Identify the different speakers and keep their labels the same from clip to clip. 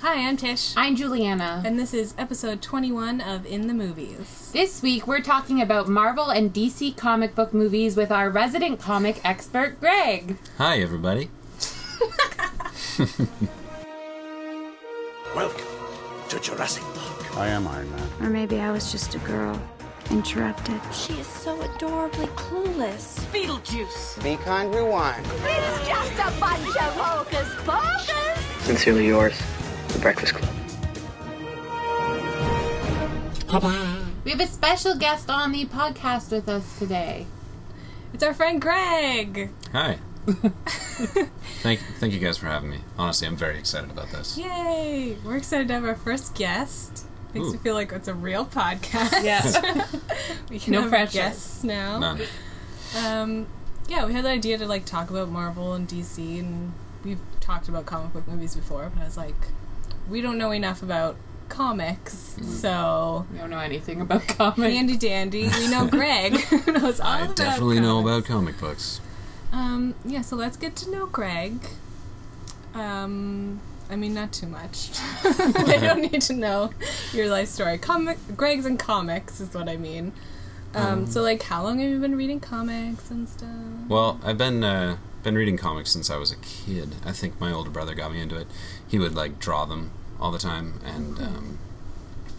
Speaker 1: Hi, I'm Tish.
Speaker 2: I'm Juliana.
Speaker 1: And this is episode 21 of In the Movies.
Speaker 2: This week we're talking about Marvel and DC comic book movies with our resident comic expert, Greg.
Speaker 3: Hi, everybody.
Speaker 4: Welcome to Jurassic Park.
Speaker 5: I am Iron Man.
Speaker 6: Or maybe I was just a girl, interrupted.
Speaker 7: She is so adorably clueless.
Speaker 8: Beetlejuice. Be kind, rewind.
Speaker 9: It's just a bunch of hocus pocus.
Speaker 10: Sincerely yours, The Breakfast Club.
Speaker 2: We have a special guest on the podcast with us today.
Speaker 1: It's our friend Greg.
Speaker 3: Hi. thank, thank you guys for having me. Honestly, I'm very excited about this.
Speaker 1: Yay! We're excited to have our first guest. Makes
Speaker 3: Ooh.
Speaker 1: me feel like it's a real podcast.
Speaker 2: Yeah.
Speaker 1: we can
Speaker 2: No
Speaker 1: have
Speaker 2: pressure.
Speaker 1: guests now.
Speaker 3: None.
Speaker 1: Um, yeah, we had the idea to like talk about Marvel and DC, and we've talked about comic book movies before. But I was like, we don't know enough about comics,
Speaker 3: Mm.
Speaker 1: so
Speaker 2: we don't know anything about comics.
Speaker 1: handy dandy. We know Greg who knows all
Speaker 3: I
Speaker 1: about
Speaker 3: definitely know
Speaker 1: comics.
Speaker 3: about comic books.
Speaker 1: Um, yeah, so let's get to know Greg. Um, I mean, not too much. they don't need to know your life story. Comic, Greg's and comics is what I mean. Um, so like, how long have you been reading comics and stuff?
Speaker 3: Well, I've been uh, been reading comics since I was a kid. I think my older brother got me into it. He would like draw them all the time and
Speaker 1: Mm-hmm.
Speaker 3: um,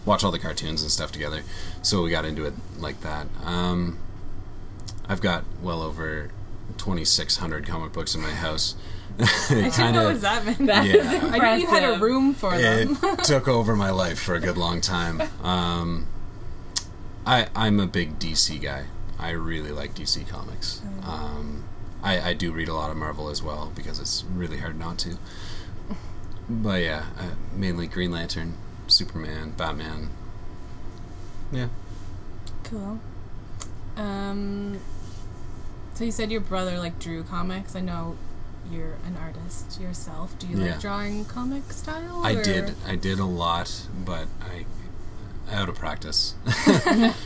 Speaker 3: watch all the cartoons and stuff together. So we got into it like that. Um, I've got well over 2,600 comic books in my house.
Speaker 1: I didn't know it was that many.
Speaker 3: Yeah.
Speaker 1: I knew you had a
Speaker 2: impressive.
Speaker 1: room for them.
Speaker 3: it took over my life for a good long time. Um, I I'm a big DC guy. I really like DC comics. Um, I I do read a lot of Marvel as well because it's really hard not to. But yeah, uh, mainly Green Lantern, Superman, Batman. Yeah.
Speaker 1: Cool. Um, so you said your brother like drew comics. I know you're an artist yourself. Do you
Speaker 3: Yeah.
Speaker 1: like drawing comic style?
Speaker 3: I
Speaker 1: or-
Speaker 3: did. I did a lot, but I out of practice.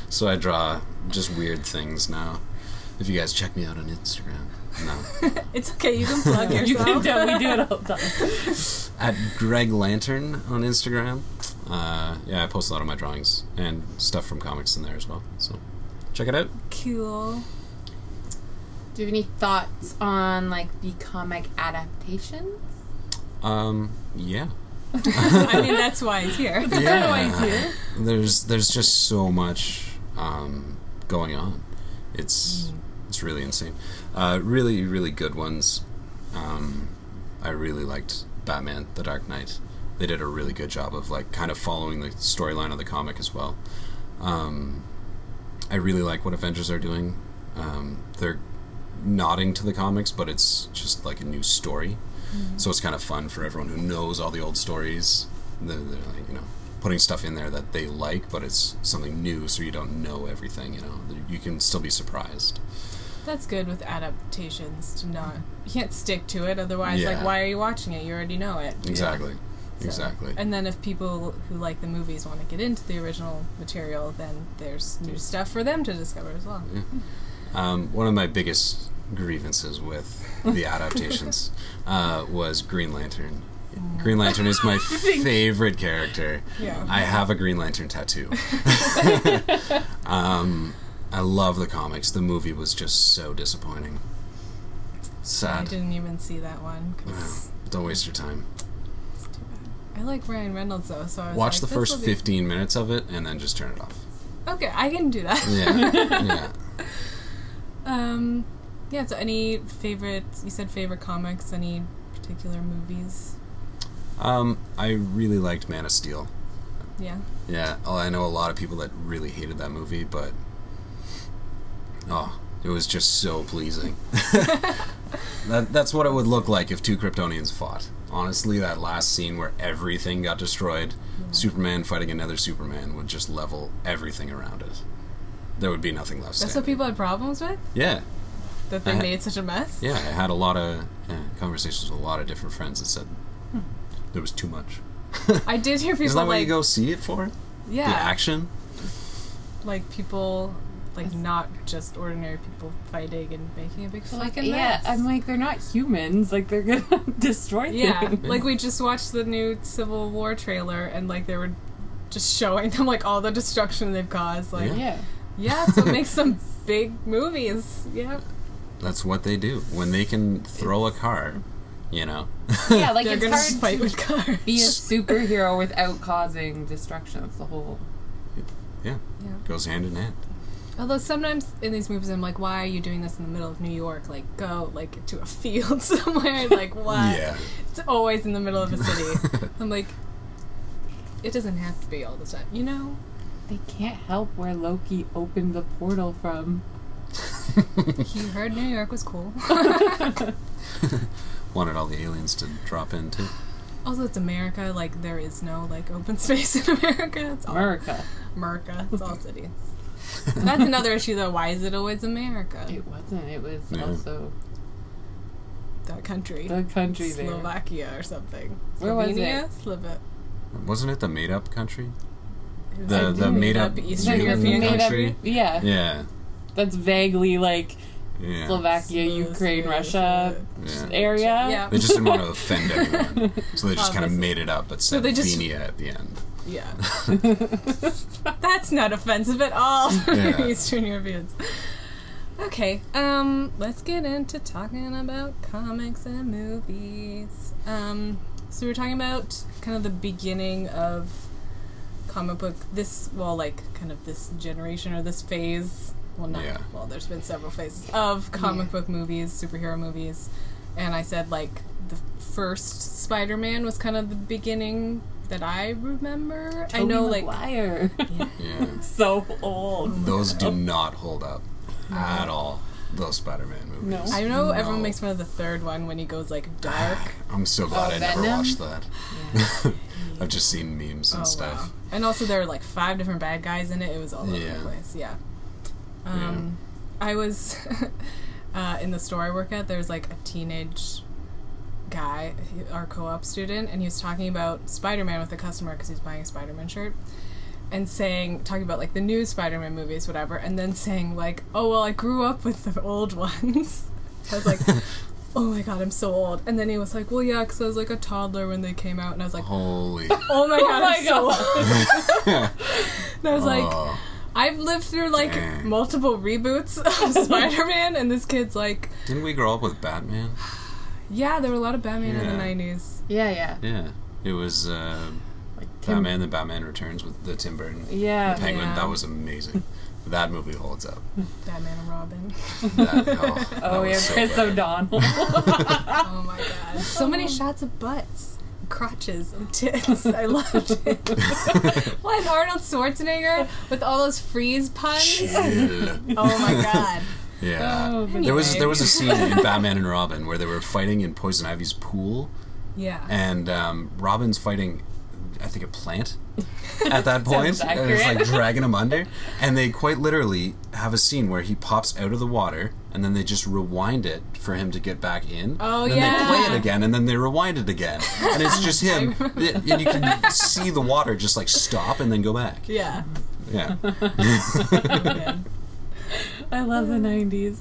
Speaker 3: so I draw just weird things now. If you guys check me out on Instagram. No.
Speaker 1: It's okay. You can plug yourself.
Speaker 2: you can tell we do it all the time.
Speaker 3: At Greg Lantern on Instagram. Uh, yeah, I post a lot of my drawings and stuff from comics in there as well. So check it out.
Speaker 1: Cool.
Speaker 2: Do you have any thoughts on like the comic adaptations?
Speaker 3: Um, yeah.
Speaker 1: I mean, that's why he's here.
Speaker 3: yeah. There's there's just so much um, going on. It's it's really insane. Uh, really really good ones. Um, I really liked Batman: The Dark Knight. They did a really good job of like kind of following the storyline of the comic as well. Um, I really like what Avengers are doing. Um, they're nodding to the comics, but it's just like a new story. So it's kind of fun for everyone who knows all the old stories. They're, they're like, you know, putting stuff in there that they like, but it's something new, so you don't know everything. You know, you can still be surprised.
Speaker 1: That's good with adaptations to not. You can't stick to it, otherwise, like,
Speaker 3: Yeah.
Speaker 1: why are you watching it? You already know it.
Speaker 3: Exactly, exactly.
Speaker 1: And then if people who like the movies want to get into the original material, then there's new stuff for them to discover as well.
Speaker 3: Um, one of my biggest grievances with the adaptations uh, was Green Lantern. Green Lantern is my favorite character.
Speaker 1: Yeah.
Speaker 3: I have a Green Lantern tattoo. um, I love the comics. The movie was just so disappointing.
Speaker 1: I
Speaker 3: Sad. Um,
Speaker 1: didn't even see that one because
Speaker 3: Don't waste your time.
Speaker 1: it's too bad. I like Ryan Reynolds though, so I was
Speaker 3: Watch
Speaker 1: like,
Speaker 3: the
Speaker 1: this
Speaker 3: first
Speaker 1: will be-
Speaker 3: 15 minutes of it and then just turn it off.
Speaker 1: Okay, I can do that.
Speaker 3: Yeah. yeah.
Speaker 1: Um, yeah. So, any favorite? You said favorite comics. Any particular movies?
Speaker 3: Um, I really liked Man of Steel.
Speaker 1: Yeah.
Speaker 3: Yeah, oh, I know a lot of people that really hated that movie, but oh, it was just so pleasing. that, that's what it would look like if two Kryptonians fought. Honestly, that last scene where everything got destroyed, Superman fighting another Superman would just level everything around it. There would be nothing left.
Speaker 1: That's what
Speaker 3: standing.
Speaker 1: people had problems with.
Speaker 3: Yeah,
Speaker 1: that they
Speaker 3: Uh-huh.
Speaker 1: made such a mess.
Speaker 3: yeah. I had a lot of yeah, conversations with a lot of different friends that said
Speaker 1: Hmm.
Speaker 3: there was too much.
Speaker 1: I did hear people
Speaker 3: Is that why
Speaker 1: like
Speaker 3: you go see it for?
Speaker 1: yeah,
Speaker 3: The action?
Speaker 1: like people like not just ordinary people fighting and making a big fucking
Speaker 2: yeah,
Speaker 1: mess.
Speaker 2: I'm like they're not humans. Like they're gonna destroy
Speaker 1: yeah,
Speaker 2: things.
Speaker 1: like we just watched the new Civil War trailer and like they were just showing them like all the destruction they've caused. Like, yeah,
Speaker 2: Yeah.
Speaker 1: so make some big movies. Yeah,
Speaker 3: That's what they do when they can throw a car. You know.
Speaker 2: Yeah, like
Speaker 1: they're
Speaker 2: it's
Speaker 1: gonna
Speaker 2: hard
Speaker 1: just fight
Speaker 2: to
Speaker 1: with cars.
Speaker 2: be a superhero without causing destruction. That's the whole.
Speaker 3: yeah. Goes hand in hand.
Speaker 1: Although sometimes in these movies, I'm like, why are you doing this in the middle of New York? Like, go like to a field somewhere. Like, why? It's always in the middle of a city. I'm like, it doesn't have to be all the time, you know?
Speaker 2: They can't help where Loki opened the portal from.
Speaker 1: He heard New York was cool.
Speaker 3: Wanted all the aliens to drop in too.
Speaker 1: also, it's America. Like, there is no like open space in America. It's all
Speaker 2: America.
Speaker 1: America. It's all cities. That's another issue, though. Why is it always America?
Speaker 2: It wasn't. It was
Speaker 3: Yeah.
Speaker 2: also
Speaker 1: That country.
Speaker 2: the country there.
Speaker 1: Slovakia or something.
Speaker 2: Where was it?
Speaker 1: Slovenia? Slova-
Speaker 3: Wasn't it the made up country?
Speaker 1: it was
Speaker 3: The
Speaker 1: like
Speaker 3: the made up
Speaker 1: made-up Eastern
Speaker 2: Like,
Speaker 1: European
Speaker 2: made up-
Speaker 3: country.
Speaker 2: yeah,
Speaker 3: Yeah.
Speaker 2: that's vaguely like
Speaker 3: Yeah.
Speaker 2: Slovakia, Ukraine,
Speaker 1: Slovenia.
Speaker 2: Russia
Speaker 3: Yeah.
Speaker 2: area.
Speaker 1: Yeah.
Speaker 3: They just didn't want to offend everyone, so they just kind of
Speaker 1: Obviously.
Speaker 3: made it up, but said
Speaker 1: they just-
Speaker 3: Slovenia at the end.
Speaker 1: Yeah. That's not offensive at all for
Speaker 3: Yeah.
Speaker 1: Eastern Europeans. Okay, um, let's get into talking about comics and movies. Um, so we we're talking about kind of the beginning of comic book this well like kind of this generation or this phase well not
Speaker 3: Yeah.
Speaker 1: well there's been several phases of comic book movies superhero movies and i said like the first spider-man was kind of the beginning that i remember i know like
Speaker 2: liar.
Speaker 3: Yeah.
Speaker 2: so old.
Speaker 3: Those do not hold up at all. Those Spider-Man
Speaker 2: No.
Speaker 3: movies.
Speaker 1: i know everyone
Speaker 3: No. Ah,
Speaker 1: makes fun of the third one when he goes like dark
Speaker 3: I'm so glad
Speaker 2: Oh,
Speaker 3: I never
Speaker 2: Venom?
Speaker 3: watched that. I've just seen memes and
Speaker 1: Oh,
Speaker 3: stuff.
Speaker 1: wow. And also, there were like five different bad guys in it. It was all over
Speaker 3: Yeah.
Speaker 1: the place. Yeah. Um, I was uh, in the store I work at. There was like a teenage guy, he- our co-op student, and he was talking about Spider-Man with a customer because he's buying a Spider-Man shirt. And saying, talking about like the new Spider-Man movies, whatever, and then saying like, "Oh well, I grew up with the old ones." I was like, "Oh my god, I'm so old." And then he was like, "Well, yeah, because I was like a toddler when they came out," and I was like,
Speaker 3: Holy.
Speaker 1: Oh my god!
Speaker 2: my
Speaker 1: I'm so old. and I was like,
Speaker 3: Oh.
Speaker 1: I've lived through like
Speaker 3: Dang.
Speaker 1: multiple reboots of Spider-Man, and this kid's like,
Speaker 3: Didn't we grow up with Batman?
Speaker 1: yeah, there were a lot of Batman in the
Speaker 3: Yeah.
Speaker 1: nineties.
Speaker 2: Yeah, yeah.
Speaker 3: Yeah. It was uh,
Speaker 2: Tim-
Speaker 3: Batman, then Batman Returns with the Tim Burton.
Speaker 2: Yeah.
Speaker 3: The Penguin.
Speaker 1: Yeah.
Speaker 3: That was amazing. that movie holds up.
Speaker 1: Batman and Robin.
Speaker 3: That, oh, that
Speaker 2: Oh,
Speaker 3: was
Speaker 2: yeah,
Speaker 3: so
Speaker 2: Chris
Speaker 3: bad.
Speaker 2: O'Donnell.
Speaker 1: Oh my god! So many shots of butts, crotches, and tits. I loved it. what Arnold Schwarzenegger with all those freeze puns?
Speaker 3: Chill.
Speaker 1: Oh my god!
Speaker 3: Yeah.
Speaker 2: Oh,
Speaker 3: there was
Speaker 1: anyway.
Speaker 3: there was a scene in Batman and Robin where they were fighting in Poison Ivy's pool,
Speaker 1: Yeah.
Speaker 3: and um, Robin's fighting, I think, a plant at that point, and it's like
Speaker 2: accurate.
Speaker 3: dragging him under. And they quite literally have a scene where he pops out of the water, and then they just rewind it for him to get back in.
Speaker 1: Oh,
Speaker 3: and then they play
Speaker 1: yeah.
Speaker 3: it again, and then they rewind it again, and it's just him. and you can see the water just like stop and then go back.
Speaker 1: yeah.
Speaker 3: Yeah,
Speaker 2: I love the 90s.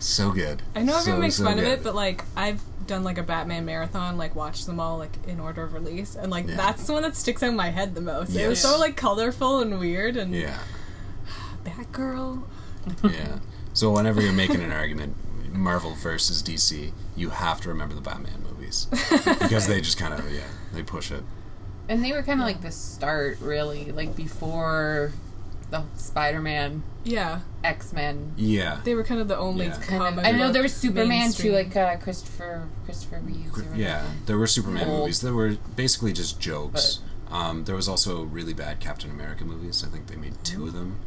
Speaker 3: so good.
Speaker 1: I know
Speaker 3: so,
Speaker 1: everyone makes
Speaker 3: so
Speaker 1: fun of
Speaker 3: good.
Speaker 1: it, but like I've done like a Batman marathon, like watched them all like in order of release, and like
Speaker 3: Yeah.
Speaker 1: that's the one that sticks out in my head the most. It was
Speaker 3: Yes.
Speaker 1: so like colorful and weird and
Speaker 3: yeah.
Speaker 1: Batgirl.
Speaker 3: Yeah. So whenever you're making an argument, Marvel versus DC, you have to remember the Batman movies because they just kind of yeah they push it.
Speaker 2: And they were kind of like the start, really, like before the Spider Man,
Speaker 1: Yeah,
Speaker 2: X Men.
Speaker 3: Yeah.
Speaker 1: they were kind of the only
Speaker 3: Yeah.
Speaker 1: comic.
Speaker 2: I know
Speaker 1: book
Speaker 2: there was Superman
Speaker 1: mainstream.
Speaker 2: too, like uh, Christopher Christopher Reeves. Or
Speaker 3: Yeah.
Speaker 2: whatever.
Speaker 3: There were Superman
Speaker 2: Old.
Speaker 3: movies that were basically just jokes. Um, there was also really bad Captain America movies. I think they made two of them.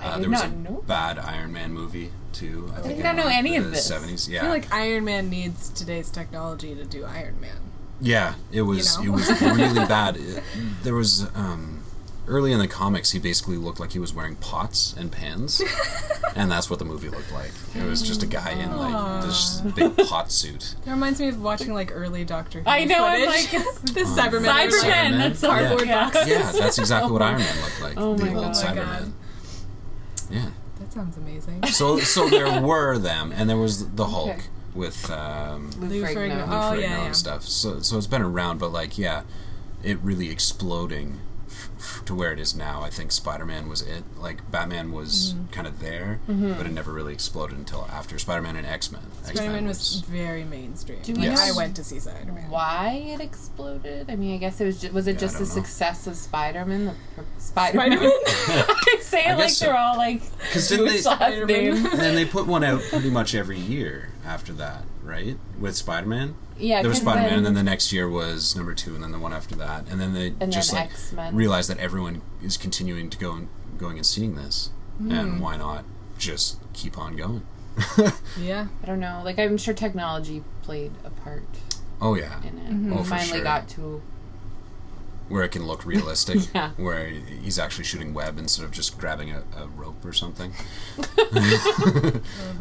Speaker 3: Uh,
Speaker 2: did
Speaker 3: there was
Speaker 2: not
Speaker 3: a
Speaker 2: know
Speaker 3: bad Iron Man movie too. I, think
Speaker 2: did not
Speaker 3: in,
Speaker 2: know
Speaker 3: like,
Speaker 2: any of
Speaker 3: the
Speaker 2: this.
Speaker 3: 70s.
Speaker 1: I
Speaker 3: Yeah.
Speaker 1: feel like Iron Man needs today's technology to do Iron Man.
Speaker 3: Yeah, it was
Speaker 1: know?
Speaker 3: it was really bad. It- there was um, early in the comics, he basically looked like he was wearing pots and pans, and that's what the movie looked like. It was just a guy in like this big pot suit.
Speaker 1: It reminds me of watching like early Doctor Who.
Speaker 2: I know, I'm
Speaker 1: footage.
Speaker 2: like,
Speaker 1: the Cybermen.
Speaker 2: Cybermen,
Speaker 1: were, like,
Speaker 2: that's so
Speaker 1: Cardboard
Speaker 2: yeah.
Speaker 1: boxes.
Speaker 3: Yeah, that's exactly what Iron Man looked like.
Speaker 2: Oh
Speaker 3: the
Speaker 2: my
Speaker 3: old
Speaker 2: God.
Speaker 1: Oh my
Speaker 3: Cyberman.
Speaker 1: God.
Speaker 3: Yeah,
Speaker 1: That's sounds amazing.
Speaker 3: So so there were them, and there was the Hulk
Speaker 2: Okay.
Speaker 3: with um, Lou
Speaker 1: Lou
Speaker 2: Ferrigno.
Speaker 1: Ferrigno.
Speaker 2: Lou
Speaker 1: Oh yeah,
Speaker 3: Ferrigno
Speaker 1: yeah.
Speaker 3: and stuff. So so it's been around, but like yeah, it really exploding f- f- to where it is now. I think Spider Man was it. Like Batman was
Speaker 1: Mm-hmm.
Speaker 3: kind of there, but it never really exploded until after Spider Man and X Men.
Speaker 1: Spider-Man was very mainstream.
Speaker 2: Do we
Speaker 1: Like,
Speaker 3: know-
Speaker 1: I went to see Spider-Man.
Speaker 2: Why it exploded? I mean, I guess it was. Just, was it
Speaker 3: I
Speaker 2: just the
Speaker 3: don't know.
Speaker 2: success of Spider-Man? The pr- Spider-Man.
Speaker 1: Spider-Man?
Speaker 2: I say it
Speaker 3: I
Speaker 2: like
Speaker 3: guess
Speaker 2: they're
Speaker 3: so.
Speaker 2: all like
Speaker 3: because didn't
Speaker 2: Jewish
Speaker 3: they?
Speaker 2: last name.
Speaker 3: And then they put one out pretty much every year after that, right? With Spider Man.
Speaker 2: Yeah,
Speaker 3: there was
Speaker 2: 'cause
Speaker 3: Spider Man, and then
Speaker 2: then-
Speaker 3: the next year was number two, and then the one after that, and then they
Speaker 2: then
Speaker 3: just like
Speaker 2: X-Men.
Speaker 3: realized that everyone is continuing to go and going and seeing this, and why not just keep on going?
Speaker 1: Yeah.
Speaker 2: I don't know. Like I'm sure technology played a part
Speaker 3: oh yeah,
Speaker 2: in it.
Speaker 1: Mm-hmm.
Speaker 3: Oh, for
Speaker 2: Finally
Speaker 3: sure.
Speaker 2: got to.
Speaker 3: where it can look realistic,
Speaker 2: Yeah.
Speaker 3: where he's actually shooting web instead of just grabbing a, a rope or something.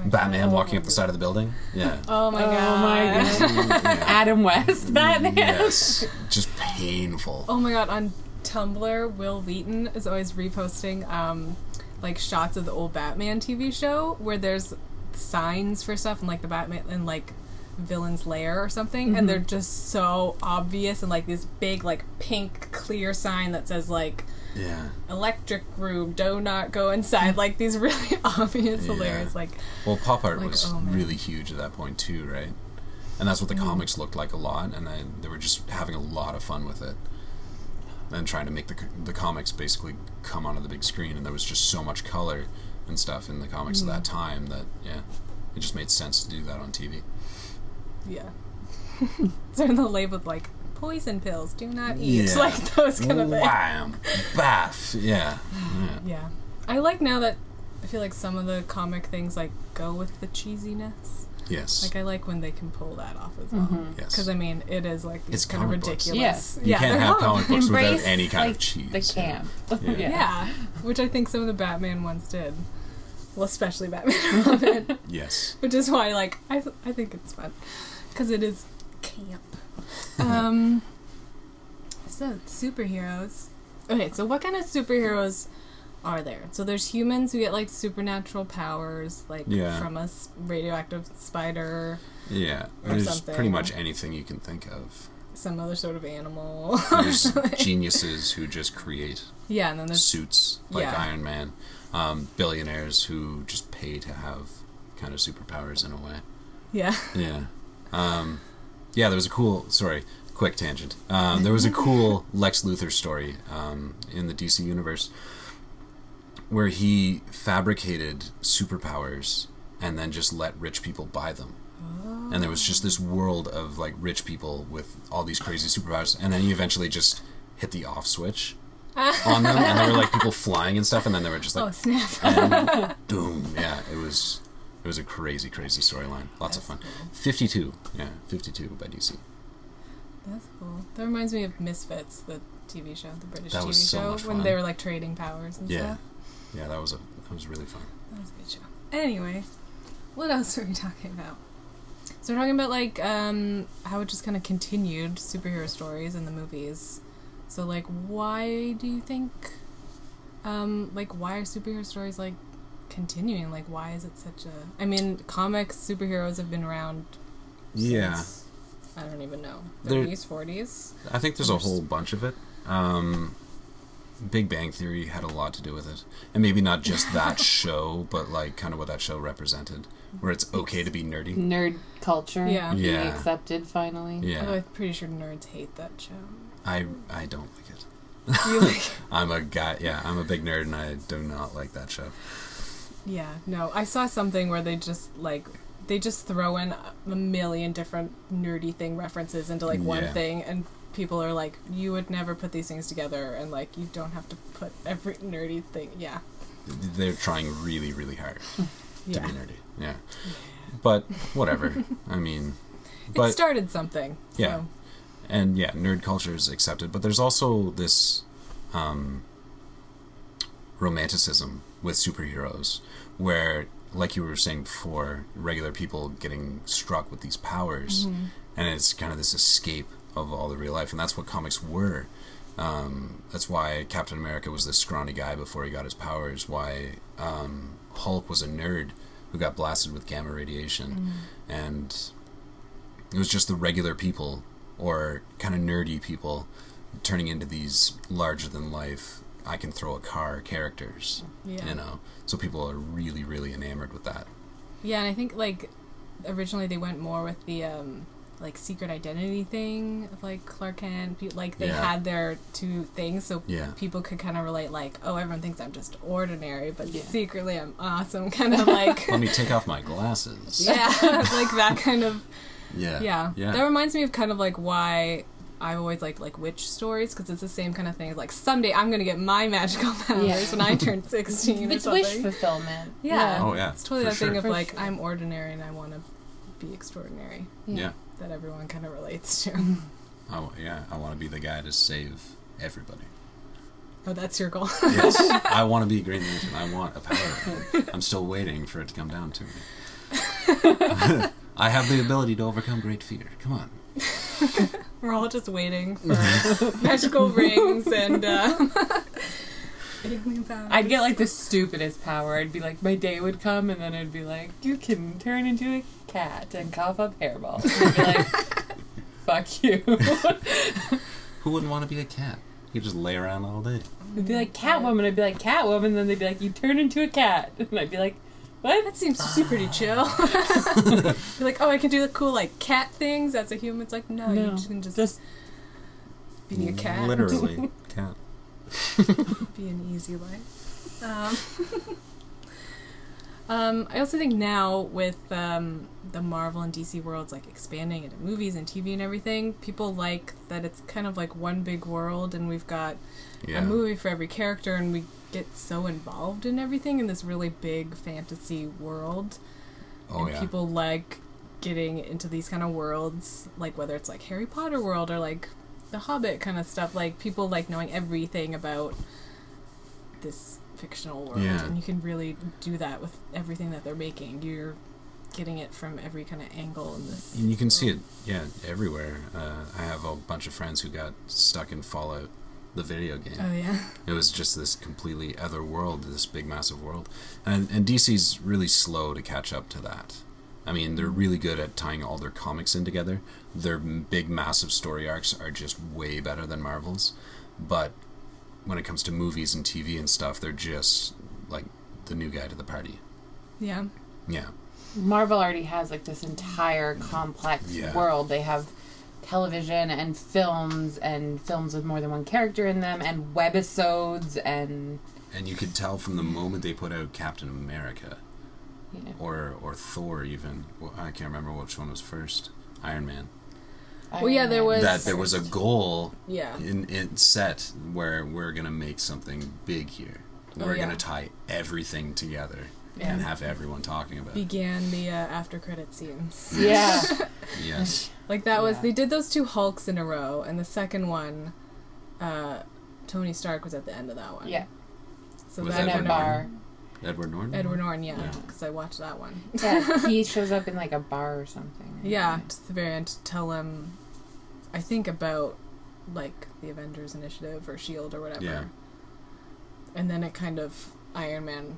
Speaker 3: Batman walking up the side of the building. Yeah.
Speaker 1: Oh my god.
Speaker 2: Adam West
Speaker 3: Mm-hmm.
Speaker 2: Batman.
Speaker 3: Yes, just painful.
Speaker 1: Oh my god, on Tumblr, Will Wheaton is always reposting um, like shots of the old Batman TV show where there's signs for stuff and like the Batman and like villain's lair or something and they're just so obvious and like this big like pink clear sign that says like
Speaker 3: Yeah.
Speaker 1: electric room do not go inside like these really obvious hilarious like
Speaker 3: Well, pop art
Speaker 1: Like,
Speaker 3: was
Speaker 1: oh, man. Mm-hmm.
Speaker 3: really huge at that point too, right? And that's what the comics looked like a lot, and then they were just having a lot of fun with it, and trying to make the c- the comics basically come onto the big screen. And there was just so much color and stuff in the comics at
Speaker 1: Mm.
Speaker 3: that time that yeah, it just made sense to do that on TV.
Speaker 1: yeah they're in the label with, like poison pills do not eat
Speaker 3: Yeah.
Speaker 1: like those kind of things
Speaker 3: Wham, baff, yeah,
Speaker 1: Yeah. I like now that I feel like some of the comic things like go with the cheesiness.
Speaker 3: yes,
Speaker 1: Like I like when they can pull that off as well.
Speaker 3: yes.
Speaker 1: Because I mean, it is like these
Speaker 3: It's
Speaker 1: kind of
Speaker 3: comic books.
Speaker 1: ridiculous.
Speaker 2: Yes.
Speaker 3: you can't
Speaker 1: they're
Speaker 3: have
Speaker 1: comic-
Speaker 3: comic books without
Speaker 2: Embrace,
Speaker 3: any kind
Speaker 2: like,
Speaker 3: of cheese.
Speaker 2: The camp. Yeah.
Speaker 1: Yeah, which I think some of the Batman ones did. Well, especially Batman and Robin,
Speaker 3: Yes,
Speaker 1: which is why like I th- I think it's fun because it is camp.
Speaker 3: Mm-hmm.
Speaker 1: Um. So superheroes. Okay, so what kind of superheroes are there? So there's humans who get like supernatural powers, like
Speaker 3: Yeah.
Speaker 1: from a s- radioactive spider,
Speaker 3: yeah. There's pretty
Speaker 1: something.
Speaker 3: much anything you can think of.
Speaker 1: some other sort of animal.
Speaker 3: There's geniuses who just create
Speaker 1: yeah, and then there's
Speaker 3: suits like
Speaker 1: Yeah.
Speaker 3: Iron Man, um, billionaires who just pay to have kind of superpowers in a way.
Speaker 1: yeah.
Speaker 3: Yeah. Um, yeah, there was a cool. Sorry, quick tangent. Um, there was a cool Lex Luthor story um, in the DC universe where he fabricated superpowers and then just let rich people buy them. And there was just this world of like rich people with all these crazy superpowers, and then he eventually just hit the off switch on them, and there were like people flying and stuff, and then they were just like,
Speaker 1: Oh snap!
Speaker 3: boom. Yeah, it was it was a crazy, crazy storyline. Lots of fun. Fifty two. Yeah, fifty two by DC.
Speaker 1: That's cool. That reminds me of Misfits, the TV show, the British
Speaker 3: That
Speaker 1: TV
Speaker 3: was so
Speaker 1: show,
Speaker 3: much
Speaker 1: when they
Speaker 3: fun.
Speaker 1: were like trading powers and
Speaker 3: Yeah.
Speaker 1: stuff.
Speaker 3: Yeah, that was a that was really fun.
Speaker 1: That was a good show. Anyway, what else are we talking about? So we're talking about like um, how it just kind of continued superhero stories in the movies. So like, why do you think, um, like, why are superhero stories like continuing? Like, why is it such a? I mean, comics superheroes have been around.
Speaker 3: Yeah.
Speaker 1: since- I don't even know.
Speaker 3: They're-
Speaker 1: Thirties, forties.
Speaker 3: I think there's a whole bunch of it. Um Big Bang Theory had a lot to do with it. And maybe not just that show, but like kind of what that show represented. Where it's okay to be nerdy.
Speaker 2: Nerd culture.
Speaker 1: Yeah.
Speaker 2: Being
Speaker 3: Yeah.
Speaker 2: accepted finally.
Speaker 1: Although
Speaker 3: Yeah.
Speaker 1: I'm pretty sure nerds hate that show.
Speaker 3: I I don't like it.
Speaker 1: You like
Speaker 3: I'm a guy yeah, I'm a big nerd and I do not like that show.
Speaker 1: Yeah, no. I saw something where they just like they just throw in a million different nerdy thing references into like one
Speaker 3: Yeah.
Speaker 1: thing and people are like you would never put these things together and like you don't have to put every nerdy thing. Yeah.
Speaker 3: They're trying really, really hard. to
Speaker 1: Yeah.
Speaker 3: be nerdy. Yeah. But whatever. I mean,
Speaker 1: it
Speaker 3: but
Speaker 1: started something.
Speaker 3: yeah.
Speaker 1: so-
Speaker 3: and yeah, nerd culture is accepted, but there's also this um, romanticism with superheroes where like you were saying before, regular people getting struck with
Speaker 1: Mm-hmm.
Speaker 3: these powers and it's kind of this escape of all the real life and that's what comics were Um, that's why Captain America was this scrawny guy before he got his powers. Why um, Hulk was a nerd who got blasted with gamma radiation,
Speaker 1: Mm.
Speaker 3: and it was just the regular people or kind of nerdy people turning into these larger than life. I can throw a car characters,
Speaker 1: Yeah.
Speaker 3: you know. So people are really, really enamored with that.
Speaker 1: Yeah, and I think like originally they went more with the um like secret identity thing of like Clark Kent. Pe- Like they
Speaker 3: Yeah.
Speaker 1: had their two things, so
Speaker 3: Yeah.
Speaker 1: people could kind of relate. Like, oh, everyone thinks I'm just ordinary, but secretly I'm awesome. Kind of like
Speaker 3: Let me take off my glasses.
Speaker 1: yeah, like that kind of
Speaker 3: Yeah.
Speaker 1: yeah.
Speaker 3: Yeah.
Speaker 1: That reminds me of kind of like why I've always liked like witch stories because it's the same kind of thing. Like someday I'm gonna get my magical powers
Speaker 2: Yeah.
Speaker 1: when I turn sixteen.
Speaker 2: It's
Speaker 1: or
Speaker 2: wish
Speaker 1: something.
Speaker 2: fulfillment.
Speaker 1: Yeah.
Speaker 3: Oh, yeah,
Speaker 1: It's totally
Speaker 3: for
Speaker 1: that thing
Speaker 3: sure.
Speaker 1: of
Speaker 2: For
Speaker 1: like
Speaker 2: sure.
Speaker 1: I'm ordinary and I want to be extraordinary
Speaker 3: yeah.
Speaker 1: that everyone kind of relates to.
Speaker 3: I w- yeah, I want to be the guy to save everybody.
Speaker 1: oh, that's your goal.
Speaker 3: Yes, I want to be Green Lantern. I want a power. I'm still waiting for it to come down to me. I have the ability to overcome great fear. Come on.
Speaker 1: We're all just waiting for magical rings and um, alien powers.
Speaker 2: I'd get like the stupidest power. I'd be like, my day would come, and then I'd be like, you can turn into a cat and cough up hairballs. I'd be like, fuck you.
Speaker 3: Who wouldn't want to be a cat? You could just lay around all day.
Speaker 2: It'd be like Catwoman. I'd be like Catwoman. Then they'd be like, you turn into a cat, and I'd be like, what?
Speaker 1: that seems to be pretty chill. You're like, oh, I can do the cool like cat things as a human. It's like, no,
Speaker 2: No,
Speaker 1: you can just,
Speaker 2: just
Speaker 1: be a cat.
Speaker 3: Literally, cat.
Speaker 1: be an easy life. Um, um, I also think now with um, the Marvel and DC worlds like expanding into movies and TV and everything, people like that it's kind of like one big world, and we've got a
Speaker 3: Yeah.
Speaker 1: movie for every character, and we get so involved in everything in this really big fantasy world
Speaker 3: Oh
Speaker 1: and
Speaker 3: yeah.
Speaker 1: people like getting into these kind of worlds, like whether it's like Harry Potter world or like The Hobbit kind of stuff. Like people like knowing everything about this fictional world,
Speaker 3: Yeah.
Speaker 1: and you can really do that with everything that they're making. You're getting it from every kind of angle in this.
Speaker 3: And you can see it, yeah, everywhere. Uh, I have a bunch of friends who got stuck in Fallout, the video game.
Speaker 1: Oh yeah,
Speaker 3: It was just this completely other world, this big massive world, and and DC's really slow to catch up to that. I mean, they're really good at tying all their comics in together. Their m- big massive story arcs are just way better than Marvel's, but when it comes to movies and TV and stuff, they're just like the new guy to the party.
Speaker 1: yeah.
Speaker 3: Yeah,
Speaker 2: Marvel already has like this entire complex
Speaker 3: Yeah.
Speaker 2: world. They have television and films and films with more than one character in them and webisodes and
Speaker 3: and you could tell from the moment they put out Captain America
Speaker 2: you know
Speaker 3: or or Thor even. Well, I can't remember which one was first. Iron Man.
Speaker 1: Well, yeah,
Speaker 2: Iron
Speaker 1: there
Speaker 2: Man.
Speaker 1: was-
Speaker 3: that there was a goal
Speaker 1: Yeah.
Speaker 3: in, in set where we're gonna make something big here we're
Speaker 1: Oh, yeah.
Speaker 3: gonna tie everything together and have everyone talking about it
Speaker 1: Began the uh, after credit scenes.
Speaker 2: yeah
Speaker 3: yes
Speaker 1: Like that was
Speaker 2: Yeah.
Speaker 1: they did those two Hulks in a row, and the second one, uh, Tony Stark was at the end of that one.
Speaker 2: yeah
Speaker 1: So
Speaker 3: Was
Speaker 1: that
Speaker 2: in
Speaker 3: Edward
Speaker 2: a
Speaker 1: ended
Speaker 3: Norton?
Speaker 1: up
Speaker 2: bar
Speaker 3: edward norton
Speaker 1: Edward Norton, yeah,
Speaker 3: Yeah.
Speaker 1: because I watched that one.
Speaker 2: yeah he shows up in like a bar or something
Speaker 1: yeah, just the very end to tell him, I think about like the Avengers Initiative or Shield E or whatever.
Speaker 3: Yeah.
Speaker 1: And then it kind of Iron Man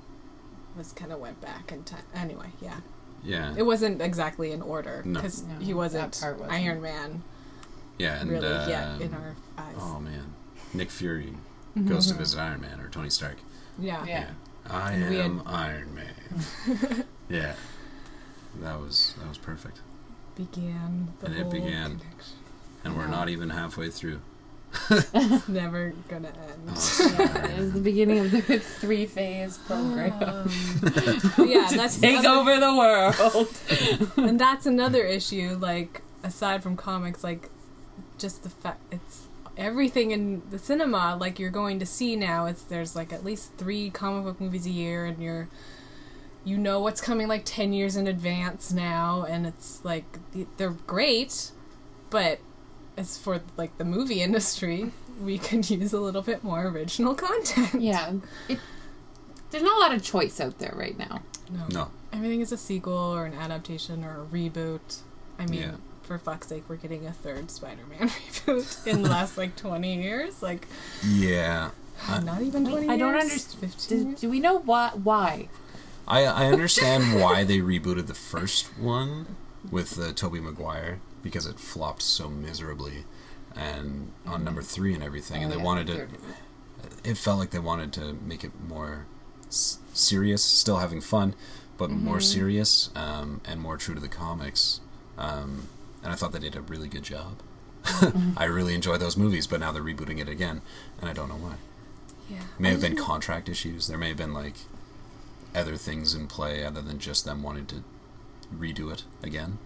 Speaker 1: was kind of went back in time. Anyway, yeah,
Speaker 3: yeah
Speaker 1: it wasn't exactly in order
Speaker 3: No.
Speaker 1: because
Speaker 2: No,
Speaker 1: he wasn't,
Speaker 2: that part wasn't.
Speaker 1: Iron Man
Speaker 3: yeah and
Speaker 1: really
Speaker 3: uh,
Speaker 1: yet in our eyes. Mm-hmm.
Speaker 3: oh man nick fury goes to visit iron man or tony stark
Speaker 1: yeah.
Speaker 2: yeah
Speaker 3: i
Speaker 1: And we
Speaker 3: am iron man yeah that was that was perfect
Speaker 1: began. The
Speaker 3: And it
Speaker 1: whole
Speaker 3: began.
Speaker 1: connection.
Speaker 3: and we're
Speaker 2: Wow.
Speaker 3: not even halfway through
Speaker 1: It's never gonna end.
Speaker 3: Oh, sorry.
Speaker 2: it was the beginning of the three phase program
Speaker 3: Uh-huh.
Speaker 1: yeah, that's
Speaker 2: take
Speaker 1: another-
Speaker 2: over the world
Speaker 1: and that's another issue like aside from comics like just the fact it's everything in the cinema like you're going to see now it's there's like at least three comic book movies a year and you're you know what's coming like 10 years in advance now and it's like th- they're great but as for like the movie industry we could use a little bit more original content
Speaker 2: yeah it, there's not a lot of choice out there right now
Speaker 1: no,
Speaker 3: no
Speaker 1: everything is a sequel or an adaptation or a reboot i mean
Speaker 3: Yeah.
Speaker 1: for fuck's sake, we're getting a third Spider-Man reboot in the last like 20 years. Like,
Speaker 3: Yeah.
Speaker 1: not even 20
Speaker 2: I don't
Speaker 1: years?
Speaker 2: underst-
Speaker 1: 15
Speaker 2: Do,
Speaker 1: years?
Speaker 2: do we know why? Why?
Speaker 3: I, I understand why they rebooted the first one with uh, Toby Maguire because it flopped so miserably and on number three and everything and they wanted to it felt like they wanted to make it more s- serious still having fun but more serious um, and more true to the comics um, and I thought they did a really good job I really enjoy those movies but now they're rebooting it again and I don't know why
Speaker 1: Yeah.
Speaker 3: may have been contract issues. There may have been like other things in play other than just them wanting to redo it again,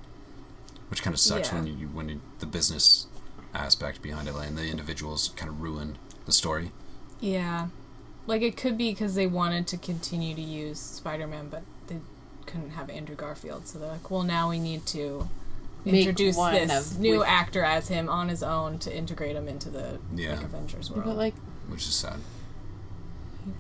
Speaker 3: which kind of sucks when
Speaker 1: Yeah.
Speaker 3: you when you, the business aspect behind it and the individuals kind of ruin the story.
Speaker 1: Yeah. Like it could be because they wanted to continue to use Spider Man, but they couldn't have Andrew Garfield. So they're like, well, now we need to
Speaker 2: Make
Speaker 1: introduce
Speaker 2: one
Speaker 1: this
Speaker 2: of-
Speaker 1: new
Speaker 2: with-
Speaker 1: actor as him on his own to integrate him into the
Speaker 3: Yeah.
Speaker 1: like, Avengers world.
Speaker 2: But like,
Speaker 3: Which is sad.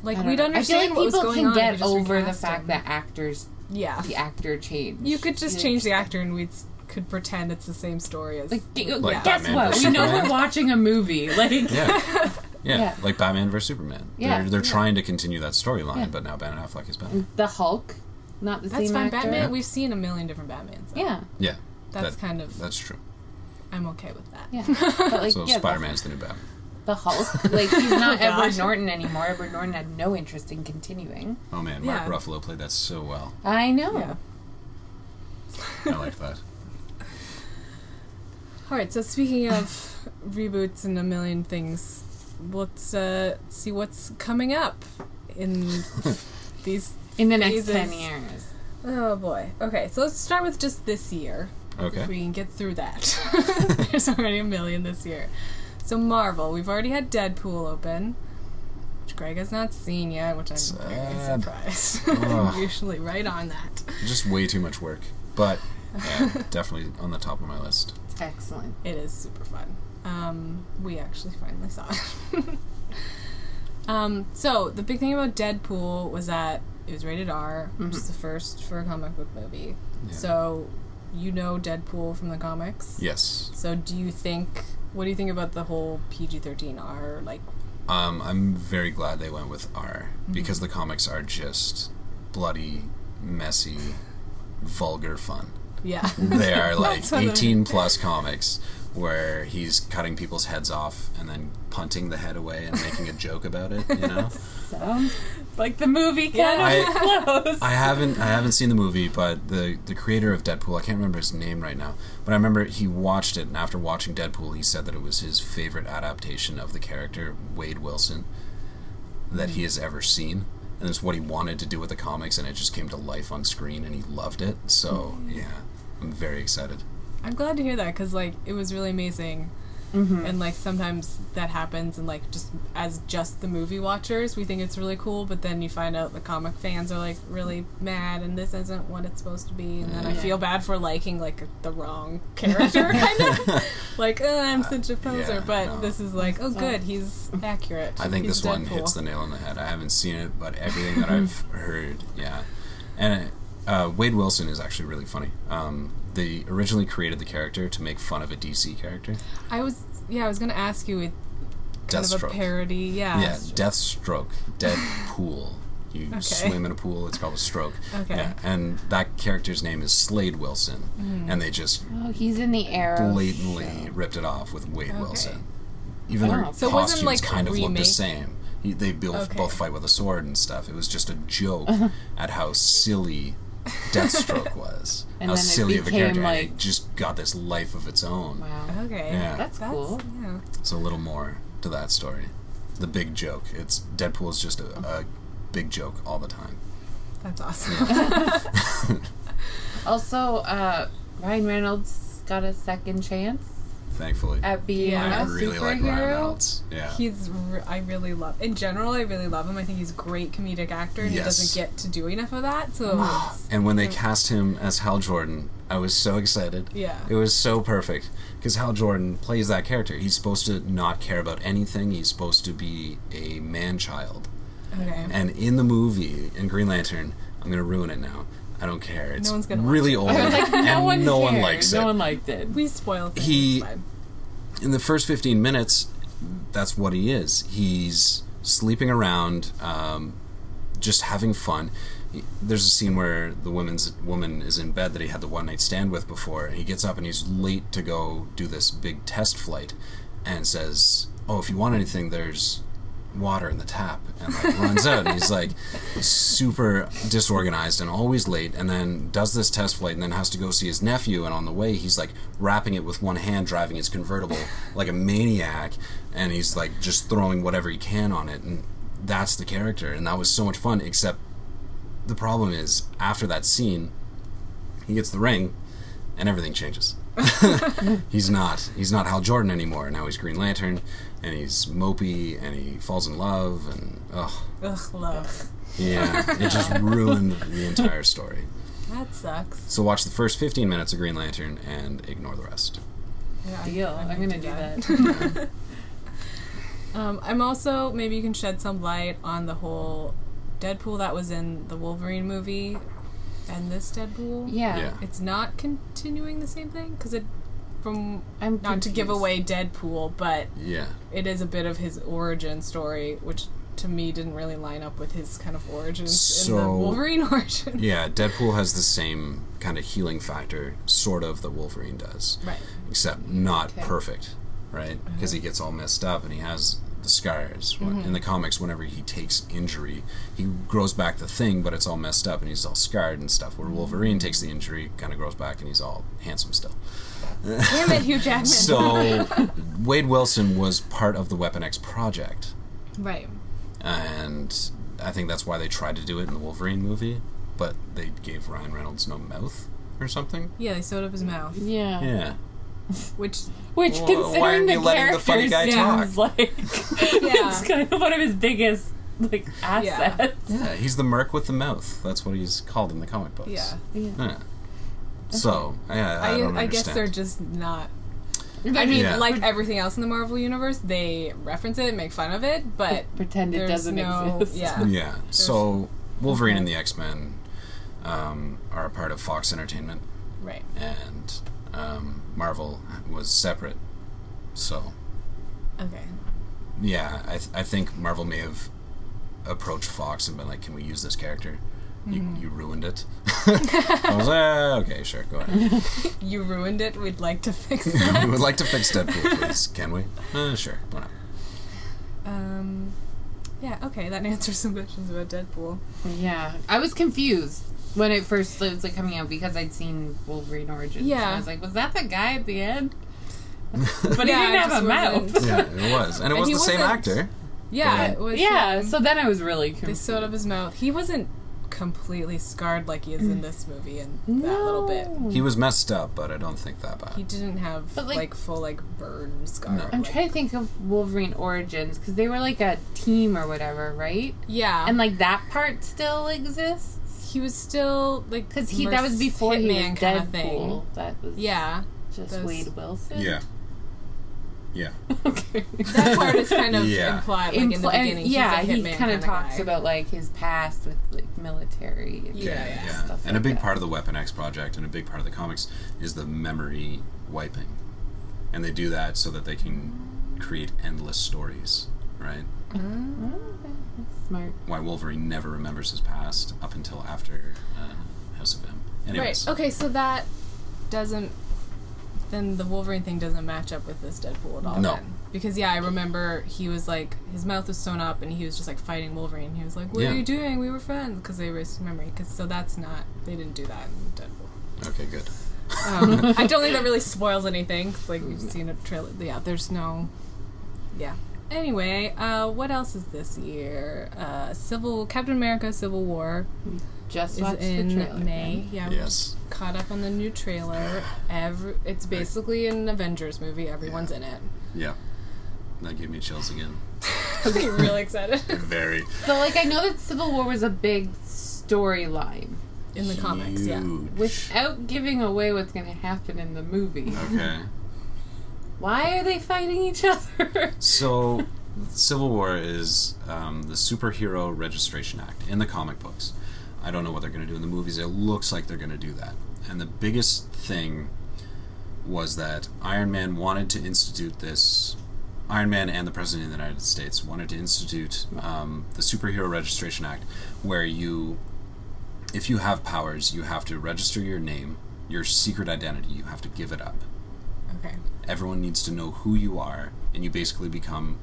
Speaker 1: like
Speaker 2: I don't
Speaker 1: we'd
Speaker 2: know.
Speaker 1: understand
Speaker 2: I feel like
Speaker 1: what was
Speaker 2: people
Speaker 1: going
Speaker 2: can
Speaker 1: on. if you
Speaker 2: get
Speaker 1: just
Speaker 2: over the
Speaker 1: recast
Speaker 2: fact
Speaker 1: him.
Speaker 2: that actors,
Speaker 1: yeah,
Speaker 2: the actor changed.
Speaker 1: you could just change the actor and we could pretend it's the same story as
Speaker 2: Like, g-
Speaker 3: Like
Speaker 2: guess
Speaker 3: Batman
Speaker 2: what?
Speaker 3: versus
Speaker 2: We know we're
Speaker 3: Superman.
Speaker 2: watching a movie. Like,
Speaker 3: Yeah. Yeah,
Speaker 2: Yeah.
Speaker 3: like Batman versus Superman.
Speaker 2: Yeah.
Speaker 3: They're, they're
Speaker 2: Yeah.
Speaker 3: trying to continue that storyline,
Speaker 2: Yeah. Mm.
Speaker 3: but now Ben Affleck is Batman.
Speaker 2: the Hulk, not the
Speaker 1: that's
Speaker 2: same
Speaker 1: fine.
Speaker 2: actor.
Speaker 1: Batman. We've seen a million different Batmans. so
Speaker 2: Yeah,
Speaker 3: Yeah,
Speaker 1: that's
Speaker 3: that-
Speaker 1: kind of
Speaker 3: that's true.
Speaker 1: I'm okay with that.
Speaker 2: yeah. But like,
Speaker 3: So
Speaker 2: yeah,
Speaker 3: Spider Man's the new Batman.
Speaker 2: the Hulk. Like, he's not
Speaker 1: Oh,
Speaker 2: Edward
Speaker 1: gosh.
Speaker 2: Norton anymore. Edward Norton had no interest in continuing.
Speaker 3: Oh man, Mark
Speaker 1: Yeah.
Speaker 3: Ruffalo played that so well.
Speaker 2: I know.
Speaker 1: Yeah.
Speaker 3: I liked that.
Speaker 1: All right. So speaking of reboots and a million things, let's uh, see what's coming up in these.
Speaker 2: In the next
Speaker 1: Jesus.
Speaker 2: ten years.
Speaker 1: Oh boy. Okay. So let's start with just this year.
Speaker 3: Okay.
Speaker 1: If we can get through that. There's already a million this year. So Marvel. We've already had Deadpool open, which Greg has not seen yet, which I'm very
Speaker 3: Sad.
Speaker 1: surprised.
Speaker 3: Ugh.
Speaker 1: Usually right on that.
Speaker 3: just way too much work. But yeah, definitely on the top of my list.
Speaker 2: Excellent.
Speaker 1: It is super fun. Um, we actually finally saw it. um, so the big thing about Deadpool was that it was rated R, which is the first for a comic book movie.
Speaker 3: Mm-hmm. Yeah.
Speaker 1: So you know Deadpool from the comics.
Speaker 3: Yes,
Speaker 1: So do you think? What do you think about the whole PG thirteen R? Like,
Speaker 3: um, I'm very glad they went with R because the comics are just bloody, messy, vulgar fun.
Speaker 1: yeah,
Speaker 3: They are like
Speaker 1: That's what I-
Speaker 3: 18 plus comics where he's cutting people's heads off and then punting the head away and making a joke about it. You know,
Speaker 2: Sounds like the movie kind
Speaker 1: Yeah.
Speaker 2: of close.
Speaker 3: I haven't I haven't seen the movie, but the the creator of Deadpool I can't remember his name right now, but I remember he watched it and after watching Deadpool he said that it was his favorite adaptation of the character Wade Wilson that he has ever seen. And it's what he wanted to do with the comics and it just came to life on screen and he loved it. So yeah. I'm very excited.
Speaker 1: I'm glad to hear that because like it was really amazing. And like sometimes that happens, and like just as just the movie watchers, we think it's really cool, but then you find out the comic fans are like really mad, and this isn't what it's supposed to be, and then I feel bad for liking like the wrong character, kind of like oh, I'm such a poser,
Speaker 3: yeah,
Speaker 1: but
Speaker 3: no.
Speaker 1: this is like oh good, he's accurate.
Speaker 3: I think
Speaker 1: He's
Speaker 3: this one
Speaker 1: Deadpool.
Speaker 3: hits the nail on the head. I haven't seen it, but everything that I've heard, yeah. And uh, Wade Wilson is actually really funny. Um, they originally created the character to make fun of a DC character,
Speaker 1: I was yeah, I was gonna ask you with kind of a
Speaker 3: Deathstroke.
Speaker 1: parody, yeah.
Speaker 3: yeah, Deathstroke, Deadpool. You swim in a pool. It's called a stroke.
Speaker 1: Okay.
Speaker 3: Yeah, and that character's name is Slade Wilson,
Speaker 1: Mm.
Speaker 3: and they just
Speaker 2: oh, he's in the arrow.
Speaker 3: blatantly
Speaker 2: Oh,
Speaker 3: ripped it off with Wade Wilson. Even their
Speaker 1: So it wasn't,
Speaker 3: costumes
Speaker 1: like,
Speaker 3: kind of looked the
Speaker 1: remake?
Speaker 3: same. He- They both,
Speaker 1: Okay.
Speaker 3: both fight with a sword and stuff. It was just a joke
Speaker 2: Uh-huh.
Speaker 3: at how silly Deathstroke was.
Speaker 2: And
Speaker 3: how
Speaker 2: then it
Speaker 3: silly of a character.
Speaker 2: became,
Speaker 3: and
Speaker 2: like-
Speaker 3: it just got this life of its own.
Speaker 2: Wow.
Speaker 1: Okay.
Speaker 3: Yeah.
Speaker 2: That's cool.
Speaker 1: Yeah.
Speaker 3: So a little more to that story. The big joke. It's Deadpool is just a, a big joke all the time.
Speaker 1: That's awesome.
Speaker 2: Also, uh, Ryan Reynolds got a second chance
Speaker 3: Thankfully,
Speaker 2: at being
Speaker 1: Yeah.
Speaker 3: I
Speaker 2: a
Speaker 3: really
Speaker 2: superhero.
Speaker 3: like Ryan Reynolds. Yeah,
Speaker 1: he's r I I really love in general I really love him. I think he's a great comedic actor and he
Speaker 3: Yes.
Speaker 1: doesn't get to do enough of that. So it's-
Speaker 3: And when they cast him as Hal Jordan, I was so excited.
Speaker 1: Yeah.
Speaker 3: It was so perfect because Hal Jordan plays that character. He's supposed to not care about anything. He's supposed to be a man child.
Speaker 1: okay.
Speaker 3: And in the movie in Green Lantern, I'm going to ruin it now. I don't care. It's
Speaker 1: one's gonna
Speaker 3: really old,
Speaker 2: Like, no
Speaker 3: and
Speaker 2: one
Speaker 3: no one
Speaker 2: cared.
Speaker 3: likes
Speaker 2: No
Speaker 3: it.
Speaker 2: one liked it.
Speaker 1: We spoiled things.
Speaker 3: He-
Speaker 1: it's fine.
Speaker 3: in the first 15 minutes, that's what he is. He's sleeping around, um, just having fun. He- There's a scene where the woman's woman is in bed that he had the one night stand with before, and he gets up and he's late to go do this big test flight, and says, "Oh, if you want anything, there's." water in the tap and like runs out and he's like super disorganized and always late and then does this test flight and then has to go see his nephew and on the way he's like wrapping it with one hand driving his convertible like a maniac and he's like just throwing whatever he can on it and that's the character and that was so much fun except the problem is after that scene he gets the ring and everything changes he's not he's not Hal Jordan anymore. Now he's Green Lantern, and he's mopey, and he falls in love, and ugh,
Speaker 1: Ugh, love.
Speaker 3: yeah, it just ruined the entire story.
Speaker 1: That sucks.
Speaker 3: So watch the first 15 minutes of Green Lantern and ignore the rest.
Speaker 1: Yeah,
Speaker 2: Deal.
Speaker 1: I'm
Speaker 2: I'm,
Speaker 1: gonna
Speaker 2: gonna
Speaker 1: do
Speaker 2: do
Speaker 1: that.
Speaker 2: that.
Speaker 1: Um, I'm also maybe you can shed some light on the whole Deadpool that was in the Wolverine movie and this Deadpool.
Speaker 2: yeah.
Speaker 3: Yeah.
Speaker 1: It's not continuing the same thing because it from
Speaker 2: I'm
Speaker 1: not to give
Speaker 2: confused.
Speaker 1: away Deadpool, but
Speaker 3: Yeah,
Speaker 1: it is a bit of his origin story, which to me didn't really line up with his kind of origins in the
Speaker 3: So-
Speaker 1: Wolverine origin.
Speaker 3: yeah. Deadpool has the same kind of healing factor, sort of, that Wolverine does,
Speaker 1: Right.
Speaker 3: except not
Speaker 2: Okay.
Speaker 3: perfect, right? Because he gets all messed up and he has the scars. When- In the comics, whenever he takes injury, he grows back the thing, but it's all messed up and he's all scarred and stuff. Where Wolverine takes the injury, kind of grows back, and he's all handsome still.
Speaker 1: Damn it, Hugh Jackman.
Speaker 3: So Wade Wilson was part of the Weapon X project,
Speaker 1: right.
Speaker 3: and I think that's why they tried to do it in the Wolverine movie, but they gave Ryan Reynolds no mouth or something.
Speaker 1: Yeah, they sewed up his mouth,
Speaker 2: Yeah.
Speaker 3: Yeah.
Speaker 1: which
Speaker 2: Which,
Speaker 3: Well, why
Speaker 2: considering
Speaker 3: aren't you
Speaker 2: the
Speaker 3: letting the funny
Speaker 2: character's
Speaker 3: guy
Speaker 2: names, like, it's kind of one of his biggest like assets.
Speaker 3: Yeah, he's the Merc with the mouth. That's what he's called in the comic books.
Speaker 1: Yeah.
Speaker 2: Yeah.
Speaker 3: Yeah. So yeah, I,
Speaker 1: I,
Speaker 3: don't
Speaker 1: I,
Speaker 3: understand.
Speaker 1: guess they're just not. I
Speaker 2: But
Speaker 1: mean,
Speaker 3: Yeah.
Speaker 1: like everything else in the Marvel universe, they reference it, make fun of it, but
Speaker 2: pretend it
Speaker 1: there's
Speaker 2: doesn't
Speaker 1: no,
Speaker 2: exist.
Speaker 1: Yeah,
Speaker 3: yeah. So Wolverine and the X Men um, are a part of Fox Entertainment,
Speaker 1: right.
Speaker 3: and um, Marvel was separate. So
Speaker 1: Okay,
Speaker 3: yeah, I, th- I think Marvel may have approached Fox and been like, "Can we use this character? You, you ruined it." I was like, "Ah, "Okay, sure, go ahead.
Speaker 1: you ruined it. We'd like to fix it.
Speaker 3: we would like to fix Deadpool, please. Can we? Uh, sure, why not?"
Speaker 1: um, yeah. Okay, that answers some questions about Deadpool.
Speaker 2: Yeah. I was confused when it first was like coming out because I'd seen Wolverine Origins.
Speaker 1: Yeah.
Speaker 2: And I was like, was that the guy at the end? But
Speaker 1: Yeah,
Speaker 2: he
Speaker 1: it
Speaker 2: didn't have
Speaker 1: just wasn't-
Speaker 2: a mouth.
Speaker 3: Yeah, it was, and it was
Speaker 1: he
Speaker 3: the same
Speaker 1: wasn't-
Speaker 3: actor.
Speaker 1: Yeah, it was.
Speaker 2: Yeah.
Speaker 1: um,
Speaker 2: So then I was really confused.
Speaker 1: they sewed up his mouth. He wasn't completely scarred like he is in this movie and that little bit.
Speaker 3: He was messed up, but I don't think that bad.
Speaker 1: He didn't have
Speaker 2: But,
Speaker 1: like,
Speaker 2: like-
Speaker 1: full like burn scar.
Speaker 3: No.
Speaker 2: I'm
Speaker 1: like-
Speaker 2: trying to think of Wolverine Origins because they were like a team or whatever, right?
Speaker 1: Yeah,
Speaker 2: And like that part still exists
Speaker 1: he was still like
Speaker 2: because he that was before he was
Speaker 1: man kind of thing.
Speaker 2: Deadpool. That was
Speaker 1: Yeah,
Speaker 2: just
Speaker 1: those-
Speaker 2: Wade Wilson.
Speaker 3: Yeah.
Speaker 2: okay.
Speaker 1: that part is kind of
Speaker 3: Yeah.
Speaker 1: implied like in the
Speaker 2: Impl- and
Speaker 1: beginning.
Speaker 2: yeah,
Speaker 1: he's a
Speaker 2: he
Speaker 1: hitman
Speaker 2: kind of
Speaker 1: kinda
Speaker 2: talks
Speaker 1: guy.
Speaker 2: about like his past with like military. And
Speaker 1: Yeah, yeah.
Speaker 2: Stuff
Speaker 3: And a
Speaker 2: like
Speaker 3: big
Speaker 2: that.
Speaker 3: part of the Weapon X project and a big part of the comics is the memory wiping. And they do that so that they can create endless stories, right?
Speaker 2: Mm, smart.
Speaker 3: Why Wolverine never remembers his past up until after uh, House of M. Anyways,
Speaker 1: Right. Okay, so that doesn't then the Wolverine thing doesn't match up with this Deadpool at all.
Speaker 3: No.
Speaker 1: Then. Because yeah, I remember he was like his mouth was sewn up and he was just like fighting Wolverine. He was like, "What
Speaker 3: Yeah.
Speaker 1: are you doing? We were friends." Because they erased his memory. Because so that's not they didn't do that in Deadpool.
Speaker 3: okay, good.
Speaker 1: Um, I don't think that really spoils anything. 'cause, like you've seen a trailer. Yeah, there's no. Yeah. Anyway, uh, what else is this year? Uh, Civil Captain America: Civil War
Speaker 2: Just
Speaker 1: is
Speaker 2: watch
Speaker 1: in
Speaker 2: the trailer.
Speaker 1: May.
Speaker 2: then.
Speaker 1: Yeah, we're
Speaker 3: Yes.
Speaker 1: caught up on the new trailer. Every it's basically an Avengers movie. Everyone's in it.
Speaker 3: Yeah. That gave me chills again.
Speaker 1: I'm really excited
Speaker 3: Very
Speaker 2: So like I know that Civil War was a big storyline
Speaker 1: in the comics. Yeah,
Speaker 2: without giving away what's going to happen in the movie.
Speaker 3: Okay.
Speaker 2: Why are they fighting each other?
Speaker 3: So, Civil War is um, the Superhero Registration Act in the comic books. I don't know what they're going to do in the movies. It looks like they're going to do that. And the biggest thing was that Iron Man wanted to institute this. Iron Man and the President of the United States wanted to institute um, the Superhero Registration Act, where you, if you have powers, you have to register your name, your secret identity, you have to give it up.
Speaker 1: Okay.
Speaker 3: Everyone needs to know who you are, and you basically become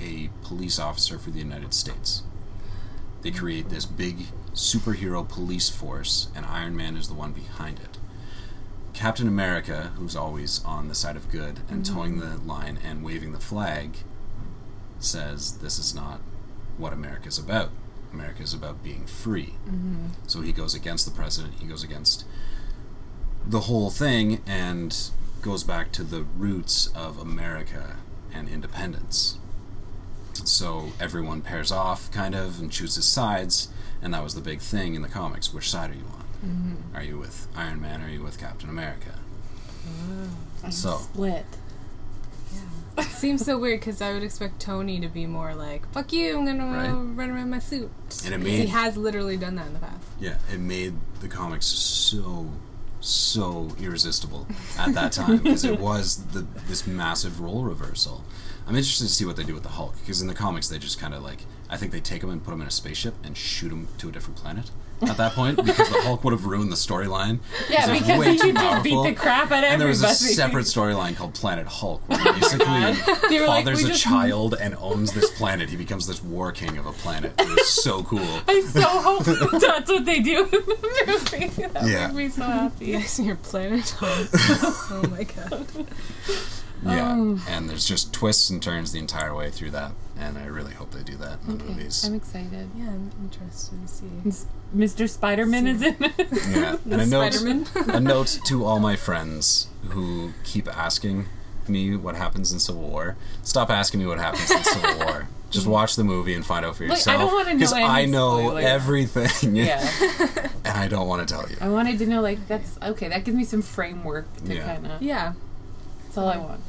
Speaker 3: a police officer for the United States. They create this big superhero police force, and Iron Man is the one behind it. Captain America, who's always on the side of good and towing the line and waving the flag, says this is not what America's about. America is about being free. So he goes against the president, he goes against the whole thing, and goes back to the roots of America and independence. So everyone pairs off, kind of, and chooses sides, and that was the big thing in the comics. Which side are you on? Are you with Iron Man? Are you with Captain America? So
Speaker 2: Split.
Speaker 1: Seems so weird because I would expect Tony to be more like, "Fuck you! I'm gonna
Speaker 3: Right.
Speaker 1: run around in my suit."
Speaker 3: And it
Speaker 1: 'Cause
Speaker 3: made-
Speaker 1: he has literally done that in the past.
Speaker 3: yeah, it made the comics so so irresistible at that time because it was the this massive role reversal. I'm interested to see what they do with the Hulk because in the comics they just kind of like I think they take him and put him in a spaceship and shoot him to a different planet at that point because the Hulk would have ruined the storyline.
Speaker 2: Yeah,
Speaker 3: He's
Speaker 2: because
Speaker 3: way
Speaker 2: he
Speaker 3: too
Speaker 2: did
Speaker 3: powerful.
Speaker 2: beat the crap out of
Speaker 3: And there was
Speaker 2: everybody.
Speaker 3: a separate storyline called Planet Hulk, where he basically
Speaker 2: Oh They were like,
Speaker 3: fathers
Speaker 2: we
Speaker 3: a
Speaker 2: just-
Speaker 3: child and owns this planet. He becomes this war king of a planet. It was so cool.
Speaker 2: I so hope that's what they do in the movie. That
Speaker 3: Yeah.
Speaker 2: would make me so happy.
Speaker 1: Yes, your planet. oh my god.
Speaker 3: Yeah,
Speaker 2: Oh.
Speaker 3: and there's just twists and turns the entire way through that, and I really hope they do that in the movies.
Speaker 2: I'm excited.
Speaker 1: Yeah, I'm interested to see.
Speaker 2: Mr. Spider-Man is in it.
Speaker 3: yeah, and a note,
Speaker 1: Spider-Man.
Speaker 3: a note to all my friends who keep asking me what happens in Civil War. Stop asking me what happens in Civil War. Just watch the movie and find out for
Speaker 2: I
Speaker 3: yourself.
Speaker 2: don't wanna know
Speaker 3: because
Speaker 2: any
Speaker 3: I know
Speaker 2: spoilers.
Speaker 3: everything,
Speaker 2: yeah.
Speaker 3: and I don't want to tell you.
Speaker 2: I wanted to know, like, that's okay. That gives me some framework to
Speaker 3: Yeah.
Speaker 2: kind of.
Speaker 1: Yeah.
Speaker 2: That's all I want.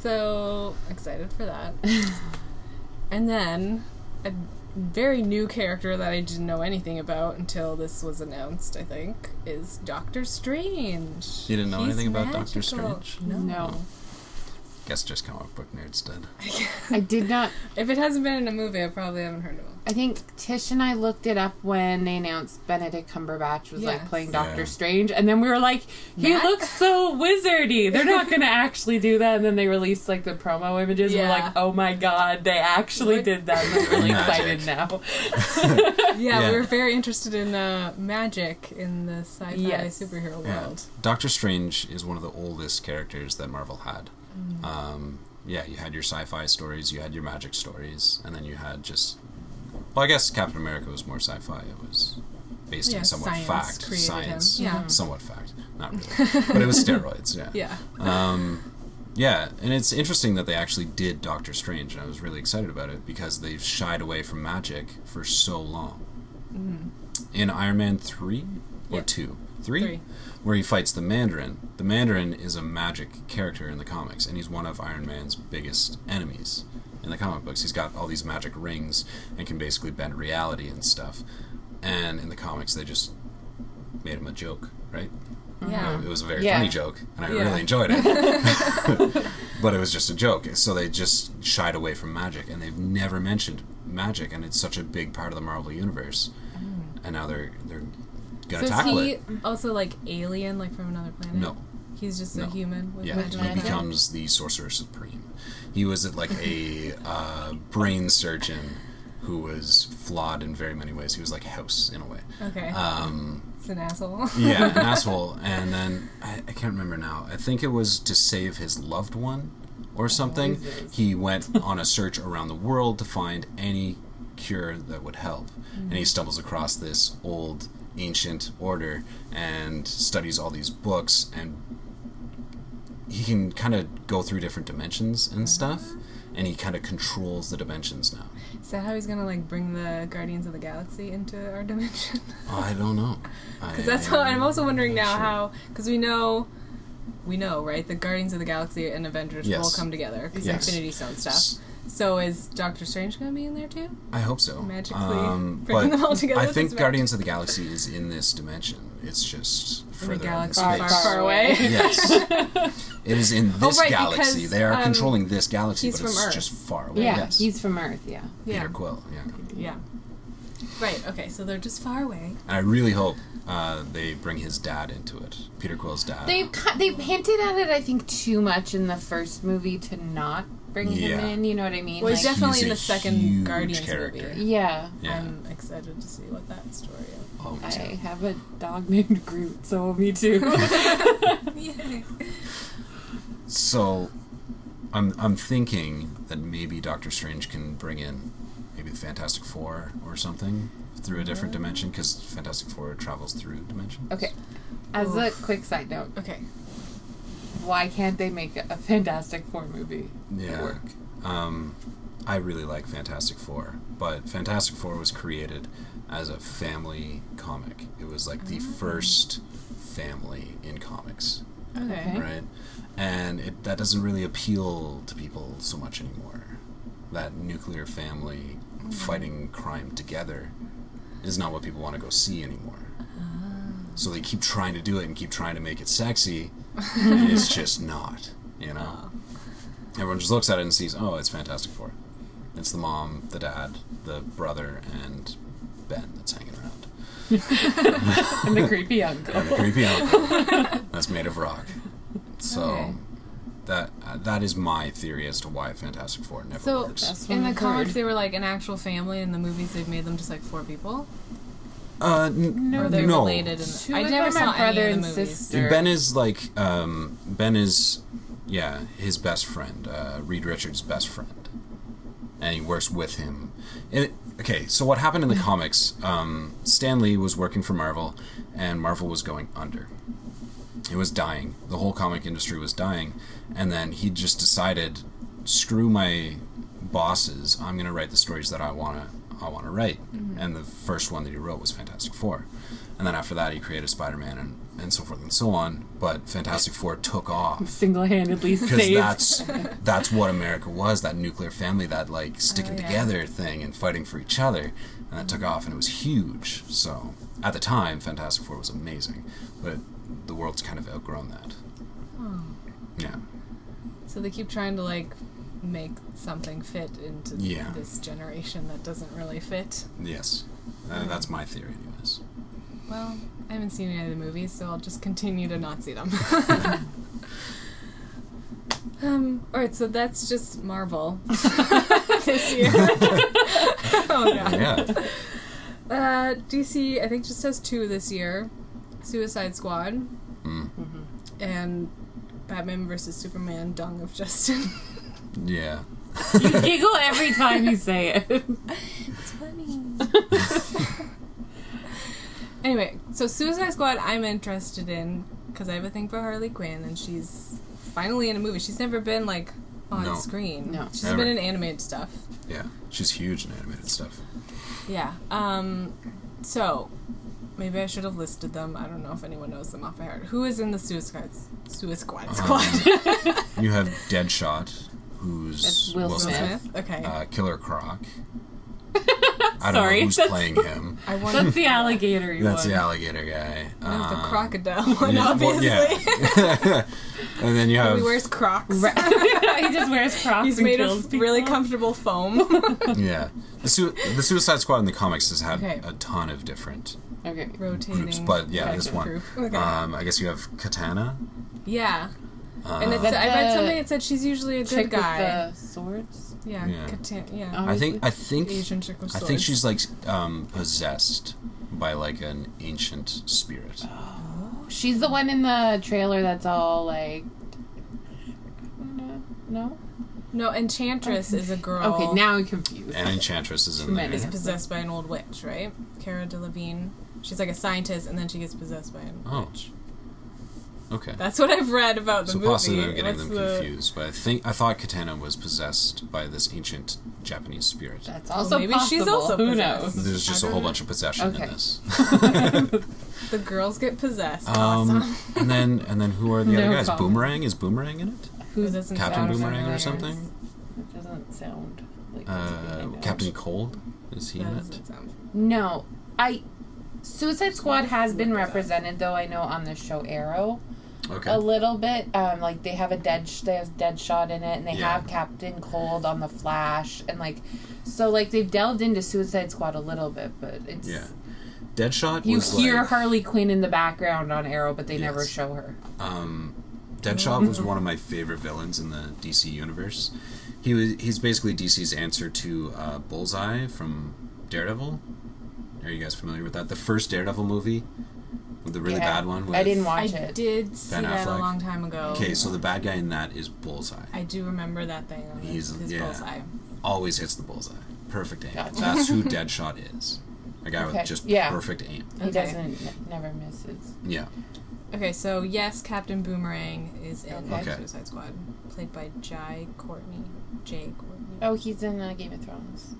Speaker 1: So excited for that. and then a very new character that I didn't know anything about until this was announced, I think, is Doctor Strange.
Speaker 3: You didn't know
Speaker 1: He's
Speaker 3: anything about Doctor
Speaker 1: magical.
Speaker 3: Strange?
Speaker 1: No.
Speaker 2: No,
Speaker 3: Guess just comic book nerds did.
Speaker 2: I did not.
Speaker 1: If it hasn't been in a movie, I probably haven't heard of him.
Speaker 2: I think Tish and I looked it up when they announced Benedict Cumberbatch was like
Speaker 1: Yes.
Speaker 2: playing
Speaker 3: Yeah.
Speaker 2: Doctor Strange, and then we were like, he
Speaker 1: That-
Speaker 2: looks so wizardy. They're not going to actually do that. And then they released like the promo images. We're
Speaker 1: Yeah.
Speaker 2: like, oh my god, they actually
Speaker 1: What-
Speaker 2: did that. We're really
Speaker 3: Magic.
Speaker 2: excited now.
Speaker 1: Yeah,
Speaker 3: Yeah.
Speaker 1: we were very interested in uh, magic in the sci-fi
Speaker 2: Yes.
Speaker 1: superhero
Speaker 3: Yeah.
Speaker 1: world.
Speaker 3: Doctor Strange is one of the oldest characters that Marvel had.
Speaker 1: Mm.
Speaker 3: Um, yeah, you had your sci-fi stories, you had your magic stories, and then you had just. Well, I guess Captain America was more sci-fi. It was based
Speaker 1: Yeah,
Speaker 3: in somewhat
Speaker 1: science
Speaker 3: fact,
Speaker 1: created him.
Speaker 3: science,
Speaker 1: Yeah. Mhm.
Speaker 3: somewhat fact, not really, but it was steroids. Yeah. Um,
Speaker 1: Yeah.
Speaker 3: Yeah, and it's interesting that they actually did Doctor Strange, and I was really excited about it because they've shied away from magic for so long. In Iron Man 3 or 2? Three?
Speaker 1: Three.
Speaker 3: Where he fights the Mandarin. The Mandarin is a magic character in the comics, and he's one of Iron Man's biggest enemies in the comic books. He's got all these magic rings and can basically bend reality and stuff. And in the comics, they just made him a joke, right?
Speaker 1: Yeah.
Speaker 3: It was a very
Speaker 2: Yeah.
Speaker 3: funny joke, and I
Speaker 1: Yeah.
Speaker 3: really enjoyed it. but it was just a joke. So they just shied away from magic, and they've never mentioned magic, and it's such a big part of the Marvel universe. And now they're they're gonna
Speaker 1: Mm. So is
Speaker 3: tackle
Speaker 1: he
Speaker 3: it.
Speaker 1: also like alien, like from another planet?
Speaker 3: No.
Speaker 1: He's just
Speaker 3: No.
Speaker 1: a human with
Speaker 3: Yeah,
Speaker 1: magic.
Speaker 3: he becomes the Sorcerer Supreme. He was like a uh, brain surgeon who was flawed in very many ways. He was like House in a way.
Speaker 1: Okay.
Speaker 3: Um,
Speaker 1: He's an asshole.
Speaker 3: yeah, an asshole. And then I, I can't remember now. I think it was to save his loved one or something. He went on a search around the world to find any cure that would help. And he stumbles across this old ancient order and studies all these books and he can kind of go through different dimensions and stuff and he kind of controls the dimensions now.
Speaker 1: Is that how he's gonna like bring the Guardians of the Galaxy into our dimension?
Speaker 3: Oh, I don't know. I-
Speaker 1: Because that's how I'm also wondering now
Speaker 3: sure.
Speaker 1: how because we know we know right the Guardians of the Galaxy and Avengers
Speaker 3: Yes.
Speaker 1: will come together because
Speaker 3: Yes.
Speaker 1: Infinity Stone stuff. So is Doctor Strange going to be in there too?
Speaker 3: I hope so.
Speaker 1: Magically
Speaker 3: um,
Speaker 1: bringing
Speaker 3: but
Speaker 1: them all together
Speaker 3: I
Speaker 1: with
Speaker 3: think
Speaker 1: his
Speaker 3: Guardians of the Galaxy is in this dimension. It's just
Speaker 1: In a
Speaker 3: further out in
Speaker 1: galaxy
Speaker 3: Uh, space.
Speaker 1: far, far away.
Speaker 3: Yes, it is in this
Speaker 1: right,
Speaker 3: galaxy.
Speaker 1: because,
Speaker 3: they are
Speaker 1: um,
Speaker 3: controlling this galaxy,
Speaker 1: he's
Speaker 3: but it's
Speaker 1: from Earth.
Speaker 3: just far away.
Speaker 2: Yeah,
Speaker 3: yes,
Speaker 2: he's from Earth. Yeah.
Speaker 1: Yeah.
Speaker 3: Peter Quill. Yeah,
Speaker 1: Yeah. Right. Okay. So they're just far away.
Speaker 3: and I really hope uh, they bring his dad into it. Peter Quill's dad.
Speaker 2: They've ki- they've hinted at it, I think, too much in the first movie to not bring him
Speaker 3: Yeah.
Speaker 2: in. You know what I mean?
Speaker 1: Well, he's
Speaker 2: Like-
Speaker 1: definitely
Speaker 3: he's
Speaker 1: in
Speaker 3: a
Speaker 1: the second
Speaker 3: huge
Speaker 1: Guardians
Speaker 3: character.
Speaker 1: movie.
Speaker 2: yeah.
Speaker 3: yeah,
Speaker 1: I'm excited to see what that story is.
Speaker 3: oh, me
Speaker 2: I
Speaker 3: too.
Speaker 2: have a dog named Groot, so me too.
Speaker 3: So, I'm I'm thinking that maybe Doctor Strange can bring in maybe the Fantastic Four or something through a different dimension because Fantastic Four travels through dimensions.
Speaker 2: okay. As a quick side note,
Speaker 1: Okay.
Speaker 2: why can't they make a Fantastic Four movie?
Speaker 3: yeah.
Speaker 2: work.
Speaker 3: Um, I really like Fantastic Four, but Fantastic Four was created as a family comic. It was like the first family in comics,
Speaker 1: Okay.
Speaker 3: right? And it, that doesn't really appeal to people so much anymore. That nuclear family fighting crime together is not what people want to go see anymore. So they keep trying to do it and keep trying to make it sexy, and it's just not, you know? Everyone just looks at it and sees, oh, it's Fantastic Four. It's the mom, the dad, the brother, and Ben that's hanging around.
Speaker 2: And the creepy uncle.
Speaker 3: And a creepy uncle that's made of rock. So
Speaker 1: Okay.
Speaker 3: that uh, that is my theory as to why Fantastic Four never
Speaker 1: So
Speaker 3: works.
Speaker 1: in the
Speaker 2: I've
Speaker 1: comics,
Speaker 2: heard.
Speaker 1: they were like an actual family. In the movies, they've made them just like four people.
Speaker 3: Uh, n-
Speaker 1: Or they're
Speaker 3: no.
Speaker 1: related.
Speaker 2: Two
Speaker 1: And I
Speaker 2: of
Speaker 1: never
Speaker 2: them are
Speaker 1: saw any
Speaker 2: brother
Speaker 1: of the
Speaker 2: and
Speaker 1: movies.
Speaker 2: sister.
Speaker 3: Ben is like um, Ben is yeah his best friend, uh, Reed Richards' best friend, and he works with him. And it- okay, so what happened in
Speaker 1: Mm-hmm.
Speaker 3: the comics? Um, Stan Lee was working for Marvel, and Marvel was going under. It was dying. The whole comic industry was dying, and then he just decided, screw my bosses. I'm gonna write the stories that I wanna I wanna write. And the first one that he wrote was Fantastic Four, and then after that he created Spider Man and and so forth and so on. But Fantastic Four took off
Speaker 2: Single-handedly
Speaker 3: because
Speaker 2: saved.
Speaker 3: that's that's what America was that nuclear family that like sticking
Speaker 2: Oh,
Speaker 1: yeah.
Speaker 3: together thing and fighting for each other and that took off and it was huge so at the time Fantastic Four was amazing but the world's kind of outgrown that
Speaker 2: Hmm.
Speaker 3: yeah
Speaker 1: So they keep trying to like make something fit into
Speaker 3: Yeah.
Speaker 1: this generation that doesn't really fit.
Speaker 3: yes Uh,
Speaker 2: Hmm.
Speaker 3: that's my theory anyways
Speaker 1: Well, I haven't seen any of the movies, so I'll just continue to not see them. um, all right, so that's just Marvel this year. oh god.
Speaker 3: yeah
Speaker 1: Uh, DC, I think just has two this year: Suicide Squad
Speaker 3: Mm.
Speaker 1: Mm-hmm. and Batman vs Superman: Dung of Justin.
Speaker 3: yeah
Speaker 2: you giggle every time you say it.
Speaker 1: Anyway, so Suicide Squad, I'm interested in because I have a thing for Harley Quinn, and she's finally in a movie. She's never been like on
Speaker 3: No.
Speaker 1: screen.
Speaker 2: No.
Speaker 1: she's
Speaker 3: Never.
Speaker 1: been in animated stuff.
Speaker 3: yeah she's huge in animated stuff
Speaker 1: Yeah. Um. So maybe I should have listed them. I don't know if anyone knows them off by heart. Who is in the Suicide Suicide Squad? Squad.
Speaker 3: you have Deadshot who's
Speaker 2: That's Will Smith.
Speaker 1: okay.
Speaker 3: Uh, Killer Croc I don't
Speaker 2: Sorry,
Speaker 3: know who's
Speaker 2: that's-
Speaker 3: playing him
Speaker 1: I want
Speaker 2: That's the alligator you
Speaker 3: That's
Speaker 2: want.
Speaker 3: the alligator guy.
Speaker 1: the
Speaker 3: Um,
Speaker 1: crocodile one,
Speaker 3: yeah, well,
Speaker 1: obviously.
Speaker 3: yeah. and then you have
Speaker 1: he wears Crocs.
Speaker 2: he just wears Crocs
Speaker 1: He's
Speaker 2: and
Speaker 1: made
Speaker 2: kills
Speaker 1: of
Speaker 2: people.
Speaker 1: really comfortable foam.
Speaker 3: yeah the, su- the Suicide Squad in the comics has had
Speaker 1: Okay.
Speaker 3: a ton of different
Speaker 2: Okay.
Speaker 1: Rotating.
Speaker 3: groups, but yeah, this
Speaker 1: Gotcha.
Speaker 3: one.
Speaker 1: Group. Okay.
Speaker 3: Um, I guess you have Katana.
Speaker 1: Yeah.
Speaker 3: Uh-huh.
Speaker 1: and it's,
Speaker 2: But
Speaker 1: I read
Speaker 2: the
Speaker 1: something that said she's usually a
Speaker 2: Chick
Speaker 1: good
Speaker 2: with
Speaker 1: guy.
Speaker 2: the swords.
Speaker 1: Yeah,
Speaker 3: Yeah.
Speaker 1: Catan- yeah.
Speaker 2: Oh.
Speaker 3: I think I think
Speaker 1: Asian chick with
Speaker 3: I think
Speaker 1: swords.
Speaker 3: she's like um, possessed by like an ancient spirit.
Speaker 1: Uh,
Speaker 2: Oh, She's the one in the trailer that's all like. No. no?
Speaker 1: no, Enchantress is a girl.
Speaker 2: Okay, now I'm confused.
Speaker 3: An enchantress is in there.
Speaker 2: Tremendous.
Speaker 1: possessed by an old witch, right? Cara Delevingne. She's like a scientist, and then she gets possessed by an.
Speaker 3: Oh. Okay.
Speaker 1: That's what I've read about the
Speaker 3: so
Speaker 1: movie.
Speaker 3: possibly I'm getting
Speaker 1: What's
Speaker 3: them
Speaker 1: the-
Speaker 3: confused, but I think I thought Katana was possessed by this ancient Japanese spirit.
Speaker 2: That's also
Speaker 1: maybe
Speaker 2: possible.
Speaker 1: she's also
Speaker 2: Who
Speaker 1: possessed.
Speaker 2: knows?
Speaker 3: There's just a whole bunch of possession
Speaker 2: Okay.
Speaker 3: in this.
Speaker 1: The girls get possessed.
Speaker 3: Um, and then and then who are the
Speaker 2: No
Speaker 3: other guys?
Speaker 2: comment.
Speaker 3: Boomerang is Boomerang in it?
Speaker 1: Who's
Speaker 3: Captain
Speaker 2: Sound
Speaker 3: Boomerang
Speaker 2: familiar.
Speaker 3: or something?
Speaker 2: It doesn't sound like that's a good
Speaker 3: Uh,
Speaker 2: idea.
Speaker 3: Captain Cold? Is he
Speaker 1: That
Speaker 3: in it?
Speaker 1: doesn't sound
Speaker 2: No, I. Suicide Squad has been represented though. I know on the show Arrow
Speaker 3: Okay.
Speaker 2: a little bit. Um, like they have a dead, sh- they have Deadshot in it, and they
Speaker 3: Yeah.
Speaker 2: have Captain Cold on the Flash, and like, so like they've delved into Suicide Squad a little bit, but it's
Speaker 3: Yeah. Deadshot
Speaker 2: You
Speaker 3: was
Speaker 2: hear
Speaker 3: like,
Speaker 2: Harley Quinn in the background on Arrow, but they never
Speaker 3: Yes.
Speaker 2: show her.
Speaker 3: Deadshot was one of my favorite villains in the DC universe. He was he's basically DC's answer to uh, Bullseye from Daredevil. Are you guys familiar with that? The first Daredevil movie, with the really
Speaker 2: Yeah.
Speaker 3: bad one. With,
Speaker 2: I didn't watch
Speaker 1: I
Speaker 2: it.
Speaker 1: did see
Speaker 3: Ben
Speaker 1: that a
Speaker 3: Affleck.
Speaker 1: long time ago.
Speaker 3: Okay, so the bad guy in that is Bullseye.
Speaker 1: I do remember that thing. On
Speaker 3: He's-
Speaker 1: his
Speaker 3: yeah.
Speaker 1: bullseye.
Speaker 3: Always hits the bullseye. Perfect aim.
Speaker 2: Gotcha.
Speaker 3: That's who Deadshot is. A guy
Speaker 2: Okay,
Speaker 3: with just
Speaker 2: yeah.
Speaker 3: perfect aim.
Speaker 2: He
Speaker 1: Okay.
Speaker 2: doesn't, n- never misses.
Speaker 3: Yeah.
Speaker 1: Okay, so yes, Captain Boomerang is in
Speaker 2: Okay.
Speaker 3: Okay.
Speaker 1: Suicide Squad, played by Jai Courtney. Jay Courtney.
Speaker 2: Oh, he's in uh, Game of Thrones.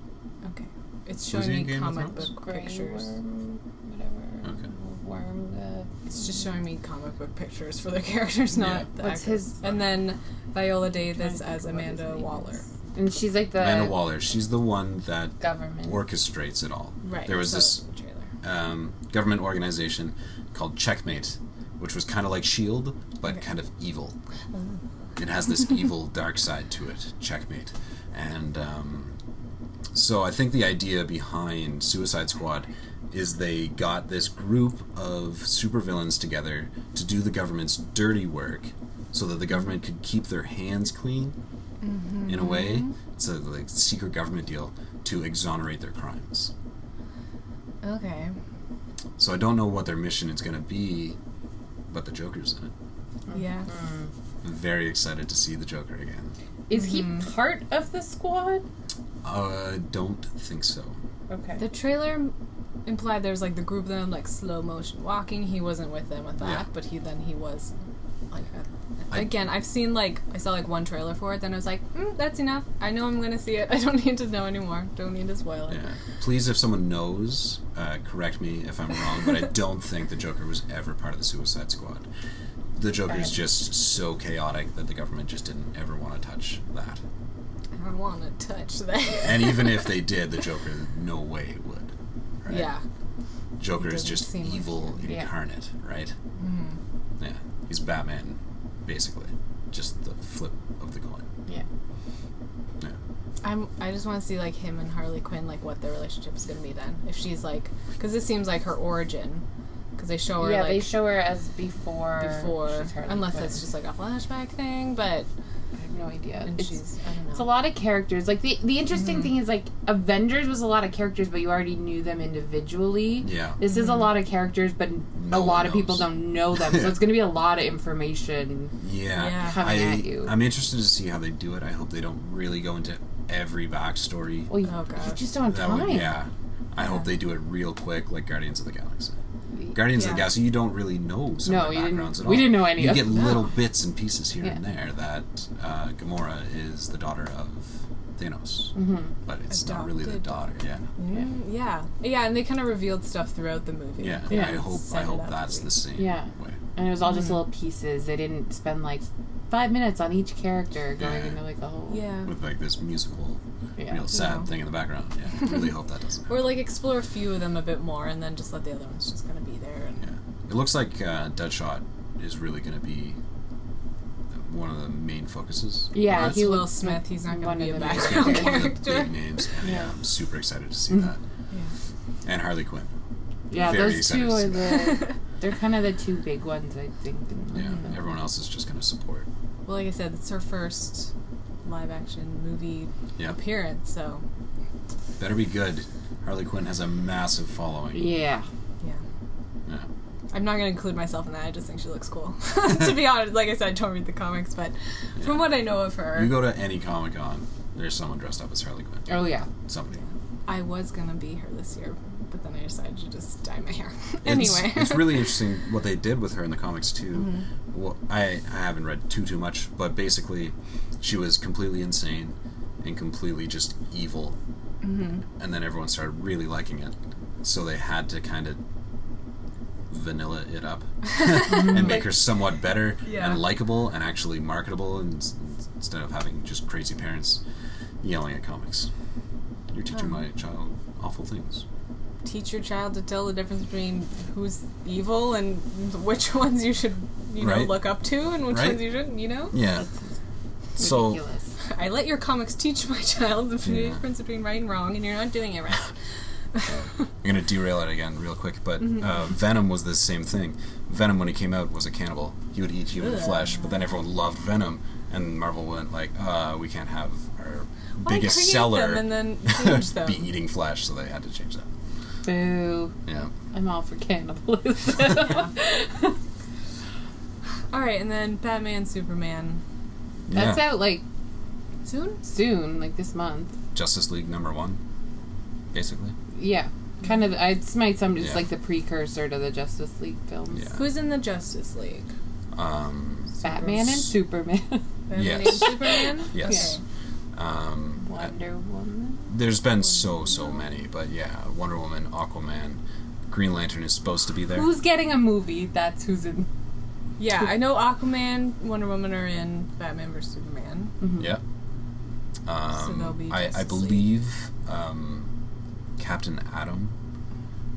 Speaker 1: Okay, it's
Speaker 3: Was
Speaker 1: showing
Speaker 3: he
Speaker 1: me
Speaker 3: in Game of
Speaker 1: comic
Speaker 3: Thrones?
Speaker 1: book
Speaker 2: Grey
Speaker 1: pictures.
Speaker 2: worm, whatever.
Speaker 3: Okay.
Speaker 2: Worm. The,
Speaker 1: It's just showing me comic book pictures for their characters, not
Speaker 3: Yeah.
Speaker 1: the
Speaker 2: What's
Speaker 1: actors.
Speaker 2: his-
Speaker 1: And then Viola Davis
Speaker 2: Trying to
Speaker 1: as
Speaker 2: think of what his
Speaker 1: Amanda
Speaker 2: name
Speaker 1: Waller.
Speaker 2: is. and she's like the
Speaker 3: Amanda Waller. She's the one that
Speaker 2: government.
Speaker 3: orchestrates it all.
Speaker 1: Right.
Speaker 3: There was
Speaker 1: so
Speaker 3: this
Speaker 1: in the trailer.
Speaker 3: um, government organization called Checkmate, which was kind of like Shield, E but kind of evil.
Speaker 1: Oh.
Speaker 3: It has this evil dark side to it, Checkmate, and um, so I think the idea behind Suicide Squad is they got this group of supervillains together to do the government's dirty work, so that the government could keep their hands clean. In a way,
Speaker 1: Mm-hmm.
Speaker 3: it's a like secret government deal to exonerate their crimes.
Speaker 1: Okay.
Speaker 3: So I don't know what their mission is going to be, but the Joker's in it.
Speaker 1: Yeah.
Speaker 3: I'm very excited to see the Joker again.
Speaker 2: Is he part of the squad?
Speaker 3: Uh, don't think so.
Speaker 2: Okay.
Speaker 1: The trailer implied there's like the group of them like slow motion walking. He wasn't with them with that,
Speaker 3: Yeah.
Speaker 1: but he then he was like a,
Speaker 3: I-
Speaker 1: again. I've seen like I saw like one trailer for it, then I was like, mm, that's enough. I know I'm gonna see it. I don't need to know anymore. Don't need to spoil it.
Speaker 3: Yeah. Please, if someone knows, uh, correct me if I'm wrong, but I don't think the Joker was ever part of the Suicide Squad. The Joker's just so chaotic that the government just didn't ever want to touch that.
Speaker 1: I don't want to touch that.
Speaker 3: And even if they did, the Joker, no way would. Right?
Speaker 1: yeah.
Speaker 3: Joker is
Speaker 1: doesn't
Speaker 3: just
Speaker 1: seem like
Speaker 3: evil incarnate, right?
Speaker 2: Mm-hmm.
Speaker 3: Yeah, he's Batman, basically. Just the flip of the coin.
Speaker 2: yeah.
Speaker 3: Yeah.
Speaker 1: I'm. I just want to see like him and Harley Quinn, like what their relationship is gonna be then. If she's like, because this seems like her origin, because they show her
Speaker 2: yeah,
Speaker 1: like
Speaker 2: they show her as before.
Speaker 1: before,
Speaker 2: she's Harley
Speaker 1: unless
Speaker 2: Quinn.
Speaker 1: it's just like a flashback thing. But
Speaker 2: I have no idea.
Speaker 1: and
Speaker 2: It's-
Speaker 1: she's, I don't know.
Speaker 2: It's a lot of characters. Like the the interesting thing is like Avengers was a lot of characters, but you already knew them individually.
Speaker 3: Yeah.
Speaker 2: This is a lot of characters, but
Speaker 3: No
Speaker 2: a lot
Speaker 3: one
Speaker 2: of people
Speaker 3: knows.
Speaker 2: don't know them, so it's going to be a lot of information.
Speaker 3: Yeah.
Speaker 1: Yeah.
Speaker 2: Coming
Speaker 3: I,
Speaker 2: at you.
Speaker 3: I'm interested to see how they do it. I hope they don't really go into every backstory.
Speaker 2: Well, you,
Speaker 1: Oh, gosh.
Speaker 2: you just don't have
Speaker 3: that
Speaker 2: time.
Speaker 3: would, yeah. I hope they do it real quick, like Guardians of the Galaxy. Guardians of the
Speaker 1: Yeah.
Speaker 3: Galaxy, you don't really know some
Speaker 2: No,
Speaker 3: of
Speaker 2: you
Speaker 3: their
Speaker 2: didn't-
Speaker 3: backgrounds at all.
Speaker 2: we didn't know any
Speaker 3: You
Speaker 2: of
Speaker 3: get
Speaker 2: them.
Speaker 3: little bits and pieces here and
Speaker 2: Yeah.
Speaker 3: there that uh, Gamora is the daughter of Thanos,
Speaker 2: Mm-hmm.
Speaker 3: but it's not really the daughter. Yeah,
Speaker 1: Mm, yeah, yeah, and they kind of revealed stuff throughout the movie.
Speaker 3: yeah.
Speaker 2: Yeah.
Speaker 3: I hope I
Speaker 1: Set it
Speaker 3: hope
Speaker 1: up
Speaker 3: that's
Speaker 1: to
Speaker 3: the same
Speaker 2: Yeah.
Speaker 3: way.
Speaker 2: And it was all just little pieces. They didn't spend like five minutes on each character going
Speaker 3: Yeah.
Speaker 2: into like a whole.
Speaker 1: yeah.
Speaker 3: With like this musical,
Speaker 2: Yeah.
Speaker 3: real sad thing in the background. Yeah, I really hope that doesn't.
Speaker 1: Or
Speaker 3: Happen.
Speaker 1: like explore a few of them a bit more, and then just let the other ones just kind of be there. And
Speaker 3: Yeah, it looks like uh, Deadshot is really going to be one of the main focuses.
Speaker 2: Yeah,
Speaker 3: That's
Speaker 2: he
Speaker 1: Will
Speaker 2: looks
Speaker 1: Smith, he's not going
Speaker 2: one
Speaker 1: to be
Speaker 2: of
Speaker 1: a
Speaker 2: the
Speaker 1: background
Speaker 3: one of the
Speaker 1: character.
Speaker 3: big names. And, yeah, I'm super excited to see
Speaker 2: Mm-hmm.
Speaker 3: that. And Harley Quinn.
Speaker 2: Yeah,
Speaker 3: Very
Speaker 2: those
Speaker 3: excited
Speaker 2: two
Speaker 3: to
Speaker 2: are
Speaker 3: see
Speaker 2: the. They're kind of the two big ones, I think. in the-
Speaker 3: Yeah, everyone else is just going to support.
Speaker 1: Well, like I said, it's her first live action movie
Speaker 3: Yeah,
Speaker 1: appearance, so
Speaker 3: better be good. Harley Quinn has a massive following.
Speaker 2: Yeah.
Speaker 1: yeah.
Speaker 3: Yeah.
Speaker 1: I'm not going to include myself in that. I just think she looks cool. to be honest, like I said, I don't read the comics, but from what I know of
Speaker 3: You
Speaker 1: her,
Speaker 3: go to any Comic Con, there's someone dressed up as Harley Quinn.
Speaker 2: Oh yeah.
Speaker 3: Somebody.
Speaker 1: I was going to be her this year, but then I decided to just dye my hair.
Speaker 3: It's-
Speaker 1: anyway,
Speaker 3: it's really interesting what they did with her in the comics too.
Speaker 1: Mm-hmm.
Speaker 3: Well, I I haven't read too too much, but basically, she was completely insane and completely just evil,
Speaker 1: Mm-hmm.
Speaker 3: and then everyone started really liking it, so they had to kind of vanilla it up and make her somewhat better
Speaker 1: Yeah.
Speaker 3: and likable and actually marketable and, s- instead of having just crazy parents yelling at comics. You're teaching my child awful things.
Speaker 1: Teach your child to tell the difference between who's evil and which ones you should, you know,
Speaker 3: Right.
Speaker 1: look up to and which
Speaker 3: Right.
Speaker 1: ones you shouldn't. You know,
Speaker 3: Yeah. So
Speaker 2: Ridiculous.
Speaker 1: I let your comics teach my child the
Speaker 3: Yeah.
Speaker 1: difference between right and wrong, and you're not doing it right.
Speaker 3: I'm gonna derail it again real quick, but
Speaker 1: Mm-hmm.
Speaker 3: uh, Venom was the same thing. Venom, when he came out, was a cannibal. He would eat human flesh, but then everyone loved Venom, and Marvel went like, uh, "We can't have our
Speaker 1: Why create
Speaker 3: biggest seller
Speaker 1: them and then change them?
Speaker 3: be eating flesh," so they had to change that.
Speaker 2: Boo.
Speaker 3: Yeah,
Speaker 2: I'm all for cannibalism.
Speaker 1: All right, and then Batman, Superman,
Speaker 2: That's
Speaker 3: yeah.
Speaker 2: out like
Speaker 1: soon.
Speaker 2: soon, like this month.
Speaker 3: Justice League number one, basically.
Speaker 2: Yeah. Kind of, I might some just
Speaker 3: Yeah.
Speaker 2: like the precursor to the Justice League films.
Speaker 3: Yeah.
Speaker 1: Who's in the Justice League?
Speaker 3: Um,
Speaker 2: Batman and Superman.
Speaker 1: Batman
Speaker 3: Yes.
Speaker 1: and Superman.
Speaker 3: yes. Um,
Speaker 2: Wonder Woman.
Speaker 3: There's been so so many, but yeah, Wonder Woman, Aquaman, Green Lantern is supposed to be there.
Speaker 2: Who's getting a movie? That's who's in.
Speaker 1: Yeah, I know Aquaman, Wonder Woman are in Batman vs Superman.
Speaker 3: Yeah. Um,
Speaker 1: they'll be
Speaker 3: I, I
Speaker 1: Justice
Speaker 3: believe um, Captain Atom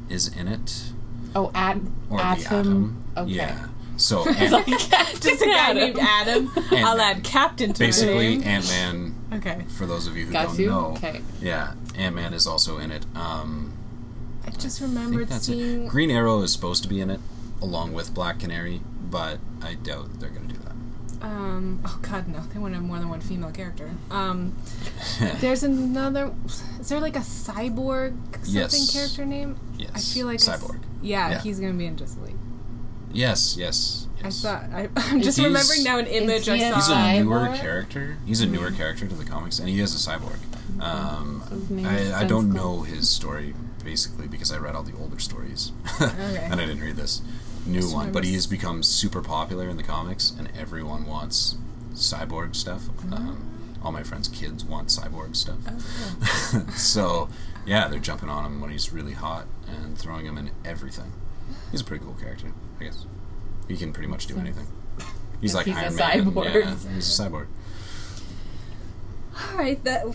Speaker 3: is in it,
Speaker 2: Oh, Ad-
Speaker 3: or
Speaker 2: Atom.
Speaker 3: the Atom.
Speaker 2: Okay.
Speaker 3: Yeah. So Ant-
Speaker 1: Just a guy named Adam. I'll add Captain to my
Speaker 3: basically,
Speaker 1: name.
Speaker 3: Ant Man.
Speaker 1: Okay.
Speaker 3: For those of you who
Speaker 2: Got
Speaker 3: don't
Speaker 2: you?
Speaker 3: know,
Speaker 2: Okay.
Speaker 3: yeah, Ant Man is also in it. Um,
Speaker 1: I just
Speaker 3: I think
Speaker 1: remembered
Speaker 3: that's
Speaker 1: seeing.
Speaker 3: it. Green Arrow is supposed to be in it, along with Black Canary, but I doubt they're going to do that.
Speaker 1: Um, oh God, no! They want to have more than one female character. Um, there's another. Is there like a cyborg something
Speaker 3: Yes.
Speaker 1: character name?
Speaker 3: Yes.
Speaker 1: I feel like I s-
Speaker 3: Cyborg.
Speaker 1: yeah,
Speaker 3: Yeah.
Speaker 1: he's gonna be in Justice League.
Speaker 3: Yes, yes. yes.
Speaker 1: I saw. I, I'm just
Speaker 3: He's-
Speaker 1: remembering now an image I
Speaker 2: he a
Speaker 1: saw.
Speaker 3: He's a newer
Speaker 2: Cyborg? Mm-hmm.
Speaker 3: character. He's a newer character to the comics, and he is a cyborg. Um,
Speaker 2: maybe
Speaker 3: I, I
Speaker 2: sounds
Speaker 3: don't
Speaker 2: cool.
Speaker 3: know his story basically because I read all the older stories, and I didn't read this new one. But he has become super popular in the comics, and everyone wants cyborg stuff.
Speaker 2: Mm-hmm.
Speaker 3: Um, all my friends' kids want cyborg stuff.
Speaker 2: Oh,
Speaker 3: so yeah, they're jumping on him when he's really hot and throwing him in everything. He's a pretty cool character, I guess. He can pretty much do anything. He's like
Speaker 2: He's a
Speaker 3: Iron Man.
Speaker 2: cyborg.
Speaker 3: Yeah, he's a cyborg.
Speaker 1: All right, that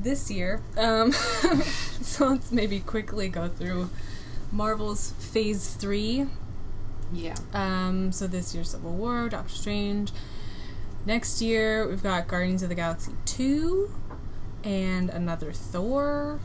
Speaker 1: this year. Um, so let's maybe quickly go through Marvel's Phase Three.
Speaker 2: Yeah.
Speaker 1: Um, so this year's Civil War, Doctor Strange. Next year we've got Guardians of the Galaxy two, and another Thor,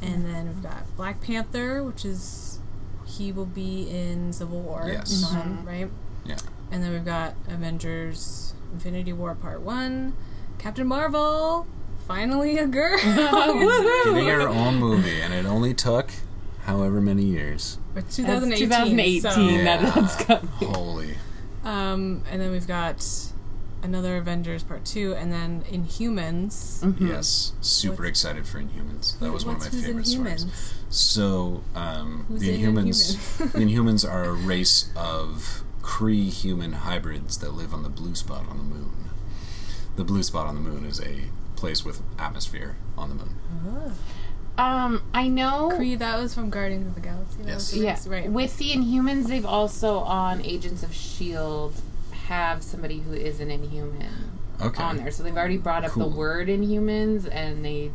Speaker 1: and then we've got Black Panther, which is he will be in Civil War.
Speaker 3: Yes.
Speaker 1: One, right?
Speaker 3: Yeah.
Speaker 1: And then we've got Avengers Infinity War Part 1, Captain Marvel, finally a girl.
Speaker 3: Getting her own movie, and it only took however many years.
Speaker 1: But
Speaker 2: That's
Speaker 1: 2018.
Speaker 2: 2018.
Speaker 1: so,
Speaker 3: Yeah.
Speaker 2: That one's coming.
Speaker 3: Holy.
Speaker 1: um, and then we've got another Avengers Part 2, and then Inhumans.
Speaker 2: Mm-hmm.
Speaker 3: Yes. Super excited for Inhumans. That was one of my
Speaker 1: Mm-hmm. What's- who's
Speaker 3: favorite
Speaker 1: Inhumans?
Speaker 3: stories. So, um,
Speaker 1: Who's
Speaker 3: the
Speaker 1: in
Speaker 3: Inhumans,
Speaker 1: Inhumans?
Speaker 3: the Inhumans are a race of Cree human hybrids that live on the blue spot on the moon. The blue spot on the moon is a place with atmosphere on the moon.
Speaker 2: Um, I know.
Speaker 1: Cree, that was from Guardians of the Galaxy. That
Speaker 3: Yes.
Speaker 1: was the
Speaker 2: yeah.
Speaker 1: next- Right.
Speaker 2: With the Inhumans, they've also on Agents of Shield E have somebody who is an Inhuman
Speaker 3: Okay.
Speaker 2: on there. So they've already brought up
Speaker 3: Cool.
Speaker 2: the word Inhumans, and they.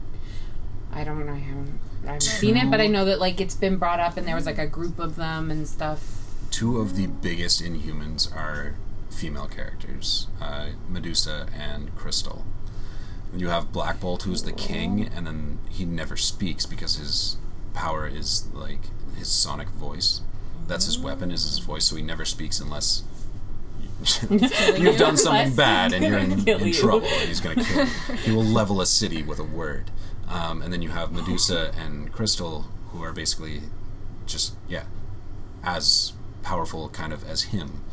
Speaker 2: I don't know. I haven't. I haven't seen it, but I know that like it's been brought up, and there was like a group of them and stuff.
Speaker 3: two of the biggest Inhumans are female characters, uh, Medusa and Crystal. You have Black Bolt, who's the king, and then he never speaks because his power is like his sonic voice. That's his weapon, is his voice, so he never speaks unless you've done something bad and you're in,
Speaker 2: kill
Speaker 3: in
Speaker 2: you.
Speaker 3: trouble and he's going to kill you. He will level a city with a word. Um, and then you have Medusa and Crystal, who are basically just, yeah, as powerful kind of as him.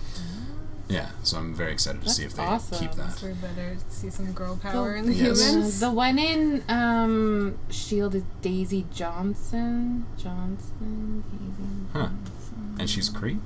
Speaker 3: Yeah, so I'm very excited to see if they
Speaker 2: Mm-hmm. awesome.
Speaker 3: keep that.
Speaker 1: We better see some girl power in the
Speaker 3: Yes.
Speaker 1: humans.
Speaker 2: The one in um, Shield is Daisy Johnson. Johnson. Daisy.
Speaker 3: Huh. And she's Cree?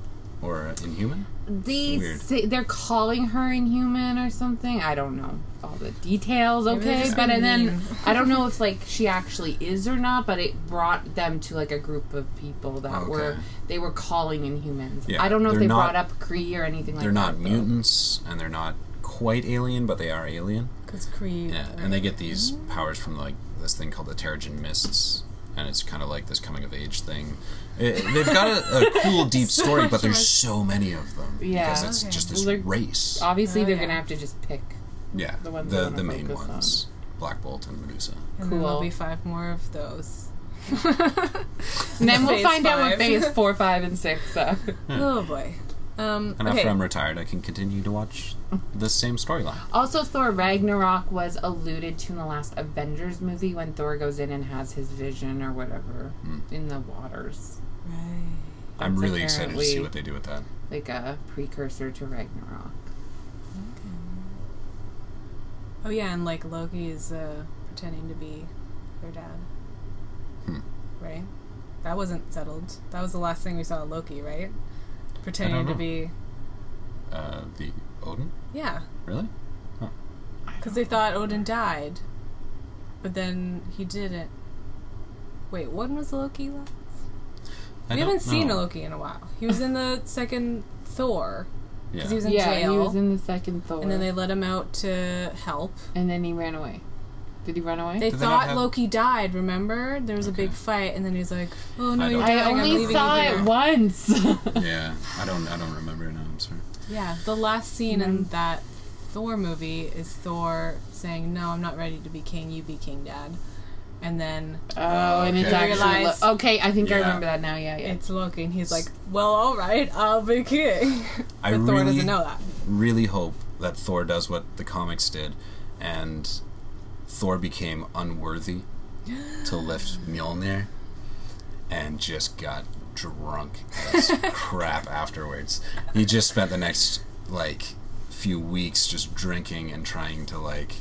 Speaker 3: Or Inhuman?
Speaker 2: They
Speaker 3: Weird.
Speaker 2: say they're calling her Inhuman or something. I don't know all the details.
Speaker 1: they're
Speaker 2: Okay,
Speaker 1: just
Speaker 2: but
Speaker 1: being
Speaker 2: and then
Speaker 1: mean.
Speaker 2: I don't know if like she actually is or not. But it brought them to like a group of people that
Speaker 3: Okay.
Speaker 2: were they were calling Inhumans.
Speaker 3: Yeah,
Speaker 2: I don't know if
Speaker 3: they're
Speaker 2: they
Speaker 3: not-
Speaker 2: brought up Kree or anything like
Speaker 3: They're
Speaker 2: that.
Speaker 3: not
Speaker 2: though.
Speaker 3: mutants and they're not quite alien, but they are alien.
Speaker 1: Because Kree.
Speaker 3: Yeah, and they get these powers from like this thing called the Terrigen Mists, and it's kind of like this coming of age thing. It, they've got a, a cool, deep story, but there's so many of them
Speaker 2: Yeah,
Speaker 3: because it's
Speaker 1: okay.
Speaker 3: just this
Speaker 2: Well, they're-
Speaker 3: race.
Speaker 2: Obviously,
Speaker 1: Oh,
Speaker 2: they're
Speaker 1: yeah.
Speaker 2: gonna have to just pick.
Speaker 3: yeah,
Speaker 2: the
Speaker 3: the
Speaker 2: ones I
Speaker 3: the,
Speaker 2: wanna
Speaker 3: main
Speaker 2: focus
Speaker 3: ones, Black Bolt and Medusa.
Speaker 1: And then there'll
Speaker 2: Cool.
Speaker 1: be five more of those.
Speaker 2: And then we'll
Speaker 1: Phase
Speaker 2: find out what
Speaker 1: five.
Speaker 2: phase four, five, and six are.
Speaker 1: Oh boy. Um,
Speaker 3: And
Speaker 1: okay.
Speaker 3: after I'm retired, I can continue to watch the same storyline.
Speaker 2: Also, Thor Ragnarok was alluded to in the last Avengers movie when Thor goes in and has his vision or whatever
Speaker 3: Hmm.
Speaker 2: in the waters.
Speaker 1: Right.
Speaker 3: I'm
Speaker 2: That's
Speaker 3: really excited to see
Speaker 2: apparently-
Speaker 3: what they do with that.
Speaker 2: Like a precursor to Ragnarok.
Speaker 1: Oh yeah, and like Loki is uh, pretending to be their dad.
Speaker 3: Hmm.
Speaker 1: Right? That wasn't settled. That was the last thing we saw of Loki, right? Pretending to
Speaker 3: know.
Speaker 1: be
Speaker 3: Uh, the Odin,
Speaker 1: yeah,
Speaker 3: really?
Speaker 1: because they thought Odin died, but then he didn't. Wait, when was Loki last?
Speaker 3: I
Speaker 1: we
Speaker 3: don't
Speaker 1: haven't seen
Speaker 3: know.
Speaker 1: a Loki in a while. He was in the second Thor. 'cause He
Speaker 3: Yeah.
Speaker 1: was in
Speaker 2: yeah,
Speaker 1: jail,
Speaker 2: he was in the second Thor,
Speaker 1: and then they let him out to help.
Speaker 2: and then he ran away. Did he run away?
Speaker 1: They
Speaker 3: Did they not
Speaker 1: thought
Speaker 3: have-
Speaker 1: Loki died. Remember, there was a big fight, and then he's like, "Oh no,
Speaker 3: I
Speaker 1: you
Speaker 3: don't-
Speaker 1: died.
Speaker 2: I
Speaker 1: I'm
Speaker 2: only
Speaker 1: leaving you
Speaker 2: saw
Speaker 1: here."
Speaker 2: it once. Oh,
Speaker 3: yeah, I don't, I don't remember now. I'm sorry.
Speaker 1: Yeah, the last scene
Speaker 2: Mm.
Speaker 1: in that Thor movie is Thor saying, "No, I'm not ready to be king. You be king, Dad." And then
Speaker 2: oh, and it's
Speaker 3: Okay.
Speaker 2: actually
Speaker 1: Realize-
Speaker 2: Lo- okay. I think I
Speaker 3: Yeah.
Speaker 2: remember that now. Yeah, yeah.
Speaker 1: it's Loki, and he's like, "Well, all right, I'll be king."
Speaker 3: I
Speaker 1: but Thor
Speaker 3: really,
Speaker 1: doesn't know that.
Speaker 3: really hope that Thor does what the comics did, and Thor became unworthy to lift Mjolnir, and just got drunk as crap afterwards. He just spent the next like few weeks just drinking and trying to like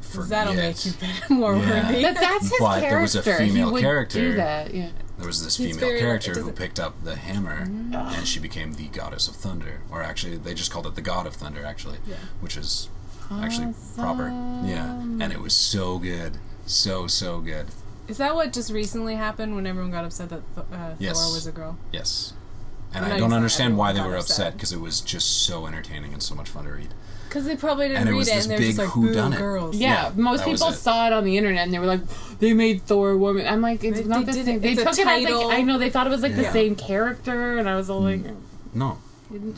Speaker 3: forget.
Speaker 1: That'll make you better, more
Speaker 3: Yeah.
Speaker 1: worthy.
Speaker 2: but that's his
Speaker 3: But
Speaker 2: character.
Speaker 3: there was a
Speaker 2: he
Speaker 3: female
Speaker 2: would
Speaker 3: character.
Speaker 2: do that. Yeah.
Speaker 3: there was this
Speaker 1: He's
Speaker 3: female
Speaker 1: very-
Speaker 3: character
Speaker 1: it
Speaker 3: who
Speaker 1: doesn't- Mm-hmm.
Speaker 3: picked up the hammer and she became the goddess of thunder or actually they just called it the god of thunder actually which is actually proper yeah and it was so good so so good
Speaker 1: Is that what just recently happened when everyone got upset that Th- uh,
Speaker 3: Yes.
Speaker 1: Thor was a girl?
Speaker 3: yes and
Speaker 1: I'm
Speaker 3: I
Speaker 1: not gonna
Speaker 3: don't
Speaker 1: say
Speaker 3: understand why they
Speaker 1: everyone
Speaker 3: were
Speaker 1: got
Speaker 3: upset
Speaker 1: upset.
Speaker 3: because it was just so entertaining and so much fun to read.
Speaker 1: Because they probably didn't
Speaker 3: And it
Speaker 1: read
Speaker 3: was
Speaker 1: it,
Speaker 3: this
Speaker 1: and they're
Speaker 3: big
Speaker 1: just like, "Boo,
Speaker 3: whodunit."
Speaker 1: girls."
Speaker 2: Yeah,
Speaker 3: Yeah,
Speaker 2: most
Speaker 3: that was
Speaker 2: people
Speaker 3: it.
Speaker 2: saw it on the internet and they were like, they made Thor a woman. I'm like, it's
Speaker 1: They-
Speaker 2: not
Speaker 1: they
Speaker 2: the
Speaker 1: did
Speaker 2: same.
Speaker 1: it.
Speaker 2: They
Speaker 1: It's a
Speaker 2: took it as
Speaker 1: title.
Speaker 2: like I know they thought it was like the
Speaker 3: Yeah. Mm.
Speaker 2: same character, and I was all like,
Speaker 3: No,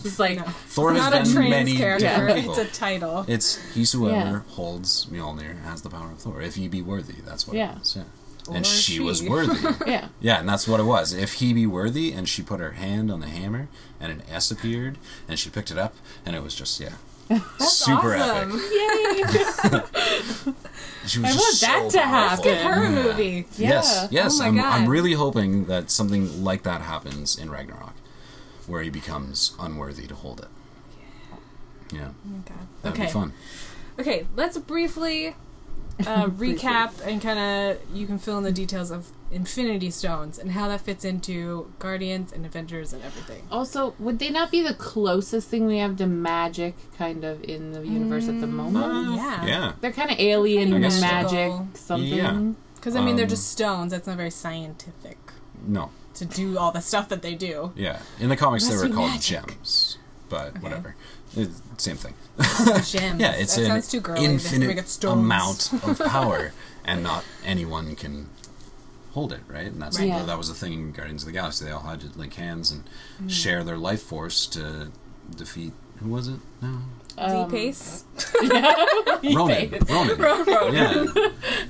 Speaker 2: just like
Speaker 1: No.
Speaker 3: Thor
Speaker 1: Not a
Speaker 3: has been
Speaker 1: trans
Speaker 3: many
Speaker 1: character.
Speaker 3: different people.
Speaker 1: It's a title.
Speaker 3: It's whosoever
Speaker 2: Yeah.
Speaker 3: holds Mjolnir has the power of Thor. If he be worthy, that's what
Speaker 2: Yeah.
Speaker 3: it is. Yeah. and
Speaker 1: Or
Speaker 3: she was
Speaker 1: she.
Speaker 3: worthy.
Speaker 2: yeah.
Speaker 3: Yeah, and that's what it was. If he be worthy, and she put her hand on the hammer, and an S appeared, and she picked it up, and it was just yeah, super
Speaker 1: awesome.
Speaker 3: epic.
Speaker 2: Yay!
Speaker 3: She was
Speaker 2: I
Speaker 3: just
Speaker 2: want that
Speaker 3: so
Speaker 2: to
Speaker 3: powerful.
Speaker 2: happen.
Speaker 1: Her
Speaker 3: Yeah.
Speaker 1: movie.
Speaker 3: Yes,
Speaker 2: Yeah.
Speaker 3: yes.
Speaker 1: Oh my
Speaker 3: I'm,
Speaker 1: God.
Speaker 3: I'm really hoping that something like that happens in Ragnarok, where he becomes unworthy to hold it. Yeah, that'd
Speaker 1: Okay.
Speaker 3: be fun.
Speaker 1: Okay, let's briefly uh, recap and kind of you can fill in the details of Infinity Stones and how that fits into Guardians and Avengers and everything.
Speaker 2: also, would they not be the closest thing we have to magic kind of in the universe at the moment?
Speaker 1: Yeah.
Speaker 3: Yeah,
Speaker 2: They're kind of alien
Speaker 3: Mm. guess so.
Speaker 2: magic something.
Speaker 3: Yeah.
Speaker 1: Because, I mean,
Speaker 3: Um,
Speaker 1: they're just stones. That's not very scientific
Speaker 3: no,
Speaker 1: to do all the stuff that they do.
Speaker 3: yeah. In the comics, they
Speaker 1: Must
Speaker 3: were
Speaker 1: be
Speaker 3: called
Speaker 1: magic.
Speaker 3: gems, but whatever. It's, same thing.
Speaker 1: Gems.
Speaker 3: Yeah, it's
Speaker 1: that
Speaker 3: an
Speaker 1: sounds too girly. They have to make it
Speaker 3: infinite
Speaker 1: stones.
Speaker 3: amount of power, and not anyone can hold it, right? And that's
Speaker 2: Right. Yeah.
Speaker 3: that was the thing in Guardians of the Galaxy. They all had to link hands and
Speaker 1: Mm.
Speaker 3: share their life force to defeat. Who was it? No,
Speaker 1: Um, Pace.
Speaker 3: Ronan. Ronan. Yeah.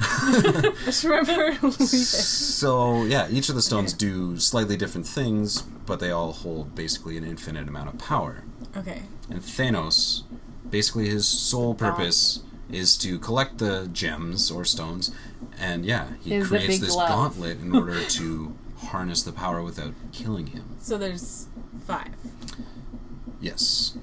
Speaker 1: I just remember.
Speaker 3: So yeah, each of the stones do slightly different things, but they all hold basically an infinite amount of power.
Speaker 1: okay.
Speaker 3: And Thanos, basically his sole purpose is to collect the gems or stones, and yeah, he
Speaker 2: Is the
Speaker 3: creates
Speaker 2: big
Speaker 3: this
Speaker 2: glove.
Speaker 3: gauntlet in order to harness the power without killing him.
Speaker 1: So there's five.
Speaker 3: Yes.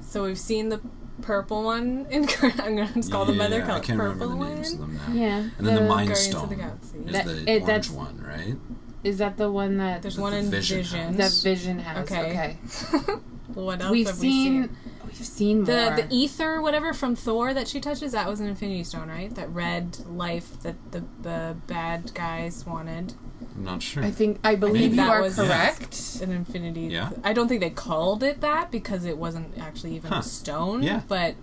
Speaker 1: So we've seen the purple one in. I'm going to call them by their
Speaker 3: Yeah,
Speaker 1: color.
Speaker 3: I can't
Speaker 1: purple
Speaker 3: remember the
Speaker 1: one.
Speaker 3: names of them now.
Speaker 2: Yeah.
Speaker 3: And then the,
Speaker 2: The
Speaker 3: Mind
Speaker 1: Guardians of
Speaker 3: Stone
Speaker 1: the Galaxy.
Speaker 3: is
Speaker 2: That-
Speaker 3: the
Speaker 2: it-
Speaker 3: orange
Speaker 2: that's-
Speaker 3: one, right?
Speaker 2: Is that the one that
Speaker 1: There's
Speaker 3: that
Speaker 1: one
Speaker 3: the
Speaker 1: in
Speaker 3: Vision
Speaker 1: Vision.
Speaker 2: that Vision has?
Speaker 1: Okay.
Speaker 2: okay.
Speaker 1: What else
Speaker 2: We've
Speaker 1: have we
Speaker 2: seen,
Speaker 1: seen?
Speaker 2: we've seen more.
Speaker 1: The the e ether, whatever from Thor that she touches, that was an Infinity Stone, right? That red life that the the bad guys wanted.
Speaker 3: I'm not sure.
Speaker 2: I think I believe
Speaker 1: Maybe
Speaker 2: you
Speaker 1: that
Speaker 2: are
Speaker 1: was-
Speaker 2: correct.
Speaker 1: An Infinity.
Speaker 3: Yeah.
Speaker 1: I don't think they called it that because it wasn't actually even a stone.
Speaker 3: Yeah.
Speaker 1: But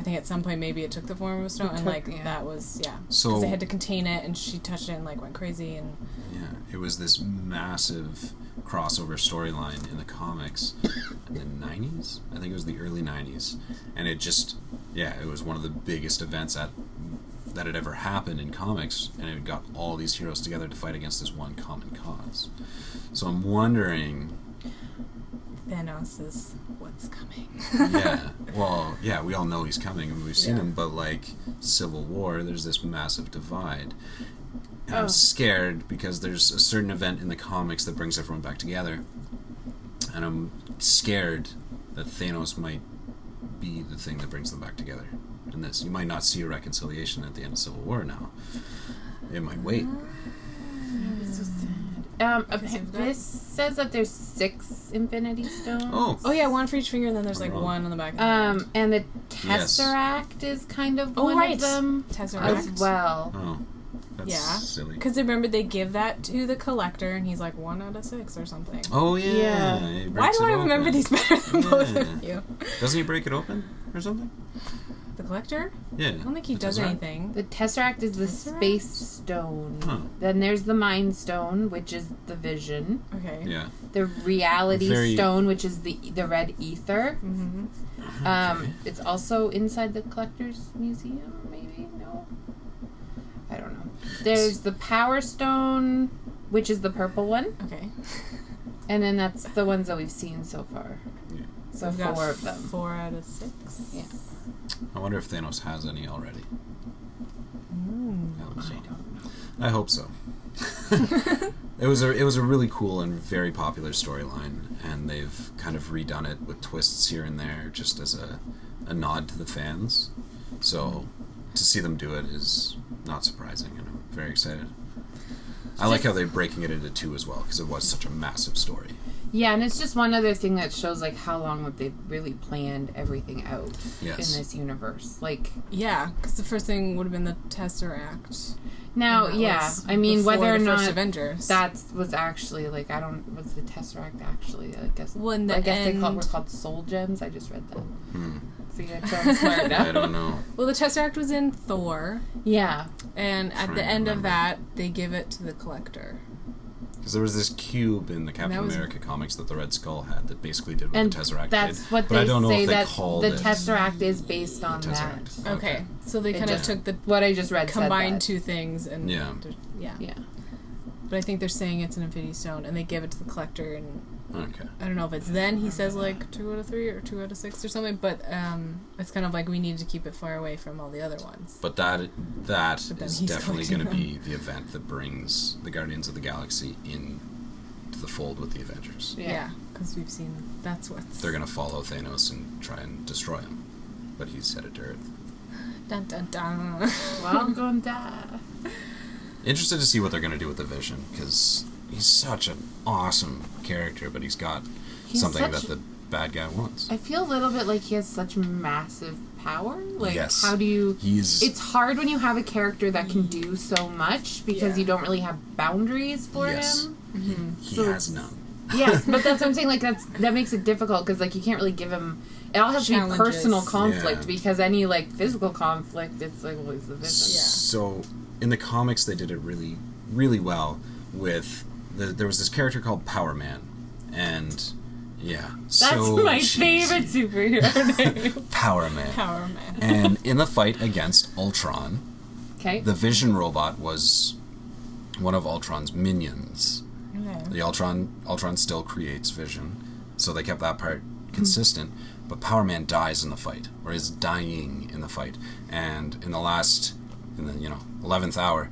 Speaker 1: I think at some point maybe it took the form of a stone, and like that was yeah, because
Speaker 3: So-
Speaker 1: they had to contain it, and she touched it and like went crazy, and
Speaker 3: Yeah, it was this massive crossover storyline in the comics in the 90s. I think it was the early 90s. And it just, yeah, it was one of the biggest events at, that had ever happened in comics. And it got all these heroes together to fight against this one common cause. So I'm wondering,
Speaker 1: Thanos is what's coming.
Speaker 3: yeah, well, yeah, we all know he's coming and we've seen
Speaker 1: Yeah.
Speaker 3: him, but like Civil War, there's this massive divide. And
Speaker 1: Oh.
Speaker 3: I'm scared because there's a certain event in the comics that brings everyone back together. And I'm scared that Thanos might be the thing that brings them back together in this. You might not see a reconciliation at the end of Civil War now. It might wait.
Speaker 2: Um, appa- this says that there's six Infinity Stones.
Speaker 3: Oh,
Speaker 1: oh yeah, one for each finger, and then there's like
Speaker 3: Wrong.
Speaker 1: one on the back.
Speaker 2: Um, and the
Speaker 3: Yes.
Speaker 2: Tesseract is kind of
Speaker 1: Oh,
Speaker 2: one
Speaker 1: right.
Speaker 2: of them as
Speaker 1: Tesseract.
Speaker 2: well.
Speaker 3: oh, that's
Speaker 1: Uh-huh. Yeah.
Speaker 3: silly.
Speaker 1: Because remember they give that to the collector, and he's like one out of six or something.
Speaker 3: Oh yeah.
Speaker 2: Yeah.
Speaker 3: he
Speaker 1: Why
Speaker 3: breaks
Speaker 1: do
Speaker 3: it
Speaker 1: I remember
Speaker 3: open.
Speaker 1: these better than both of
Speaker 3: Yeah.
Speaker 1: you?
Speaker 3: Doesn't he break it open or something?
Speaker 1: The collector?
Speaker 3: Yeah.
Speaker 1: I don't think he does anything.
Speaker 2: The Tesseract is the
Speaker 1: Tesseract?
Speaker 2: Space Stone.
Speaker 3: Huh.
Speaker 2: Then there's the Mind Stone, which is the Vision.
Speaker 1: Okay.
Speaker 3: Yeah.
Speaker 2: The Reality
Speaker 3: Very-
Speaker 2: Stone, which is the the Red Ether. Mm-hmm. Um, it's also inside the Collector's Museum, maybe? No. I don't know. There's the Power Stone, which is the purple one.
Speaker 1: Okay.
Speaker 2: And then that's the ones that we've seen so far.
Speaker 3: Yeah.
Speaker 2: So
Speaker 1: We've got
Speaker 2: four of them.
Speaker 1: Four out of six.
Speaker 2: Yeah.
Speaker 3: I wonder if Thanos has any already. I, don't know.
Speaker 2: I don't know.
Speaker 3: I hope so. it was a it was a really cool and very popular storyline, and they've kind of redone it with twists here and there, just as a, a nod to the fans. So to see them do it is not surprising, and I'm very excited. I like how they're breaking it into two as well because it was such a massive story.
Speaker 2: Yeah, and it's just one other thing that shows like how long have they really planned everything out
Speaker 3: Yes.
Speaker 2: in this universe. Like
Speaker 1: Yeah, because the first thing would have been the Tesseract.
Speaker 2: now,
Speaker 1: That
Speaker 2: Oh, yeah,
Speaker 1: was
Speaker 2: I mean
Speaker 1: before
Speaker 2: whether or
Speaker 1: the first
Speaker 2: not
Speaker 1: Avengers.
Speaker 2: that was actually like I don't was the Tesseract actually I guess
Speaker 1: Well, in the
Speaker 2: I guess they call,
Speaker 1: end-
Speaker 2: were called soul gems. I just read that.
Speaker 3: Hmm.
Speaker 2: See, I tell I'm smart now.
Speaker 3: I don't know.
Speaker 1: well, the Tesseract was in Thor,
Speaker 2: Yeah,
Speaker 1: and at
Speaker 3: Trying
Speaker 1: the
Speaker 3: to
Speaker 1: end of
Speaker 3: remember.
Speaker 1: that, they give it to the collector.
Speaker 3: Because there was this cube in the Captain
Speaker 1: That was-
Speaker 3: America comics that the Red Skull had that basically did what
Speaker 2: and
Speaker 3: the Tesseract
Speaker 2: that's
Speaker 3: did.
Speaker 2: what
Speaker 3: but
Speaker 2: they
Speaker 3: I don't know
Speaker 2: say
Speaker 3: if they
Speaker 2: that
Speaker 3: called
Speaker 2: the
Speaker 3: it
Speaker 2: Tesseract is based on that.
Speaker 3: Tesseract.
Speaker 1: Okay, so they
Speaker 2: It
Speaker 1: kind of
Speaker 2: just-
Speaker 1: took the
Speaker 2: What I just read said
Speaker 1: combined
Speaker 2: that.
Speaker 1: two things and
Speaker 3: Yeah.
Speaker 1: yeah.
Speaker 2: Yeah,
Speaker 1: But I think they're saying it's an Infinity Stone, and they give it to the collector, and
Speaker 3: Okay.
Speaker 1: I don't know if it's then he says like two out of three or two out of six or something, but um, it's kind of like we need to keep it far away from all the other ones.
Speaker 3: But that that
Speaker 1: But then
Speaker 3: is
Speaker 1: he's
Speaker 3: definitely going
Speaker 1: collecting
Speaker 3: to be the event that brings the Guardians of the Galaxy in to the fold with the Avengers.
Speaker 1: Yeah, because we've seen that's what's
Speaker 3: They're going to follow Thanos and try and destroy him, but he's headed to Earth.
Speaker 1: dun dun dun.
Speaker 2: Well, I'm gonna die.
Speaker 3: Interested to see what they're going to do with the Vision because he's such an awesome character, but he's got
Speaker 2: He's
Speaker 3: something
Speaker 2: such-
Speaker 3: that the bad guy wants.
Speaker 2: I feel a little bit like he has such massive power. Like,
Speaker 3: Yes.
Speaker 2: how do you?
Speaker 3: He's
Speaker 2: It's hard when you have a character that can do so much because
Speaker 1: Yeah.
Speaker 2: you don't really have boundaries for
Speaker 3: Yes.
Speaker 2: him.
Speaker 3: he
Speaker 2: so
Speaker 3: has
Speaker 2: it's-
Speaker 3: none.
Speaker 2: Yes, but that's what I'm saying. Like that's that makes it difficult because like you can't really give him. It all has
Speaker 1: Challenges.
Speaker 2: to be personal conflict
Speaker 3: Yeah.
Speaker 2: because any like physical conflict, it's like well, it's the vision.
Speaker 3: So in the comics, they did it really, really well. With the, there was this character called Power Man, and yeah,
Speaker 2: That's
Speaker 3: so
Speaker 2: my
Speaker 3: cheesy.
Speaker 2: favorite superhero name.
Speaker 3: Power Man.
Speaker 1: Power Man.
Speaker 3: and in the fight against Ultron,
Speaker 2: Okay.
Speaker 3: the Vision robot was one of Ultron's minions.
Speaker 1: Okay.
Speaker 3: The Ultron Ultron still creates Vision, so they kept that part consistent. But Power Man dies in the fight, or is dying in the fight, and in the last, in the you know eleventh hour,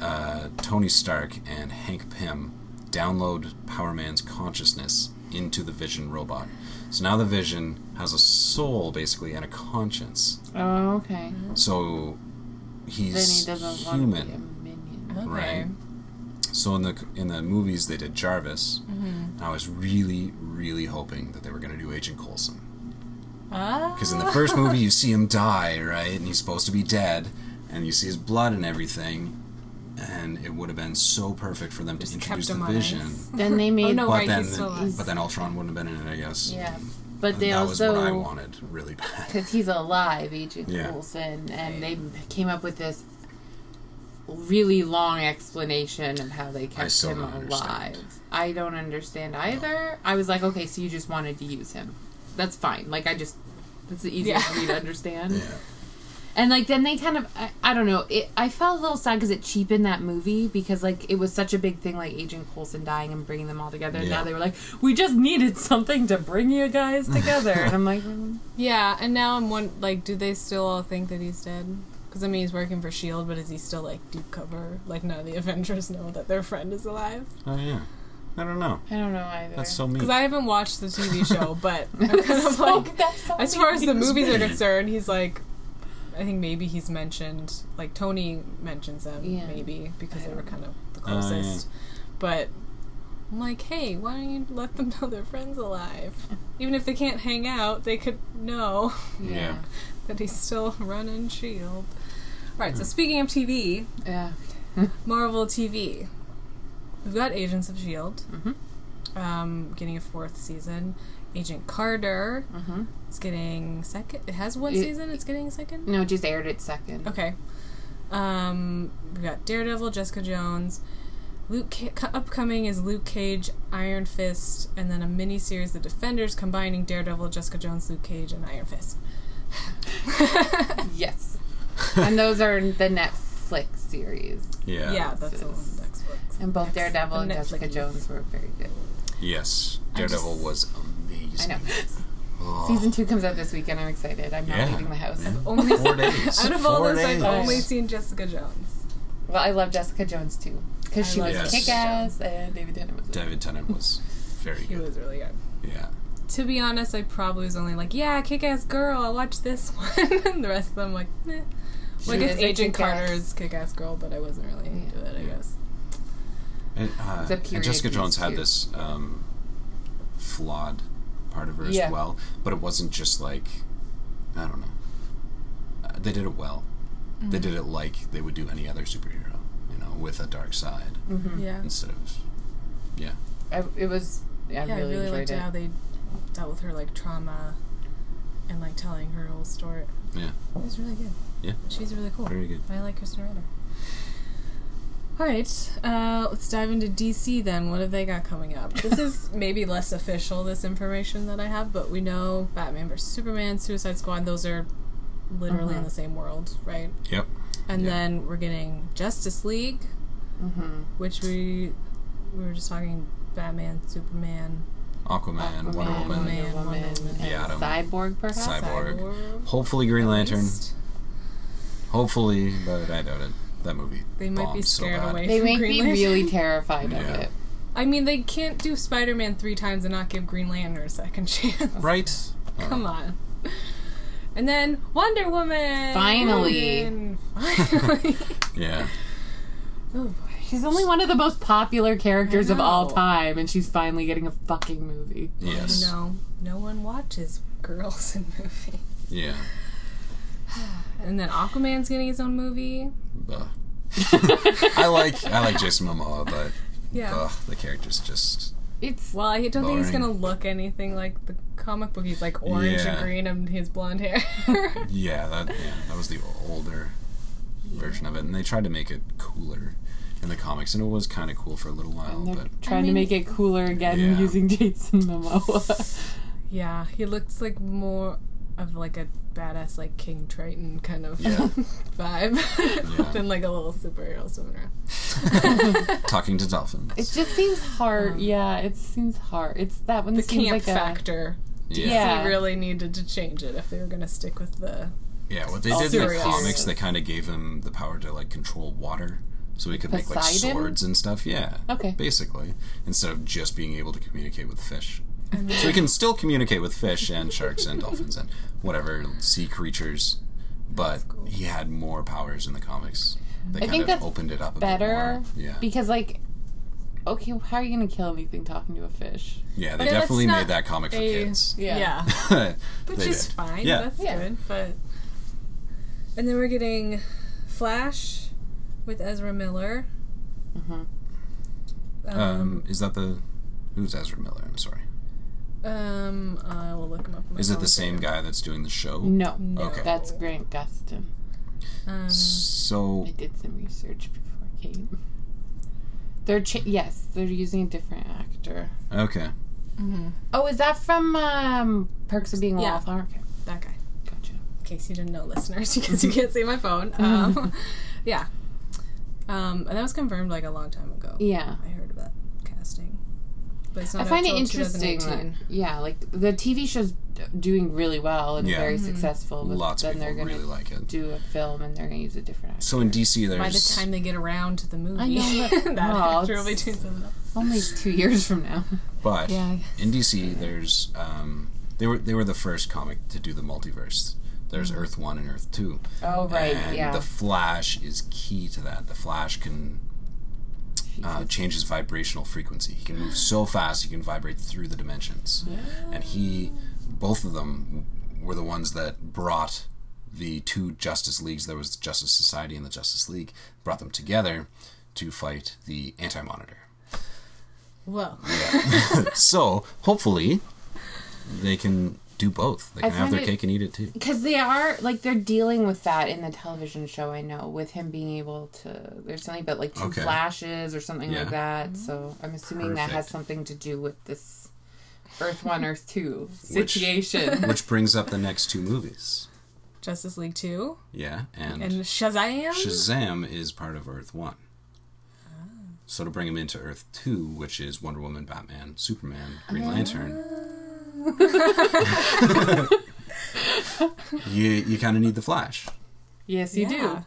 Speaker 3: uh, Tony Stark and Hank Pym download Power Man's consciousness into the Vision robot. So now the Vision has a soul basically and a conscience.
Speaker 2: oh, okay.
Speaker 3: So
Speaker 2: Then he
Speaker 3: he's
Speaker 2: doesn't want to be a
Speaker 3: human,
Speaker 2: minion.
Speaker 1: Okay.
Speaker 3: right? So in the in the movies they did Jarvis,
Speaker 1: Mm-hmm.
Speaker 3: and I was really really hoping that they were going to do Agent Coulson
Speaker 1: Ah.
Speaker 3: because in the first movie you see him die, right, and he's supposed to be dead, and you see his blood and everything, and it would have been so perfect for them to
Speaker 1: Just
Speaker 3: introduce
Speaker 1: kept
Speaker 3: the
Speaker 1: him on
Speaker 3: Vision.
Speaker 1: ice.
Speaker 2: Then they made
Speaker 1: no. Oh,
Speaker 3: But
Speaker 1: right,
Speaker 3: then,
Speaker 1: he's still alive.
Speaker 3: but then Ultron wouldn't have been in it, I guess.
Speaker 2: yeah. But they
Speaker 3: that was what I
Speaker 2: also
Speaker 3: wanted really bad.
Speaker 2: because he's alive, Agent
Speaker 3: Yeah.
Speaker 2: Coulson, and they came up with this really long explanation of how they kept
Speaker 3: still
Speaker 2: him
Speaker 3: don't
Speaker 2: alive.
Speaker 3: understand.
Speaker 2: I don't understand either. I was like, okay, so you just wanted to use him. That's fine. Like I just that's the easiest
Speaker 1: Yeah.
Speaker 2: for me to understand.
Speaker 3: yeah,
Speaker 2: And like then they kind of I, I don't know it, I felt a little sad because it cheapened that movie because like it was such a big thing like Agent Coulson dying and bringing them all together and
Speaker 3: Yeah.
Speaker 2: now they were like we just needed something to bring you guys together and I'm like mm,
Speaker 1: Yeah, and now I'm one like, do they still all think that he's dead? Because I mean, he's working for Shield, but is he still like deep cover? Like none of the Avengers know that their friend is alive.
Speaker 3: oh yeah. I don't know.
Speaker 2: I don't know either.
Speaker 3: That's so mean.
Speaker 1: Because I haven't watched the TV show, but I'm kind of like,
Speaker 2: that's so
Speaker 1: as far as the movies are concerned, he's like, I think maybe he's mentioned, like Tony mentions them,
Speaker 2: Yeah.
Speaker 1: maybe because they were kind of the
Speaker 3: Oh, yeah.
Speaker 1: closest. But I'm like, hey, why don't you let them know their friend's alive? Even if they can't hang out, they could know
Speaker 3: yeah.
Speaker 1: that he's still running Shield. All right. So speaking of TV,
Speaker 2: yeah.
Speaker 1: Marvel TV. We've got Agents of Shield,
Speaker 2: Mhm.
Speaker 1: E um, getting a fourth season. Agent Carter
Speaker 2: Mhm.
Speaker 1: is getting second. It has one
Speaker 2: It- Mm.
Speaker 1: season. It's getting a second.
Speaker 2: No, it just aired it second.
Speaker 1: Okay. Um, we've got Daredevil, Jessica Jones. Luke Ca- cu- upcoming is Luke Cage, Iron Fist, and then a miniseries, The Defenders, combining Daredevil, Jessica Jones, Luke Cage, and Iron Fist.
Speaker 2: Yes. and those are the Netflix series.
Speaker 3: yeah.
Speaker 1: yeah, that's the one.
Speaker 2: Yes.
Speaker 1: Next one.
Speaker 2: And both Daredevil and
Speaker 1: the
Speaker 2: Jessica
Speaker 1: Netflix.
Speaker 2: Jones were very good.
Speaker 3: Yes. Daredevil was
Speaker 2: I
Speaker 3: amazing.
Speaker 2: know.
Speaker 3: Oh,
Speaker 2: Season two comes out this weekend. I'm excited. I'm not
Speaker 3: Yeah.
Speaker 2: leaving the house.
Speaker 3: Yeah.
Speaker 1: Only
Speaker 3: Four days.
Speaker 1: Out of
Speaker 3: Four
Speaker 1: all those,
Speaker 3: days.
Speaker 1: I've only seen Jessica Jones.
Speaker 2: Well, I love Jessica Jones too
Speaker 1: I
Speaker 2: because she
Speaker 1: love
Speaker 2: was
Speaker 3: Yes.
Speaker 2: kick ass and David Tennant was.
Speaker 3: David Tennant was very
Speaker 1: He
Speaker 3: good.
Speaker 1: was really good.
Speaker 3: Yeah.
Speaker 1: To be honest, I probably was only like, yeah, kick ass girl, I'll watch this one. and the rest of them, like, meh. Well, I
Speaker 2: She
Speaker 1: guess
Speaker 2: is a
Speaker 1: Agent
Speaker 2: kick-ass.
Speaker 1: Carter's kick ass girl, but I wasn't really into it, I
Speaker 3: Yeah.
Speaker 1: guess.
Speaker 3: And, uh,
Speaker 2: The
Speaker 3: and
Speaker 2: period
Speaker 3: Jessica
Speaker 2: piece,
Speaker 3: Jones had
Speaker 2: too.
Speaker 3: this um, flawed part of her
Speaker 2: Yeah.
Speaker 3: as well, but it wasn't just like I don't know. Uh, they did it well. They did it like they would do any other superhero, you know, with a dark side
Speaker 2: Mm.
Speaker 1: Yeah.
Speaker 3: instead of yeah,
Speaker 2: I, it was. I
Speaker 1: Yeah,
Speaker 2: really,
Speaker 1: I really
Speaker 2: enjoyed
Speaker 1: liked
Speaker 2: it.
Speaker 1: how they dealt with her, like, trauma and, like, telling her whole story.
Speaker 3: yeah,
Speaker 1: It was really good.
Speaker 3: Yeah.
Speaker 1: She's really cool.
Speaker 3: very good.
Speaker 1: I like Kristen Ritter. All right, uh, let's dive into DC then. What have they got coming up? This is maybe less official, this information that I have, but we know Batman vs. Superman, Suicide Squad, those are literally in the same world, right?
Speaker 3: Yep.
Speaker 1: And
Speaker 3: Uh-huh. Yeah. Mm-hmm.
Speaker 1: then we're getting Justice League, which we we were just talking Batman, Superman,
Speaker 3: Aquaman, Wonder
Speaker 2: Aquaman,
Speaker 3: Woman,
Speaker 1: Man,
Speaker 2: Wonder Woman,
Speaker 1: Woman,
Speaker 2: and
Speaker 3: The Atom,
Speaker 2: Cyborg, perhaps.
Speaker 3: Cyborg.
Speaker 1: Cyborg,
Speaker 3: Hopefully, Green Lantern.
Speaker 1: Beast.
Speaker 3: Hopefully, but I doubt it. That movie.
Speaker 1: They might be
Speaker 3: bombed so
Speaker 1: scared
Speaker 3: bad.
Speaker 1: away.
Speaker 2: They
Speaker 1: from
Speaker 2: make
Speaker 1: Green
Speaker 2: me
Speaker 1: Lantern.
Speaker 2: really terrified of
Speaker 3: Yeah.
Speaker 2: it.
Speaker 1: I mean, they can't do Spider Man three times and not give Green Lantern a second chance.
Speaker 3: Right.
Speaker 1: Come on. And then Wonder Woman.
Speaker 2: Finally.
Speaker 1: Woman. Finally.
Speaker 3: Yeah.
Speaker 1: oh boy.
Speaker 2: She's only one of the most popular characters of all
Speaker 1: know.
Speaker 2: time, and she's finally getting a fucking movie.
Speaker 3: Yes.
Speaker 1: No, no one watches girls in movies.
Speaker 3: Yeah.
Speaker 1: And then Aquaman's getting his own movie.
Speaker 3: Buh. I like I like Jason Momoa, but
Speaker 1: Yeah.
Speaker 3: ugh, the character's just
Speaker 2: It's
Speaker 1: Well, I don't think he's
Speaker 3: Boring.
Speaker 1: gonna look anything like the comic book. He's like orange and
Speaker 3: Yeah.
Speaker 1: green, and his blonde hair.
Speaker 3: yeah that yeah that was the older version of it, and they tried to make it cooler in the comics, and it was kind of cool for a little while,
Speaker 2: they're
Speaker 3: but
Speaker 2: trying to make it cooler again
Speaker 3: Yeah.
Speaker 2: using Jason Momoa.
Speaker 1: yeah, he looks like more of like a badass like King Triton kind of
Speaker 3: Yeah.
Speaker 1: vibe
Speaker 3: Yeah.
Speaker 1: than like a little superhero swimming around.
Speaker 3: talking to dolphins,
Speaker 2: it just seems hard. yeah, it seems hard. It's that one
Speaker 1: The
Speaker 2: that seems
Speaker 1: camp
Speaker 2: like a
Speaker 1: factor.
Speaker 3: yeah,
Speaker 1: They really needed to change it if they were gonna stick with the
Speaker 3: yeah. What they did in the
Speaker 1: serious.
Speaker 3: comics, they kind of gave him the power to like control water, so he could make like
Speaker 2: Poseidon?
Speaker 3: swords and stuff. Yeah,
Speaker 2: Okay.
Speaker 3: basically, instead of just being able to communicate with fish. So he can still communicate with fish and sharks and dolphins and whatever sea creatures, but he had more powers in the comics. They kind
Speaker 2: think
Speaker 3: of
Speaker 2: that's
Speaker 3: opened it up a
Speaker 2: better
Speaker 3: bit more. Yeah,
Speaker 2: because like okay, how are you gonna kill anything talking to a fish?
Speaker 3: yeah, they
Speaker 1: Yeah, that's
Speaker 3: definitely
Speaker 1: not
Speaker 3: made that comic for
Speaker 1: a-
Speaker 3: kids.
Speaker 1: yeah, which
Speaker 3: They
Speaker 1: is
Speaker 3: did.
Speaker 1: fine.
Speaker 3: Yeah.
Speaker 1: That's
Speaker 2: Yeah.
Speaker 1: good. But and then we're getting Flash with Ezra Miller.
Speaker 3: Um, is that the who's Ezra Miller? I'm sorry.
Speaker 1: Um, I will look him up. on my
Speaker 3: Is it
Speaker 1: phone.
Speaker 3: the same guy that's doing the show?
Speaker 2: No.
Speaker 3: Okay.
Speaker 2: That's Grant Gustin.
Speaker 1: Um,
Speaker 3: So
Speaker 2: I did some research before I came. They're ch- yes, they're using a different actor.
Speaker 3: okay,
Speaker 2: Oh, is that from um, Perks of Being a
Speaker 1: Yeah.
Speaker 2: Wallflower? Okay,
Speaker 1: that guy.
Speaker 2: gotcha.
Speaker 1: In case you didn't know, listeners, because you can't see my phone.
Speaker 2: Mm-hmm.
Speaker 1: Um, yeah. Um, and that was confirmed like a long time ago.
Speaker 2: Yeah,
Speaker 1: I heard about casting. But it's
Speaker 2: I
Speaker 1: not
Speaker 2: find
Speaker 1: out
Speaker 2: it
Speaker 1: till
Speaker 2: interesting.
Speaker 1: 2018.
Speaker 2: that- yeah, like the TV show's d- doing really well and
Speaker 3: Yeah.
Speaker 2: very successful. But
Speaker 3: lots of
Speaker 2: then
Speaker 3: people
Speaker 2: they're gonna
Speaker 3: really like it.
Speaker 2: do a film and they're gonna use a different actor.
Speaker 3: So in DC, there's
Speaker 1: By the time they get around to the movie,
Speaker 2: know, but-
Speaker 1: that
Speaker 2: Aw,
Speaker 1: actor will be
Speaker 2: it's-
Speaker 1: doing something else.
Speaker 2: Only two years from now.
Speaker 3: But
Speaker 1: Yeah, I
Speaker 3: in DC, there's um, they were they were the first comic to do the multiverse. There's Earth One and Earth Two.
Speaker 2: Mm-hmm. Oh right,
Speaker 3: and
Speaker 2: yeah.
Speaker 3: the Flash is key to that. The Flash can uh, change his vibrational frequency. He can move so fast, he can vibrate through the dimensions. And he, both of them, were the ones that brought the two Justice Leagues. There was the Justice Society and the Justice League. Brought them together to fight the Anti Monitor.
Speaker 1: Whoa.
Speaker 3: So hopefully, they can do both. They can have
Speaker 2: find
Speaker 3: their
Speaker 2: it-
Speaker 3: cake and eat it too.
Speaker 2: Because they are like they're dealing with that in the television show. I know with him being able to, there's something about like two
Speaker 3: Okay.
Speaker 2: flashes or something
Speaker 3: Yeah.
Speaker 2: like that. So I'm assuming that has
Speaker 3: Perfect.
Speaker 2: something to do with this Earth One, Earth Two situation.
Speaker 3: Which brings up the next two movies.
Speaker 1: Justice League 2
Speaker 3: Yeah,
Speaker 1: and um, Shazam.
Speaker 3: Shazam is part of Earth One. So to bring him into Earth Two, which is Wonder Woman, Batman, Superman, Green Lantern, you you kind of need the Flash.
Speaker 2: yes, you
Speaker 1: Yeah.
Speaker 2: do.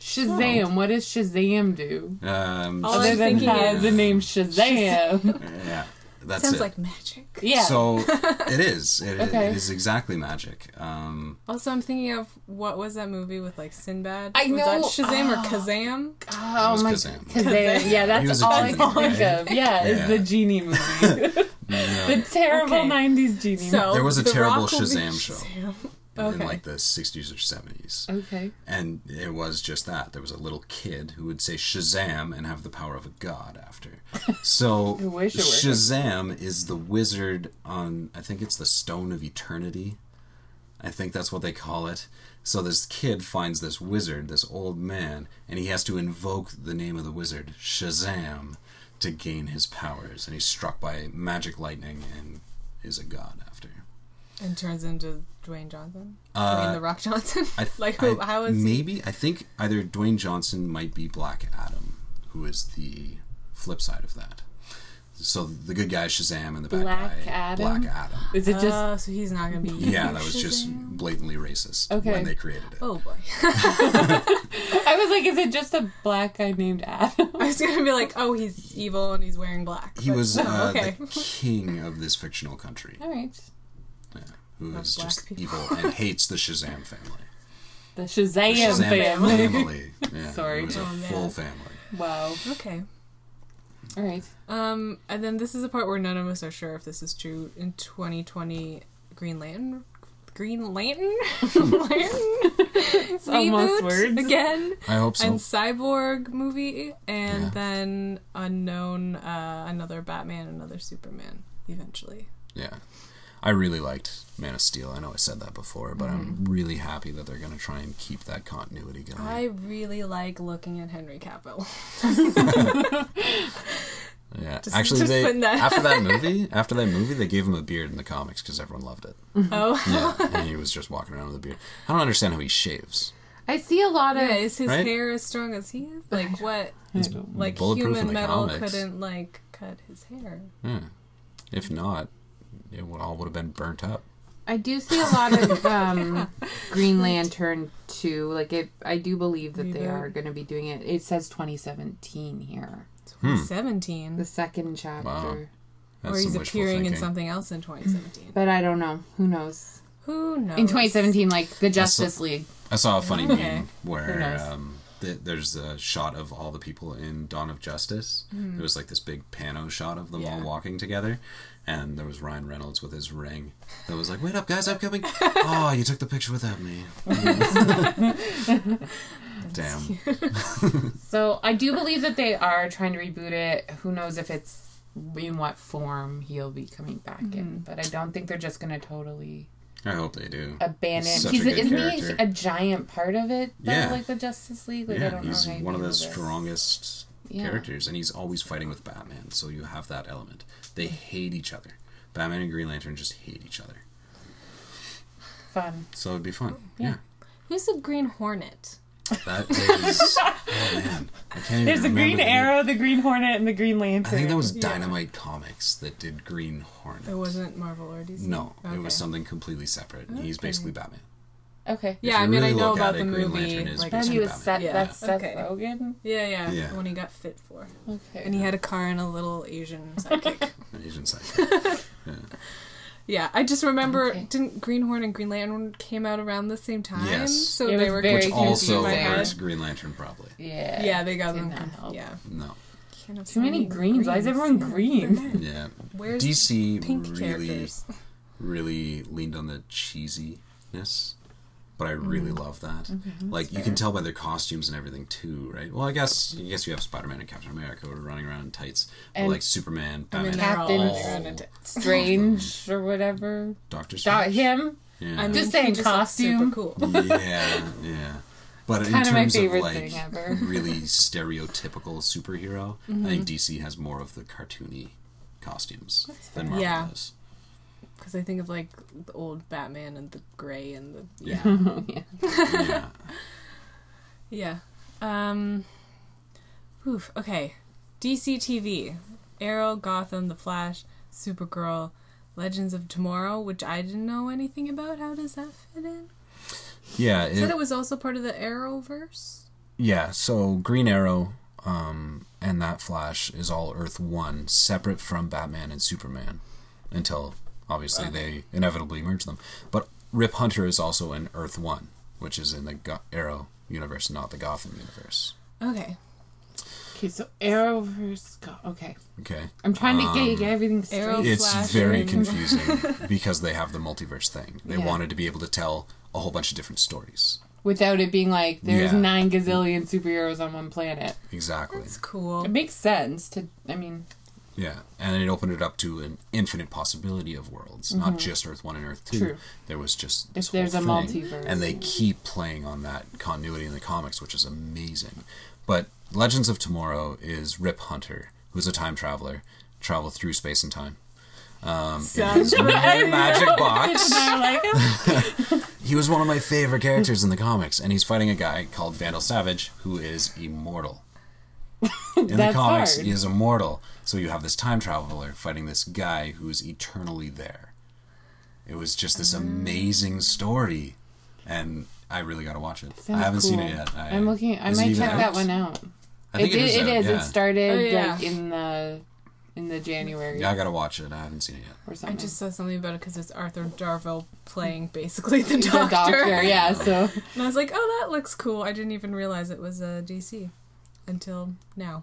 Speaker 2: Shazam! What does Shazam do?
Speaker 3: Um,
Speaker 1: All
Speaker 2: Other
Speaker 1: I'm
Speaker 2: than
Speaker 1: thinking
Speaker 2: he has
Speaker 1: is-
Speaker 2: the name Shazam.
Speaker 3: yeah, that's
Speaker 1: Sounds
Speaker 3: it.
Speaker 1: like magic.
Speaker 2: yeah.
Speaker 3: so it is. It, it-
Speaker 2: Okay.
Speaker 3: it is exactly magic. Um,
Speaker 1: Also, I'm thinking of what was that movie with like Sinbad?
Speaker 2: I
Speaker 1: was
Speaker 2: know,
Speaker 1: that Shazam or Ah. Kazam?
Speaker 2: oh
Speaker 3: was
Speaker 2: my
Speaker 3: Kazam.
Speaker 2: Kazam. Yeah,
Speaker 3: He
Speaker 2: that's
Speaker 3: was a
Speaker 2: all I
Speaker 3: genie,
Speaker 2: can think
Speaker 3: right?
Speaker 2: of. Yeah,
Speaker 3: Yeah.
Speaker 2: it's the genie movie. the terrible
Speaker 1: Okay.
Speaker 2: '90s genie.
Speaker 1: So
Speaker 3: There was a
Speaker 1: The
Speaker 3: terrible
Speaker 1: Rock will be
Speaker 3: Shazam show.
Speaker 1: Okay.
Speaker 3: in like the 60s or 70s.
Speaker 2: movie. okay.
Speaker 3: And it was just that. There was a little kid who would say Shazam and have the power of a god after. So
Speaker 2: wish it were.
Speaker 3: Shazam is the wizard on, I think it's the Stone of Eternity. I think that's what they call it. So this kid finds this wizard, this old man, and he has to invoke the name of the wizard, Shazam, to gain his powers. And he's struck by magic lightning and is a god after.
Speaker 1: and turns into Dwayne Johnson,
Speaker 3: Uh,
Speaker 1: Dwayne the Rock Johnson.
Speaker 3: I th-
Speaker 1: like who?
Speaker 3: I-
Speaker 1: how is he?
Speaker 3: maybe I think either Dwayne Johnson might be Black Adam, who is the flip side of that. So the good guy is Shazam and the bad
Speaker 2: Black
Speaker 3: guy
Speaker 2: Adam?
Speaker 3: Black Adam.
Speaker 2: Is it just
Speaker 1: Oh, so he's not gonna be.
Speaker 3: Yeah, that was just blatantly racist
Speaker 2: Okay.
Speaker 3: when they created it.
Speaker 1: Oh boy.
Speaker 2: I was like, is it just a black guy named Adam?
Speaker 1: I was gonna be like, oh, he's evil and he's wearing black.
Speaker 3: He
Speaker 1: but
Speaker 3: was
Speaker 1: no,
Speaker 3: uh,
Speaker 1: okay.
Speaker 3: the king of this fictional country,
Speaker 2: All right.
Speaker 3: who is
Speaker 1: black
Speaker 3: just
Speaker 1: people.
Speaker 3: evil and hates the Shazam family.
Speaker 2: The Shazam,
Speaker 3: Shazam
Speaker 2: family.
Speaker 3: family. Yeah,
Speaker 2: Sorry.
Speaker 3: it was a
Speaker 1: Oh, man.
Speaker 3: full family.
Speaker 2: Wow.
Speaker 1: okay.
Speaker 2: All right.
Speaker 1: Um, and then this is the part where none of us are sure if this is true. In 2020, Green Lantern, Green Lantern, Lantern
Speaker 2: It's
Speaker 1: reboot
Speaker 2: almost words.
Speaker 1: again.
Speaker 3: I hope so.
Speaker 1: and cyborg movie and
Speaker 3: Yeah.
Speaker 1: then unknown uh, another batman another superman eventually
Speaker 3: Yeah. I really liked Man of Steel. I know I said that before, but I'm really happy that they're going to try and keep that continuity going.
Speaker 1: Mm-hmm. i really like looking at henry cavill
Speaker 3: yeah.
Speaker 1: just-
Speaker 3: Actually,
Speaker 1: just
Speaker 3: they
Speaker 1: putting that-
Speaker 3: after that movie, after that movie, they gave him a beard in the comics because everyone loved it.
Speaker 1: oh
Speaker 3: Yeah, and he was just walking around with a beard. I don't understand how he shaves.
Speaker 2: I see a lot of.
Speaker 1: yeah, is his
Speaker 3: Right?
Speaker 1: hair as strong as he is like what
Speaker 2: I don't know.
Speaker 1: like
Speaker 3: Bulletproof in
Speaker 1: human
Speaker 3: the
Speaker 1: metal
Speaker 3: comics.
Speaker 1: couldn't like cut his hair
Speaker 3: If not, it would, all would have been burnt up.
Speaker 2: I do see a lot of um, Green Lantern too. Like, it, I do believe that they
Speaker 1: Reboot.
Speaker 2: are going to be doing it. It says 2017 here,
Speaker 3: Hmm.
Speaker 1: 2017
Speaker 2: the second chapter.
Speaker 3: Wow. That's
Speaker 1: or
Speaker 3: some
Speaker 1: he's
Speaker 3: wishful
Speaker 1: appearing in
Speaker 3: thinking.
Speaker 1: something else in 2017
Speaker 2: But I don't know. Who knows?
Speaker 3: Hmm.
Speaker 1: who knows
Speaker 2: In 2017, like the Justice League.
Speaker 3: I saw a funny
Speaker 1: Okay.
Speaker 3: meme where
Speaker 2: knows?
Speaker 3: um, th- there's a shot of all the people in Dawn of Justice.
Speaker 2: Hmm.
Speaker 3: It was like this big pano shot of them all
Speaker 1: Yeah.
Speaker 3: walking together, and there was Ryan Reynolds with his ring. That was like, "Wait up, guys, I'm coming!" oh, you took the picture without me. Damn.
Speaker 2: So I do believe that they are trying to reboot it. Who knows if it's in what form he'll be coming back in. But I don't think they're just going to totally
Speaker 3: I hope they do.
Speaker 2: abandon.
Speaker 3: He's such
Speaker 2: he's
Speaker 3: a good
Speaker 2: isn't he
Speaker 3: character.
Speaker 2: a giant part of it? Though,
Speaker 3: Yeah.
Speaker 2: like the Justice League. Like I
Speaker 3: yeah,
Speaker 2: don't
Speaker 3: he's
Speaker 2: know how you
Speaker 3: one of
Speaker 2: feel
Speaker 3: the
Speaker 2: about it.
Speaker 3: strongest
Speaker 2: Yeah.
Speaker 3: characters, and he's always fighting with Batman. So you have that element. They hate each other. Batman and Green Lantern just hate each other.
Speaker 2: Fun.
Speaker 3: So it'd be fun. Yeah,
Speaker 1: Who's the Green Hornet?
Speaker 3: that is. oh man, I can't even
Speaker 2: There's the
Speaker 3: remember
Speaker 2: Green
Speaker 3: the name.
Speaker 2: Arrow, the Green Hornet, and the Green
Speaker 3: I
Speaker 2: Lantern.
Speaker 3: think that was Dynamite Comics that did Green Hornet.
Speaker 1: It wasn't Marvel or DC.
Speaker 3: No, it
Speaker 1: Okay.
Speaker 3: was something completely separate. and He's basically Batman.
Speaker 2: okay.
Speaker 1: Yeah,
Speaker 3: you
Speaker 1: I mean,
Speaker 3: really
Speaker 1: I know
Speaker 3: look at
Speaker 1: about
Speaker 3: it,
Speaker 1: the
Speaker 3: Green
Speaker 1: movie.
Speaker 3: Lantern is
Speaker 1: like,
Speaker 2: Then he was
Speaker 3: Batman.
Speaker 2: Seth.
Speaker 1: Yeah.
Speaker 2: That's Seth
Speaker 1: Okay.
Speaker 2: Rogen.
Speaker 1: yeah, yeah,
Speaker 3: Yeah.
Speaker 1: the one he got fit for.
Speaker 2: Okay.
Speaker 1: And he had a car and a little Asian sidekick.
Speaker 3: An Asian side.
Speaker 1: yeah, I just remember,
Speaker 2: Okay.
Speaker 1: didn't Green Hornet and Green Lantern came out around the same time?
Speaker 3: Yes.
Speaker 1: So
Speaker 2: It
Speaker 1: they
Speaker 2: was
Speaker 1: were
Speaker 2: very
Speaker 3: Which
Speaker 1: confused in
Speaker 3: also
Speaker 1: my
Speaker 2: confusing.
Speaker 1: head.
Speaker 3: hurts Green Lantern probably.
Speaker 2: yeah.
Speaker 1: Yeah, they got
Speaker 2: Did
Speaker 1: them.
Speaker 2: not
Speaker 1: conf-
Speaker 2: help.
Speaker 1: Yeah.
Speaker 3: No.
Speaker 1: Can't have
Speaker 2: Too
Speaker 1: so
Speaker 2: many greens. Why is everyone green?
Speaker 3: Yeah.
Speaker 1: Where's
Speaker 3: DC
Speaker 1: pink
Speaker 3: really
Speaker 1: characters?
Speaker 3: really leaned on the cheesiness, but I really love that. Like you can tell by their costumes and everything too, right? Well, I guess I guess you have Spider Man and Captain America who are running around in tights, but,
Speaker 2: And-
Speaker 3: like Superman,
Speaker 1: I mean,
Speaker 3: Batman,
Speaker 1: they're all
Speaker 2: Captain-
Speaker 1: running around in tits.
Speaker 2: Strange or whatever.
Speaker 3: Doctor
Speaker 2: Got
Speaker 3: Strange.
Speaker 2: him.
Speaker 3: Yeah.
Speaker 1: I mean,
Speaker 2: Just
Speaker 1: he
Speaker 2: saying
Speaker 1: looks
Speaker 2: costume.
Speaker 1: Super cool.
Speaker 3: yeah, yeah. But in
Speaker 2: Kinda my
Speaker 3: terms of
Speaker 2: favorite
Speaker 3: like
Speaker 2: thing ever.
Speaker 3: really stereotypical superhero, I think DC has more of the cartoony costumes than Marvel
Speaker 1: Yeah.
Speaker 3: does.
Speaker 1: Because I think of like the old Batman and the gray and the yeah.
Speaker 3: Yeah.
Speaker 1: Yeah. Um. Oof. Okay. DC TV, Arrow, Gotham, The Flash, Supergirl, Legends of Tomorrow, which I didn't know anything about. How does that fit in?
Speaker 3: Yeah,
Speaker 1: I
Speaker 3: it-
Speaker 1: said it was also part of the Arrowverse.
Speaker 3: Yeah, so Green Arrow um, and that Flash is all Earth 1, separate from Batman and Superman, until obviously they inevitably merge them. But Rip Hunter is also in Earth 1, which is in the Go- Arrow universe, not the Gotham universe.
Speaker 1: Okay.
Speaker 2: Okay, so Arrow versus God. Okay.
Speaker 3: Okay?
Speaker 2: I'm trying to get, get everything straight.
Speaker 1: Um, Arrow-
Speaker 3: It's
Speaker 1: Flash
Speaker 3: very
Speaker 1: and-
Speaker 3: confusing because they have the multiverse thing. They
Speaker 2: Yeah.
Speaker 3: wanted to be able to tell a whole bunch of different stories.
Speaker 2: Without it being like there's
Speaker 3: Yeah.
Speaker 2: nine gazillion superheroes on one planet.
Speaker 3: Exactly.
Speaker 1: It's cool.
Speaker 2: It makes sense to. I mean,
Speaker 3: Yeah, and it opened it up to an infinite possibility of worlds, not just Earth One and Earth Two.
Speaker 2: Mm-hmm. True.
Speaker 3: There was just this
Speaker 2: If there's
Speaker 3: whole
Speaker 2: a
Speaker 3: thing,
Speaker 2: multiverse.
Speaker 3: and they keep playing on that continuity in the comics, which is amazing. But Legends of Tomorrow is Rip Hunter, who's a time traveler, travel through space and time. Um,
Speaker 1: Sounds right.
Speaker 3: Magic box.
Speaker 2: they're like,
Speaker 3: He was one of my favorite characters in the comics, and he's fighting a guy called Vandal Savage, who is immortal. In the
Speaker 2: That's
Speaker 3: comics,
Speaker 2: hard.
Speaker 3: he is immortal. So you have this time traveler fighting this guy who is eternally there. It was just this amazing story, and I really got to watch it. I
Speaker 2: Sounds
Speaker 3: haven't seen
Speaker 2: cool.
Speaker 3: it yet. I,
Speaker 2: I'm looking. I
Speaker 3: is it
Speaker 2: might
Speaker 3: even
Speaker 2: check
Speaker 3: out?
Speaker 2: that one out.
Speaker 3: I think
Speaker 2: it, is. It
Speaker 3: out,
Speaker 2: is.
Speaker 3: Yeah.
Speaker 2: It started
Speaker 1: Oh, yeah.
Speaker 2: like in the in the January
Speaker 3: yeah, I got to watch it. I haven't seen it yet.
Speaker 2: or
Speaker 1: I
Speaker 2: something.
Speaker 1: just saw something about it because it's Arthur Darvill playing basically the
Speaker 2: the
Speaker 1: doctor.
Speaker 2: doctor. Yeah. So
Speaker 1: And I was like, oh, that looks cool. I didn't even realize it was uh, DC until now.